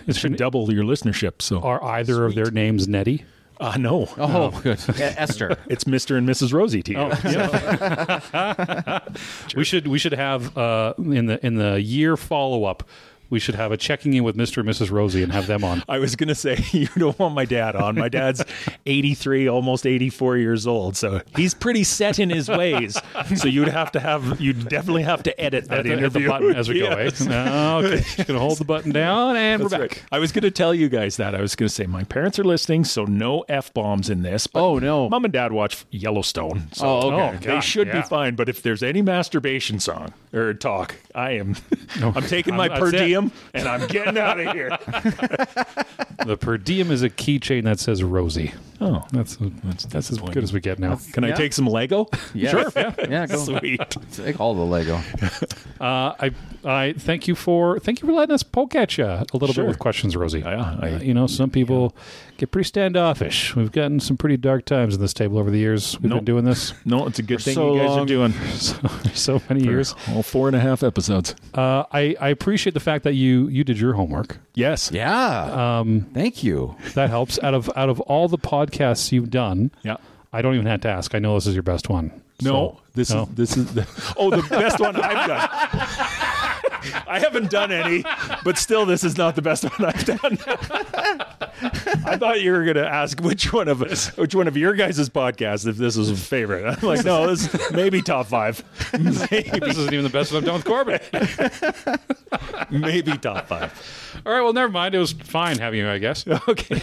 Speaker 1: It should
Speaker 4: Double your listenership. So,
Speaker 1: Are either of their names Nettie?
Speaker 4: uh, no,
Speaker 2: Oh, good. Yeah, Esther.
Speaker 4: it's Mr. and Mrs. Rosie to you.
Speaker 1: Oh, We should we should have uh, in the in the year follow up. We should have a checking in with Mr. and Mrs. Rosie and have them on.
Speaker 4: I was gonna say you don't want my dad on. My dad's 83, almost 84 years old, so he's pretty set in his ways. So you'd have to have, you'd definitely have to edit that
Speaker 1: Hit the- hit the
Speaker 4: interview
Speaker 1: button as we go.
Speaker 4: Yeah,
Speaker 1: Eh? okay, just gonna hold the button down and
Speaker 4: that's
Speaker 1: we're back.
Speaker 4: right. I was gonna tell you guys that. I was gonna say my parents are listening, so no f bombs in this. But
Speaker 2: Oh, no.
Speaker 4: mom and dad watch Yellowstone. So
Speaker 2: Oh, okay.
Speaker 4: they
Speaker 1: God,
Speaker 4: should
Speaker 1: yeah.
Speaker 4: be fine. But if there's any masturbation song or talk, I am, I'm taking my
Speaker 1: I'm-
Speaker 4: per
Speaker 1: that's it.
Speaker 4: diem and I'm getting out of here.
Speaker 1: The per diem is a keychain that says Rosie.
Speaker 4: Oh,
Speaker 1: That's that's, that's as
Speaker 4: disappointing.
Speaker 1: good as we get now.
Speaker 4: can I
Speaker 2: Yeah.
Speaker 4: take some Lego?
Speaker 2: Yes.
Speaker 4: Sure.
Speaker 2: Yeah. Yeah. Go.
Speaker 4: Sweet.
Speaker 2: Take all the Lego.
Speaker 1: Uh, I I thank you for thank you for letting us poke at you a little bit with questions, Rosie.
Speaker 4: Yeah, I-
Speaker 1: Uh, you know, some people get pretty standoffish. We've gotten some pretty dark times in this table over the years. We've
Speaker 4: Nope.
Speaker 1: been doing this
Speaker 4: No, it's a good thing
Speaker 2: so
Speaker 4: you guys
Speaker 2: long.
Speaker 4: are doing.
Speaker 1: so, so many years.
Speaker 4: All four and a half episodes.
Speaker 1: Uh, I I appreciate the fact that you you did your homework.
Speaker 4: Yes.
Speaker 2: Yeah. Um. Thank you.
Speaker 1: That helps. out of out of all the podcasts you've done,
Speaker 4: Yeah.
Speaker 1: I don't even have to ask. I know this is your best one.
Speaker 4: No,
Speaker 1: So-
Speaker 4: this
Speaker 1: no.
Speaker 4: is this is the, oh the best one I've done. I haven't done any, but still, this is not the best one I've done. I thought you were going to ask which one of us, which one of your guys' podcasts, if this was a favorite. I'm like, no, this is maybe top five, maybe,
Speaker 1: this isn't even the best one I've done with Corbin.
Speaker 4: maybe top five.
Speaker 1: all right, well, never mind. It was fine having you, I guess.
Speaker 4: Okay,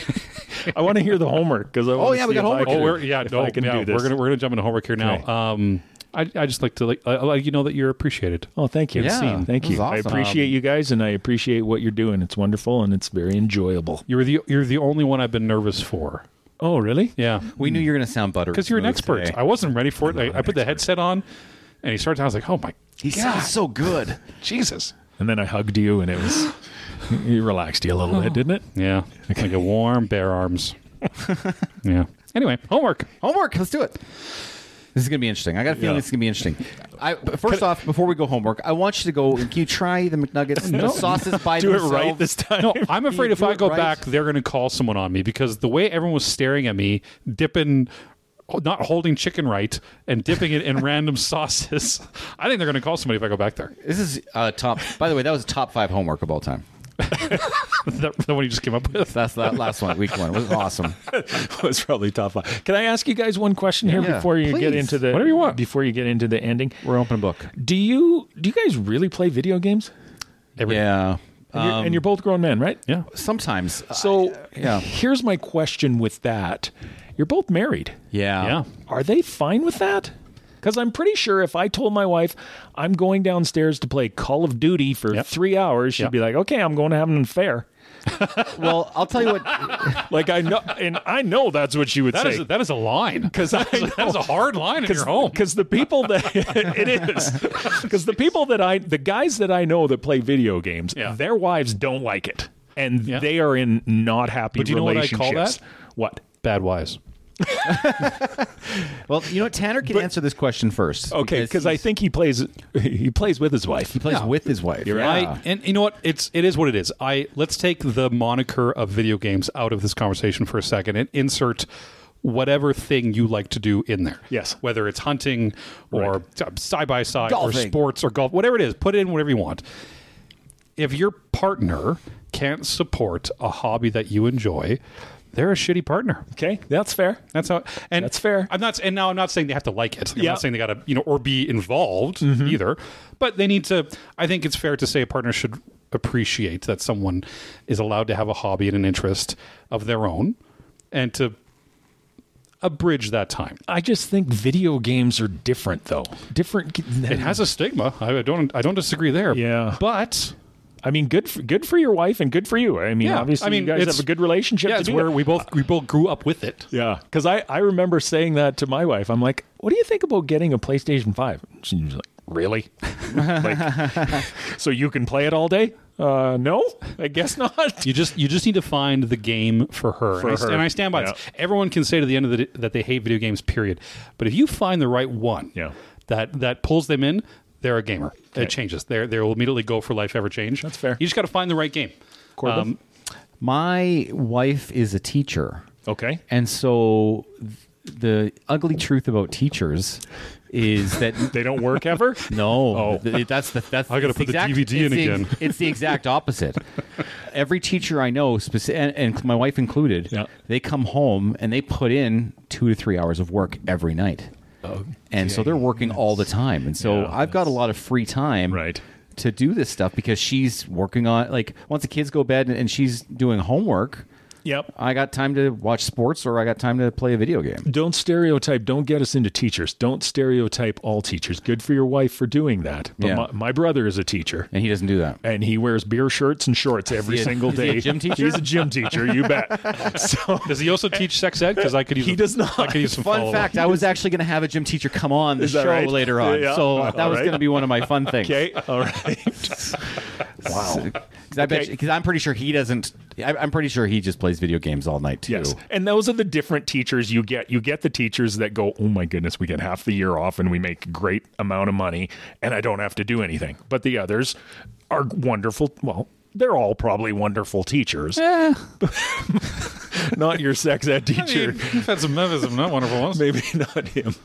Speaker 4: I want to hear the homework because I oh
Speaker 2: yeah, we got homework.
Speaker 1: Oh, we're yeah,
Speaker 4: if
Speaker 1: no,
Speaker 4: I can
Speaker 1: yeah,
Speaker 4: do this.
Speaker 1: we're gonna we're gonna jump into homework here now.
Speaker 4: Okay.
Speaker 1: Um, I I just like to like uh, like you know that you're appreciated.
Speaker 4: Oh, thank you.
Speaker 2: Yeah,
Speaker 4: Seen. thank
Speaker 2: this is
Speaker 4: you. I
Speaker 2: awesome.
Speaker 4: appreciate you guys, and I appreciate what you're doing. It's wonderful, and it's very enjoyable.
Speaker 1: You're the you're the only one I've been nervous for.
Speaker 4: Oh, really?
Speaker 1: Yeah,
Speaker 2: We knew you were going to sound buttery
Speaker 1: because you're an
Speaker 2: smooth
Speaker 1: expert.
Speaker 2: today.
Speaker 1: I wasn't ready for it. I, I put the headset on, and he started. I was like, oh my
Speaker 2: He sounds so good.
Speaker 1: Jesus.
Speaker 4: And then I hugged you, and it was it relaxed you a little bit, didn't it?
Speaker 1: Yeah, like a warm bear arms. yeah. Anyway, homework.
Speaker 2: Homework. Let's do it. This is going to be interesting. I got a feeling
Speaker 4: Yeah.
Speaker 2: this is going to be interesting. I, but first off, before we go homework, I want you to go. Can you try the McNuggets, the sauces by
Speaker 4: Do it
Speaker 2: themselves?
Speaker 4: right this time.
Speaker 1: No, I'm afraid
Speaker 2: You
Speaker 1: if
Speaker 2: do
Speaker 1: I
Speaker 2: it
Speaker 1: go
Speaker 2: right.
Speaker 1: back, they're going to call someone on me because the way everyone was staring at me, dipping, not holding chicken right, and dipping it in random sauces, I think they're going to call somebody if I go back there.
Speaker 2: This is uh, top. By the way, that was top five homework of all time.
Speaker 1: the, the one you just came up with.
Speaker 2: That's that last one, week one. It was awesome.
Speaker 4: it was probably top five. Can I ask you guys one question here
Speaker 2: Yeah.
Speaker 4: before you get
Speaker 2: Please.
Speaker 4: into the
Speaker 1: Whatever you want.
Speaker 4: Before you get into the ending,
Speaker 2: We're open book.
Speaker 4: do you do you guys really play video games?
Speaker 2: Yeah.
Speaker 4: And, you're, and you're both grown men, right?
Speaker 1: Yeah.
Speaker 2: Sometimes. uh,
Speaker 4: So
Speaker 2: yeah.
Speaker 4: here's my question with that: You're both married.
Speaker 2: yeah.
Speaker 1: Yeah.
Speaker 4: Are they fine with that? Because I'm pretty sure if I told my wife I'm going downstairs to play Call of Duty for
Speaker 1: Yep.
Speaker 4: three hours, she'd
Speaker 1: Yep.
Speaker 4: be like, okay, I'm going to have an affair.
Speaker 2: Well, I'll tell you what.
Speaker 4: Like I know, and I know that's what she would
Speaker 1: That
Speaker 4: say.
Speaker 1: is a, that is a line. Because that is a hard line in your home.
Speaker 4: Because the people that it is, because the people that I, the guys that I know that play video games,
Speaker 1: Yeah.
Speaker 4: their wives don't like it, and
Speaker 1: Yeah.
Speaker 4: they are in not happy
Speaker 1: But do you know what I
Speaker 4: relationships.
Speaker 1: call that?
Speaker 4: What?
Speaker 1: Bad wise.
Speaker 2: Well, you know, what? Tanner can answer this question first.
Speaker 4: Okay, because I
Speaker 2: he's-
Speaker 4: think he plays, he plays with his wife.
Speaker 2: he plays with his wife.
Speaker 4: You're right.
Speaker 1: I, and you know what? It's it is what it is. I let's take the moniker of video games out of this conversation for a second and insert whatever thing you like to do in there.
Speaker 4: Yes.
Speaker 1: Whether it's hunting or side by side or
Speaker 2: Golfing.
Speaker 1: sports or golf, whatever it is, put in whatever you want. If your partner can't support a hobby that you enjoy, they're a shitty partner.
Speaker 4: Okay, that's fair.
Speaker 1: That's how, and
Speaker 4: That's fair.
Speaker 1: I'm not, and now I'm not saying they have to like it. I'm
Speaker 4: Yeah. Mm-hmm.
Speaker 1: not saying they got to, you know, or be involved either. But they need to. I think it's fair to say a partner should appreciate that someone is allowed to have a hobby and an interest of their own, and to abridge that time.
Speaker 4: I just think video games are different, though. Different.
Speaker 1: It has a stigma. I don't. I don't disagree there.
Speaker 4: Yeah.
Speaker 1: but
Speaker 4: I mean, good for, good for your wife and good for you. I mean,
Speaker 1: Yeah,
Speaker 4: obviously,
Speaker 1: I mean,
Speaker 4: you guys
Speaker 1: it's-
Speaker 4: have a good relationship.
Speaker 1: yeah,
Speaker 4: to
Speaker 1: it's
Speaker 4: do
Speaker 1: where
Speaker 4: that.
Speaker 1: we both we both grew up with it.
Speaker 4: Yeah, because I, I remember saying that to my wife. I'm like, what do you think about getting a PlayStation 5? She was like, really? like, so you can play it all day? Uh, no, I guess not.
Speaker 1: You just you just need to find the game for her.
Speaker 4: For
Speaker 1: and, I,
Speaker 4: her,
Speaker 1: and I stand by this.
Speaker 4: yeah.
Speaker 1: Everyone can say to the end of the day that they hate video games, period. But if you find the right one
Speaker 4: Yeah.
Speaker 1: that that pulls them in, they're a gamer. It changes. They they will immediately go for life ever change.
Speaker 4: That's fair.
Speaker 1: You just got to find the right game. Um,
Speaker 4: Corbin?
Speaker 2: My wife is a teacher.
Speaker 4: Okay.
Speaker 2: And so th- the ugly truth about teachers is that
Speaker 4: They don't work ever?
Speaker 2: no, th- that's the that's
Speaker 1: Oh. I gotta
Speaker 2: it's
Speaker 1: put the DVD in
Speaker 2: it's the ex-
Speaker 1: again.
Speaker 2: it's the exact opposite. Every teacher I know, speci- and, and my wife included,
Speaker 4: Yeah.
Speaker 2: they come home and they put in two to three hours of work every night.
Speaker 1: Oh,
Speaker 2: And so they're working all the time. And so
Speaker 4: Yeah,
Speaker 2: I've got a lot of free time
Speaker 4: Right.
Speaker 2: to do this stuff because she's working on like once the kids go bed and she's doing homework,
Speaker 4: Yep.
Speaker 2: I got time to watch sports or I got time to play a video game.
Speaker 4: Don't stereotype. Don't get us into teachers. Don't stereotype all teachers. Good for your wife for doing that. But
Speaker 2: Yeah.
Speaker 4: my, my brother is a teacher.
Speaker 2: And he doesn't do that.
Speaker 4: And he wears beer shirts and shorts every
Speaker 2: Is he a-
Speaker 4: single
Speaker 2: is
Speaker 4: day.
Speaker 2: he a gym teacher?
Speaker 4: He's a gym teacher, you bet. So
Speaker 1: Does he also teach sex ed? Because I could use
Speaker 4: He
Speaker 1: a-
Speaker 4: does not.
Speaker 1: I could use some
Speaker 2: Fun
Speaker 1: follow-up.
Speaker 2: fact, I was actually going to have a gym teacher come on the
Speaker 4: Is that
Speaker 2: show
Speaker 4: right?
Speaker 2: later on.
Speaker 4: Yeah.
Speaker 2: So
Speaker 4: All
Speaker 2: that was
Speaker 4: right.
Speaker 2: going to be one of my fun things.
Speaker 4: okay, all right.
Speaker 2: Wow. Because I bet
Speaker 4: Okay.
Speaker 2: because I'm pretty sure he doesn't I, I'm pretty sure he just plays video games all night too.
Speaker 4: Yes. And those are the different teachers you get. You get the teachers that go, oh my goodness, we get half the year off and we make a great amount of money and I don't have to do anything. But the others are wonderful. Well, they're all probably wonderful teachers.
Speaker 2: Eh.
Speaker 4: Not your sex ed
Speaker 1: I mean,
Speaker 4: teacher.
Speaker 1: we've had some methods of not wonderful ones.
Speaker 4: Maybe not him.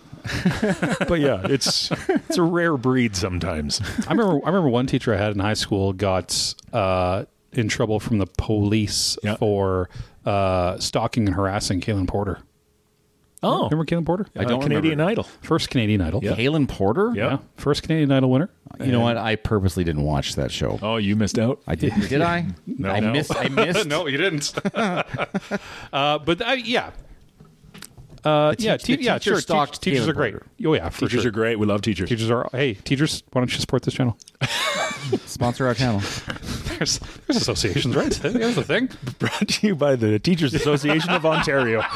Speaker 4: but yeah, it's it's a rare breed sometimes.
Speaker 1: I remember I remember one teacher I had in high school got uh, in trouble from the police
Speaker 4: Yeah.
Speaker 1: for uh, stalking and harassing Kaylin Porter.
Speaker 4: Oh.
Speaker 1: Remember Kaylin Porter?
Speaker 2: I don't
Speaker 4: Canadian
Speaker 2: remember.
Speaker 4: Idol.
Speaker 1: First Canadian Idol.
Speaker 2: Kalen Porter?
Speaker 4: Yeah.
Speaker 1: Yeah. First Canadian Idol winner.
Speaker 2: You know what? I purposely didn't watch that show.
Speaker 4: Oh, you missed out.
Speaker 2: I did. Did I?
Speaker 4: No.
Speaker 2: I
Speaker 4: No.
Speaker 2: missed. I missed.
Speaker 1: no, you didn't. uh, but I, yeah. Uh, yeah,
Speaker 2: teach- the
Speaker 1: te- yeah,
Speaker 2: teacher
Speaker 1: sure. te-
Speaker 2: stalked
Speaker 1: teachers
Speaker 2: Kaylin
Speaker 1: are great.
Speaker 2: Porter.
Speaker 1: Oh yeah, for
Speaker 4: teachers
Speaker 1: sure.
Speaker 4: are great. We love teachers.
Speaker 1: Teachers are. Hey, teachers, why don't you support this channel?
Speaker 2: Sponsor our channel.
Speaker 1: There's, there's associations, right? There's a thing.
Speaker 4: Brought to you by the Teachers Association of Ontario.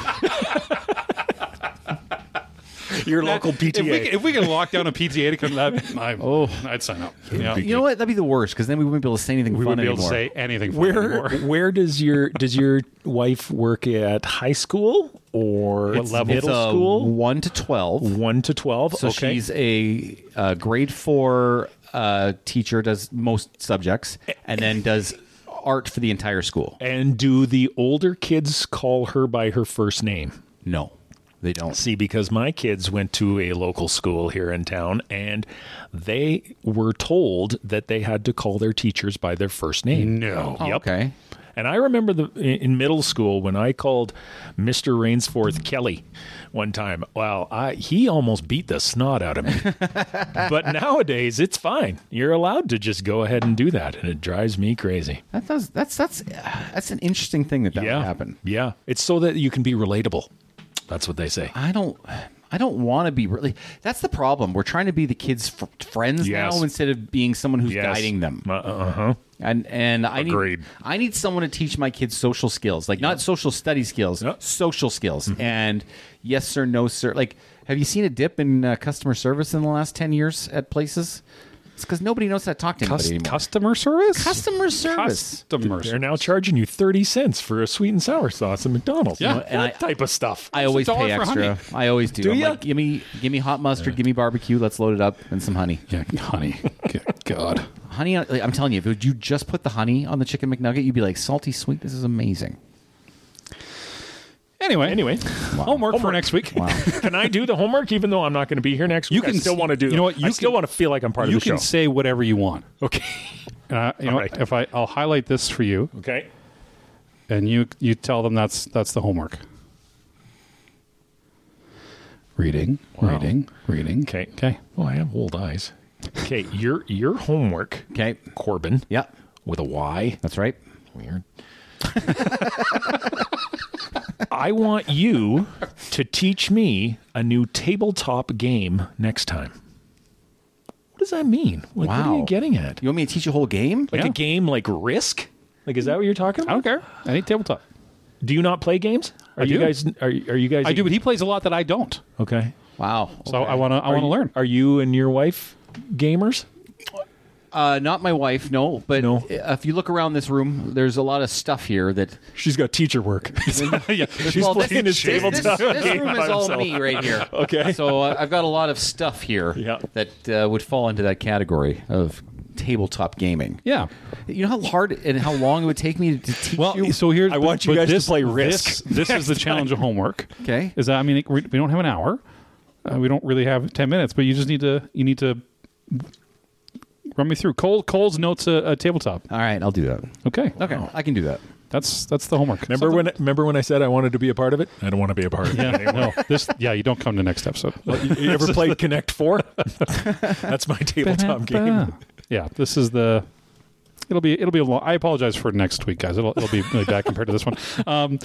Speaker 4: Your local PTA.
Speaker 1: If we, can- if we can lock down a PTA to come to that, I,
Speaker 2: Oh.
Speaker 1: I'd sign up. Yeah.
Speaker 2: You know what? That'd be the worst because then we wouldn't be able to say anything
Speaker 1: we
Speaker 2: fun
Speaker 1: wouldn't be able
Speaker 2: anymore.
Speaker 1: to say anything. Fun
Speaker 4: where
Speaker 1: anymore.
Speaker 4: where does your does your wife work at high school or
Speaker 2: It's
Speaker 4: middle
Speaker 2: a
Speaker 4: school?
Speaker 2: one to twelve.
Speaker 4: One to twelve.
Speaker 2: So
Speaker 4: okay.
Speaker 2: she's a, uh grade four uh, teacher, does most subjects, and then does art for the entire school.
Speaker 4: and do the older kids call her by her first name?
Speaker 2: No, they don't.
Speaker 4: See, because my kids went to a local school here in town and they were told that they had to call their teachers by their first name.
Speaker 1: No.
Speaker 2: Oh,
Speaker 4: Yep.
Speaker 2: Okay.
Speaker 4: And I remember the in in middle school when I called Mr. Rainsforth Kelly one time. Well, I he almost beat the snot out of me. but nowadays it's fine. You're allowed to just go ahead and do that, and it drives me crazy.
Speaker 2: That does. That's that's that's an interesting thing that that
Speaker 4: yeah,
Speaker 2: would happen.
Speaker 4: Yeah, it's so that you can be relatable. That's what they say.
Speaker 2: I don't. I don't want to be really. That's the problem. We're trying to be the kids' f- friends
Speaker 4: Yes.
Speaker 2: now instead of being someone who's
Speaker 4: Yes.
Speaker 2: guiding them.
Speaker 4: Uh huh.
Speaker 2: And and I
Speaker 4: Agreed.
Speaker 2: need I need someone to teach my kids social skills, like not social study skills,
Speaker 4: Yep.
Speaker 2: social skills.
Speaker 1: Mm-hmm.
Speaker 2: And yes sir, no sir. Like, have you seen a dip in uh, customer service in the last ten years at places? It's because nobody knows how to talk to anybody
Speaker 1: Cus-
Speaker 2: anymore.
Speaker 1: customer service?
Speaker 2: customer service.
Speaker 1: Customer
Speaker 4: They're now charging you thirty cents for a sweet and sour sauce at McDonald's.
Speaker 1: Yeah.
Speaker 4: that
Speaker 2: And I-
Speaker 4: type of stuff.
Speaker 2: I always
Speaker 1: dollar
Speaker 2: pay
Speaker 1: for
Speaker 2: extra.
Speaker 1: honey.
Speaker 2: I always do.
Speaker 4: Do
Speaker 2: I'm
Speaker 4: ya?
Speaker 2: like, give me give me hot mustard, give me barbecue. Let's load it up and some honey.
Speaker 1: Yeah, honey. Good God.
Speaker 2: Honey, uh, like, I'm telling you, if you just put the honey on the chicken McNugget, you'd be like salty sweet. This is amazing.
Speaker 1: Anyway,
Speaker 4: Anyway,
Speaker 1: homework, for next week.
Speaker 4: can I do the homework even though I'm not going to be here next
Speaker 1: You
Speaker 4: week? I
Speaker 1: can
Speaker 4: still
Speaker 1: s-
Speaker 4: want to do.
Speaker 1: you know what,
Speaker 4: I
Speaker 1: you
Speaker 4: still
Speaker 1: can-
Speaker 4: want to feel like I'm part
Speaker 1: You
Speaker 4: of the
Speaker 1: can
Speaker 4: show.
Speaker 1: say whatever you want.
Speaker 4: okay.
Speaker 1: And I, you know,
Speaker 4: All right.
Speaker 1: if I, I'll highlight this for you,
Speaker 4: Okay.
Speaker 1: and you you tell them that's that's the homework. Reading, reading, reading.
Speaker 4: Okay.
Speaker 1: okay.
Speaker 4: Well, Oh, I have old eyes. Okay, your your homework,
Speaker 2: Okay.
Speaker 4: Corbin.
Speaker 2: Yeah,
Speaker 4: With a Y.
Speaker 2: that's right.
Speaker 4: Weird. I want you to teach me a new tabletop game next time. What does that mean? Like, What are
Speaker 2: Wow.
Speaker 4: you getting at?
Speaker 2: You want me to teach you a whole game?
Speaker 4: Like
Speaker 1: Yeah.
Speaker 4: a game like Risk? Like is that what you're talking
Speaker 1: I
Speaker 4: about?
Speaker 1: don't care. Any tabletop.
Speaker 4: Do you not play games? Are
Speaker 1: I
Speaker 4: you
Speaker 1: do.
Speaker 4: guys are, are you guys
Speaker 1: I do, but he plays a lot that I don't.
Speaker 4: Okay.
Speaker 2: Wow.
Speaker 1: So I wanna I wanna learn.
Speaker 4: Are you and your wife gamers?
Speaker 2: Uh, not my wife, no. But uh,
Speaker 4: No.
Speaker 2: if you look around this room, there's a lot of stuff here that.
Speaker 4: She's got teacher work.
Speaker 1: yeah,
Speaker 4: She's
Speaker 2: Well,
Speaker 4: playing his
Speaker 2: this, this,
Speaker 4: tabletop
Speaker 2: this
Speaker 4: game
Speaker 2: room
Speaker 4: by
Speaker 2: is all
Speaker 4: himself.
Speaker 2: me right here.
Speaker 4: Okay.
Speaker 2: So uh, I've got a lot of stuff here
Speaker 4: Yeah.
Speaker 2: that uh, would fall into that category of tabletop gaming.
Speaker 1: yeah.
Speaker 2: You know how hard and how long it would take me to, to teach
Speaker 1: Well,
Speaker 2: you?
Speaker 1: so here's
Speaker 4: I want you
Speaker 1: but
Speaker 4: guys to
Speaker 1: this,
Speaker 4: play Risk
Speaker 1: This, this is the challenge of homework.
Speaker 2: Okay.
Speaker 1: is that I mean it, we, we don't have an hour, uh, we don't really have ten minutes, but you just need to you need to run me through. Cole Cole's notes a, a tabletop.
Speaker 2: All right, I'll do that.
Speaker 1: Okay,
Speaker 2: Okay, I can do that.
Speaker 1: that's that's the homework.
Speaker 4: Remember when remember when I said I wanted to be a part of it? I don't want to be a part of it.
Speaker 1: Something- yeah, no, this yeah, you don't come to next episode.
Speaker 4: you ever played Connect Four? That's my tabletop game.
Speaker 1: yeah, this is the. It'll be it'll be a long. I apologize for next week, guys. It'll, it'll be really bad compared to this one. Um,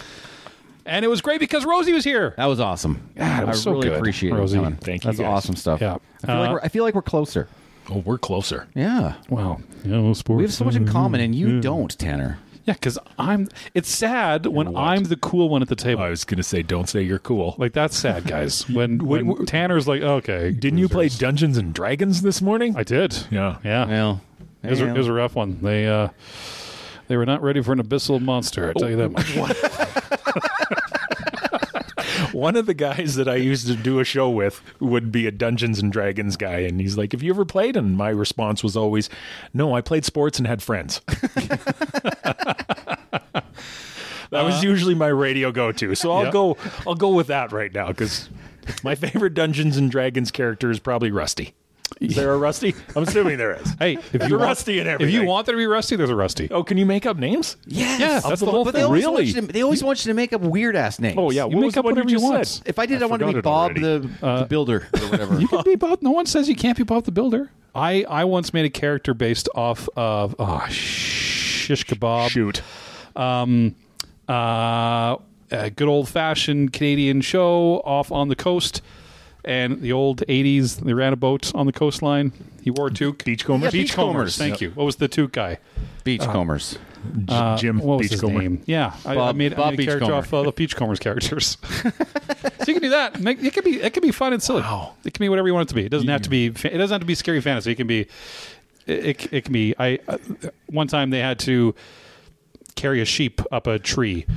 Speaker 1: and it was great because Rosie was here.
Speaker 2: That was awesome.
Speaker 1: it was
Speaker 2: I
Speaker 1: so
Speaker 2: really
Speaker 1: good,
Speaker 2: appreciate
Speaker 1: Rosie.
Speaker 2: you coming.
Speaker 4: Thank you,
Speaker 2: That's
Speaker 4: guys.
Speaker 2: awesome stuff.
Speaker 1: Yeah.
Speaker 2: I feel, like
Speaker 1: Uh,
Speaker 2: we're, I feel like we're closer.
Speaker 4: Oh, we're closer.
Speaker 2: Yeah.
Speaker 1: Wow, you know, sports.
Speaker 2: We have so much in common, and you don't, Tanner.
Speaker 1: Yeah, because I'm. It's sad when
Speaker 4: what?
Speaker 1: I'm the cool one at the table.
Speaker 4: I was gonna say, don't say you're cool.
Speaker 1: Like that's sad, guys. When when
Speaker 4: wh-
Speaker 1: Tanner's like, okay,
Speaker 4: didn't you play
Speaker 1: losers.
Speaker 4: Dungeons and Dragons this morning?
Speaker 1: I did.
Speaker 4: Yeah.
Speaker 1: yeah.
Speaker 2: Well,
Speaker 1: It, was a, it was a rough one. They uh, they were not ready for an abyssal monster. I tell you that much.
Speaker 4: One of the guys that I used to do a show with would be a Dungeons and Dragons guy, and he's like, "Have you ever played?" And my response was always, "No, I played sports and had friends." that was usually my radio go-to. So I'll
Speaker 1: Uh. Yep.
Speaker 4: go, I'll go with that right now because my favorite Dungeons and Dragons character is probably Rusty. Is there a Rusty? I'm assuming there is.
Speaker 1: Hey, if
Speaker 4: There's
Speaker 1: you
Speaker 4: a
Speaker 1: want,
Speaker 4: Rusty and
Speaker 1: if
Speaker 4: everything.
Speaker 1: you want there to be rusty, there's a rusty.
Speaker 4: oh, can you make up names?
Speaker 2: yes.
Speaker 1: Yeah, that's the whole
Speaker 2: but
Speaker 1: thing.
Speaker 2: They always,
Speaker 4: Really?
Speaker 2: want you to, they always want you to make up weird ass names.
Speaker 4: Oh yeah,
Speaker 1: You
Speaker 4: what
Speaker 1: make
Speaker 4: was the
Speaker 1: up
Speaker 4: one
Speaker 1: whatever
Speaker 4: you
Speaker 1: you want.
Speaker 4: said?
Speaker 2: If I did, I, wanted to
Speaker 4: forgot
Speaker 2: be
Speaker 4: it
Speaker 2: Bob
Speaker 4: already.
Speaker 2: the, the Builder or whatever.
Speaker 1: You can be both. No one says you can't be Bob the Builder. I I once made a character based off of oh shish kebab.
Speaker 4: Shoot.
Speaker 1: um, uh, a good old fashioned Canadian show off on the coast. And the old 80s, they ran a boat on the coastline. He wore a toque.
Speaker 4: Beachcombers? Yeah,
Speaker 1: beachcombers.
Speaker 2: beachcombers.
Speaker 1: Thank
Speaker 4: Yep.
Speaker 1: you. What was the toque guy?
Speaker 2: Beachcombers.
Speaker 4: J- Jim
Speaker 1: Uh, What was his
Speaker 4: Beachcomber.
Speaker 1: name? Yeah. I, I
Speaker 2: Bob-
Speaker 1: made, I
Speaker 2: Bob
Speaker 1: made a character
Speaker 2: Beachcomber.
Speaker 1: off uh, the Beachcombers characters. so you can do that. Make, it can be it can be fun and silly.
Speaker 4: Wow.
Speaker 1: It can be whatever you want it to be. It doesn't have to be fa- it doesn't have to be scary fantasy. It can be it, it, it can be I uh, one time they had to carry a sheep up a tree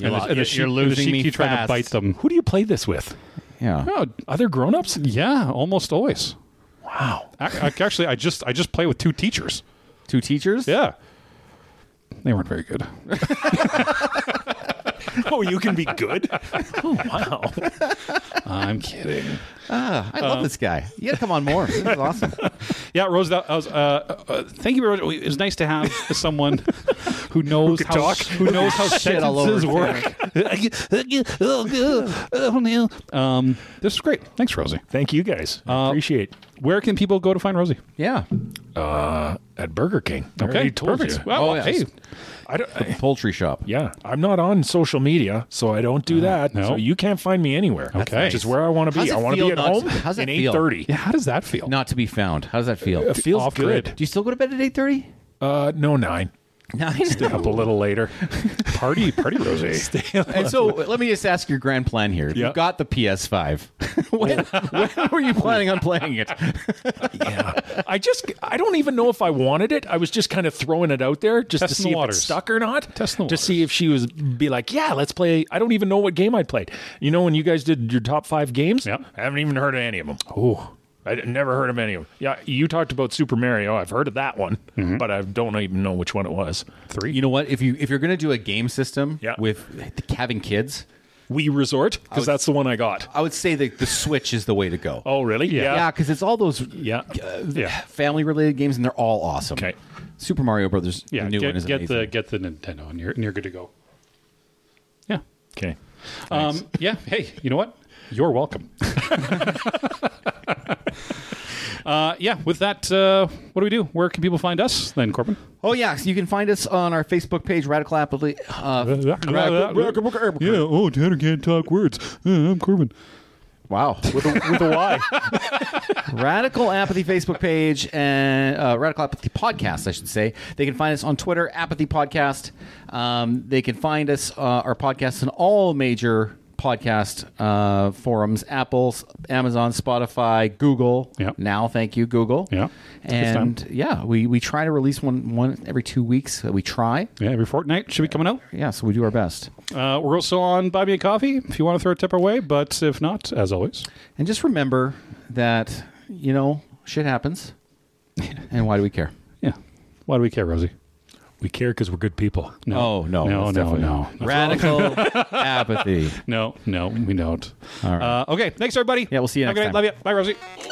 Speaker 2: You're,
Speaker 1: and the, and the sheep, and the sheep keep trying to bite them.
Speaker 4: Who do you play this with?
Speaker 2: Yeah.
Speaker 1: Oh,
Speaker 4: Other grown-ups?
Speaker 1: yeah, almost always.
Speaker 4: Wow.
Speaker 1: Ac- ac- Actually, I just I just play with two teachers.
Speaker 2: Two teachers?
Speaker 1: Yeah, they weren't very good.
Speaker 4: oh, you can be good. oh, wow.
Speaker 1: I'm kidding.
Speaker 2: Ah, I love this guy. You got to come on more. This is awesome.
Speaker 1: Yeah, Rose. That, that was, uh, uh, thank you, Rose. It was nice to have someone who knows
Speaker 4: Who could
Speaker 1: how
Speaker 4: talk.
Speaker 1: who knows how
Speaker 2: Shit all over
Speaker 1: sentences work. oh, no. Um, this is great. Thanks, Rosie.
Speaker 4: Thank you guys.
Speaker 1: Uh,
Speaker 4: I Appreciate
Speaker 1: Where can people go to find Rosie?
Speaker 2: Yeah.
Speaker 4: at Burger King. I already told
Speaker 1: perfect.
Speaker 4: you.
Speaker 1: Well,
Speaker 2: Oh, yeah.
Speaker 1: hey,
Speaker 4: I don't. I-
Speaker 2: Poultry shop.
Speaker 4: yeah, I'm not on social media, so I don't do that.
Speaker 1: Uh, no.
Speaker 4: So you can't find me anywhere.
Speaker 1: Okay.
Speaker 4: which is where I want to
Speaker 2: How's
Speaker 4: be.
Speaker 2: it
Speaker 4: I want to
Speaker 2: feel
Speaker 4: be at
Speaker 2: not-
Speaker 4: home
Speaker 2: how's it
Speaker 4: in
Speaker 2: feel?
Speaker 4: 8:30.
Speaker 1: yeah, how does that feel?
Speaker 2: Not to be found. How does that feel?
Speaker 4: It feels
Speaker 1: Off
Speaker 4: good.
Speaker 1: grid.
Speaker 2: Do you still go to bed at eight thirty?
Speaker 4: Uh, no nine.
Speaker 2: Nine.
Speaker 4: Up a little later.
Speaker 1: Party, party, Rosie.
Speaker 2: and so let me just ask your grand plan here.
Speaker 4: Yeah.
Speaker 2: You got the PS5. when, when were you planning on playing it?
Speaker 4: yeah, I just I don't even know if I wanted it. I was just kind of throwing it out there just
Speaker 1: Testing
Speaker 4: to see
Speaker 1: the
Speaker 4: if
Speaker 1: waters.
Speaker 4: it stuck or not.
Speaker 1: Testing the
Speaker 4: to
Speaker 1: waters.
Speaker 4: see if she was be like, yeah, let's play. I don't even know what game I played. You know, when you guys did your top five games,
Speaker 1: Yep.
Speaker 4: I haven't even heard of any of them. Oh. I d- never heard of any of them. Yeah, you talked about Super Mario. I've heard of that one, but I don't even know which one it was.
Speaker 1: Mm-hmm. Three.
Speaker 2: You know what? If you if you're gonna do a game system
Speaker 4: Yeah.
Speaker 2: with having kids,
Speaker 4: Wii Resort, because that's the one I got.
Speaker 2: I would say that the Switch is the way to go.
Speaker 4: Oh, really?
Speaker 2: yeah, because it's all those
Speaker 4: Yeah. Yeah. yeah.
Speaker 2: family related games and they're all awesome.
Speaker 4: Okay.
Speaker 2: Super Mario Brothers,
Speaker 1: yeah,
Speaker 2: the new
Speaker 1: get,
Speaker 2: one is
Speaker 1: get
Speaker 2: amazing.
Speaker 1: the get the Nintendo, and you're and you're good to go. Yeah.
Speaker 4: Okay.
Speaker 1: Um, yeah. Hey, you know what? You're welcome. uh, yeah. With that, uh, what do we do? Where can people find us then, Corbin?
Speaker 2: Oh yeah, so you can find us on our Facebook page, Radical Appli- uh,
Speaker 1: Yeah. Oh, Tanner can't talk words. Uh, I'm Corbin.
Speaker 2: Wow,
Speaker 4: With a, with a Y.
Speaker 2: Radical Apathy Facebook page and uh, Radical Apathy Podcast, I should say. They can find us on Twitter, Apathy Podcast. Um, they can find us uh, our podcasts in all major podcast uh, forums: Apple, S- Amazon, Spotify, Google.
Speaker 1: Yeah.
Speaker 2: Now, thank you, Google.
Speaker 1: Yeah. It's good
Speaker 2: And yeah, we, we try to release one one every two weeks. Uh, We try.
Speaker 1: Yeah. Every fortnight should be coming out.
Speaker 2: Yeah, so we do our best.
Speaker 1: Uh, we're also on Buy Me a Coffee if you want to throw a tip our way, but if not, as always,
Speaker 2: And just remember that, you know, shit happens. and why do we care?
Speaker 1: yeah. Why do we care, Rosie?
Speaker 4: we care because we're good people.
Speaker 2: No, no,
Speaker 1: Oh, no,
Speaker 2: that's
Speaker 1: no,
Speaker 2: definitely-
Speaker 1: no,
Speaker 2: Radical apathy.
Speaker 1: no, no. We don't.
Speaker 2: All right.
Speaker 1: Uh, okay. Thanks, everybody.
Speaker 2: Yeah, we'll see you
Speaker 1: Have
Speaker 2: next
Speaker 1: a great-
Speaker 2: time.
Speaker 1: Love you. Bye, Rosie.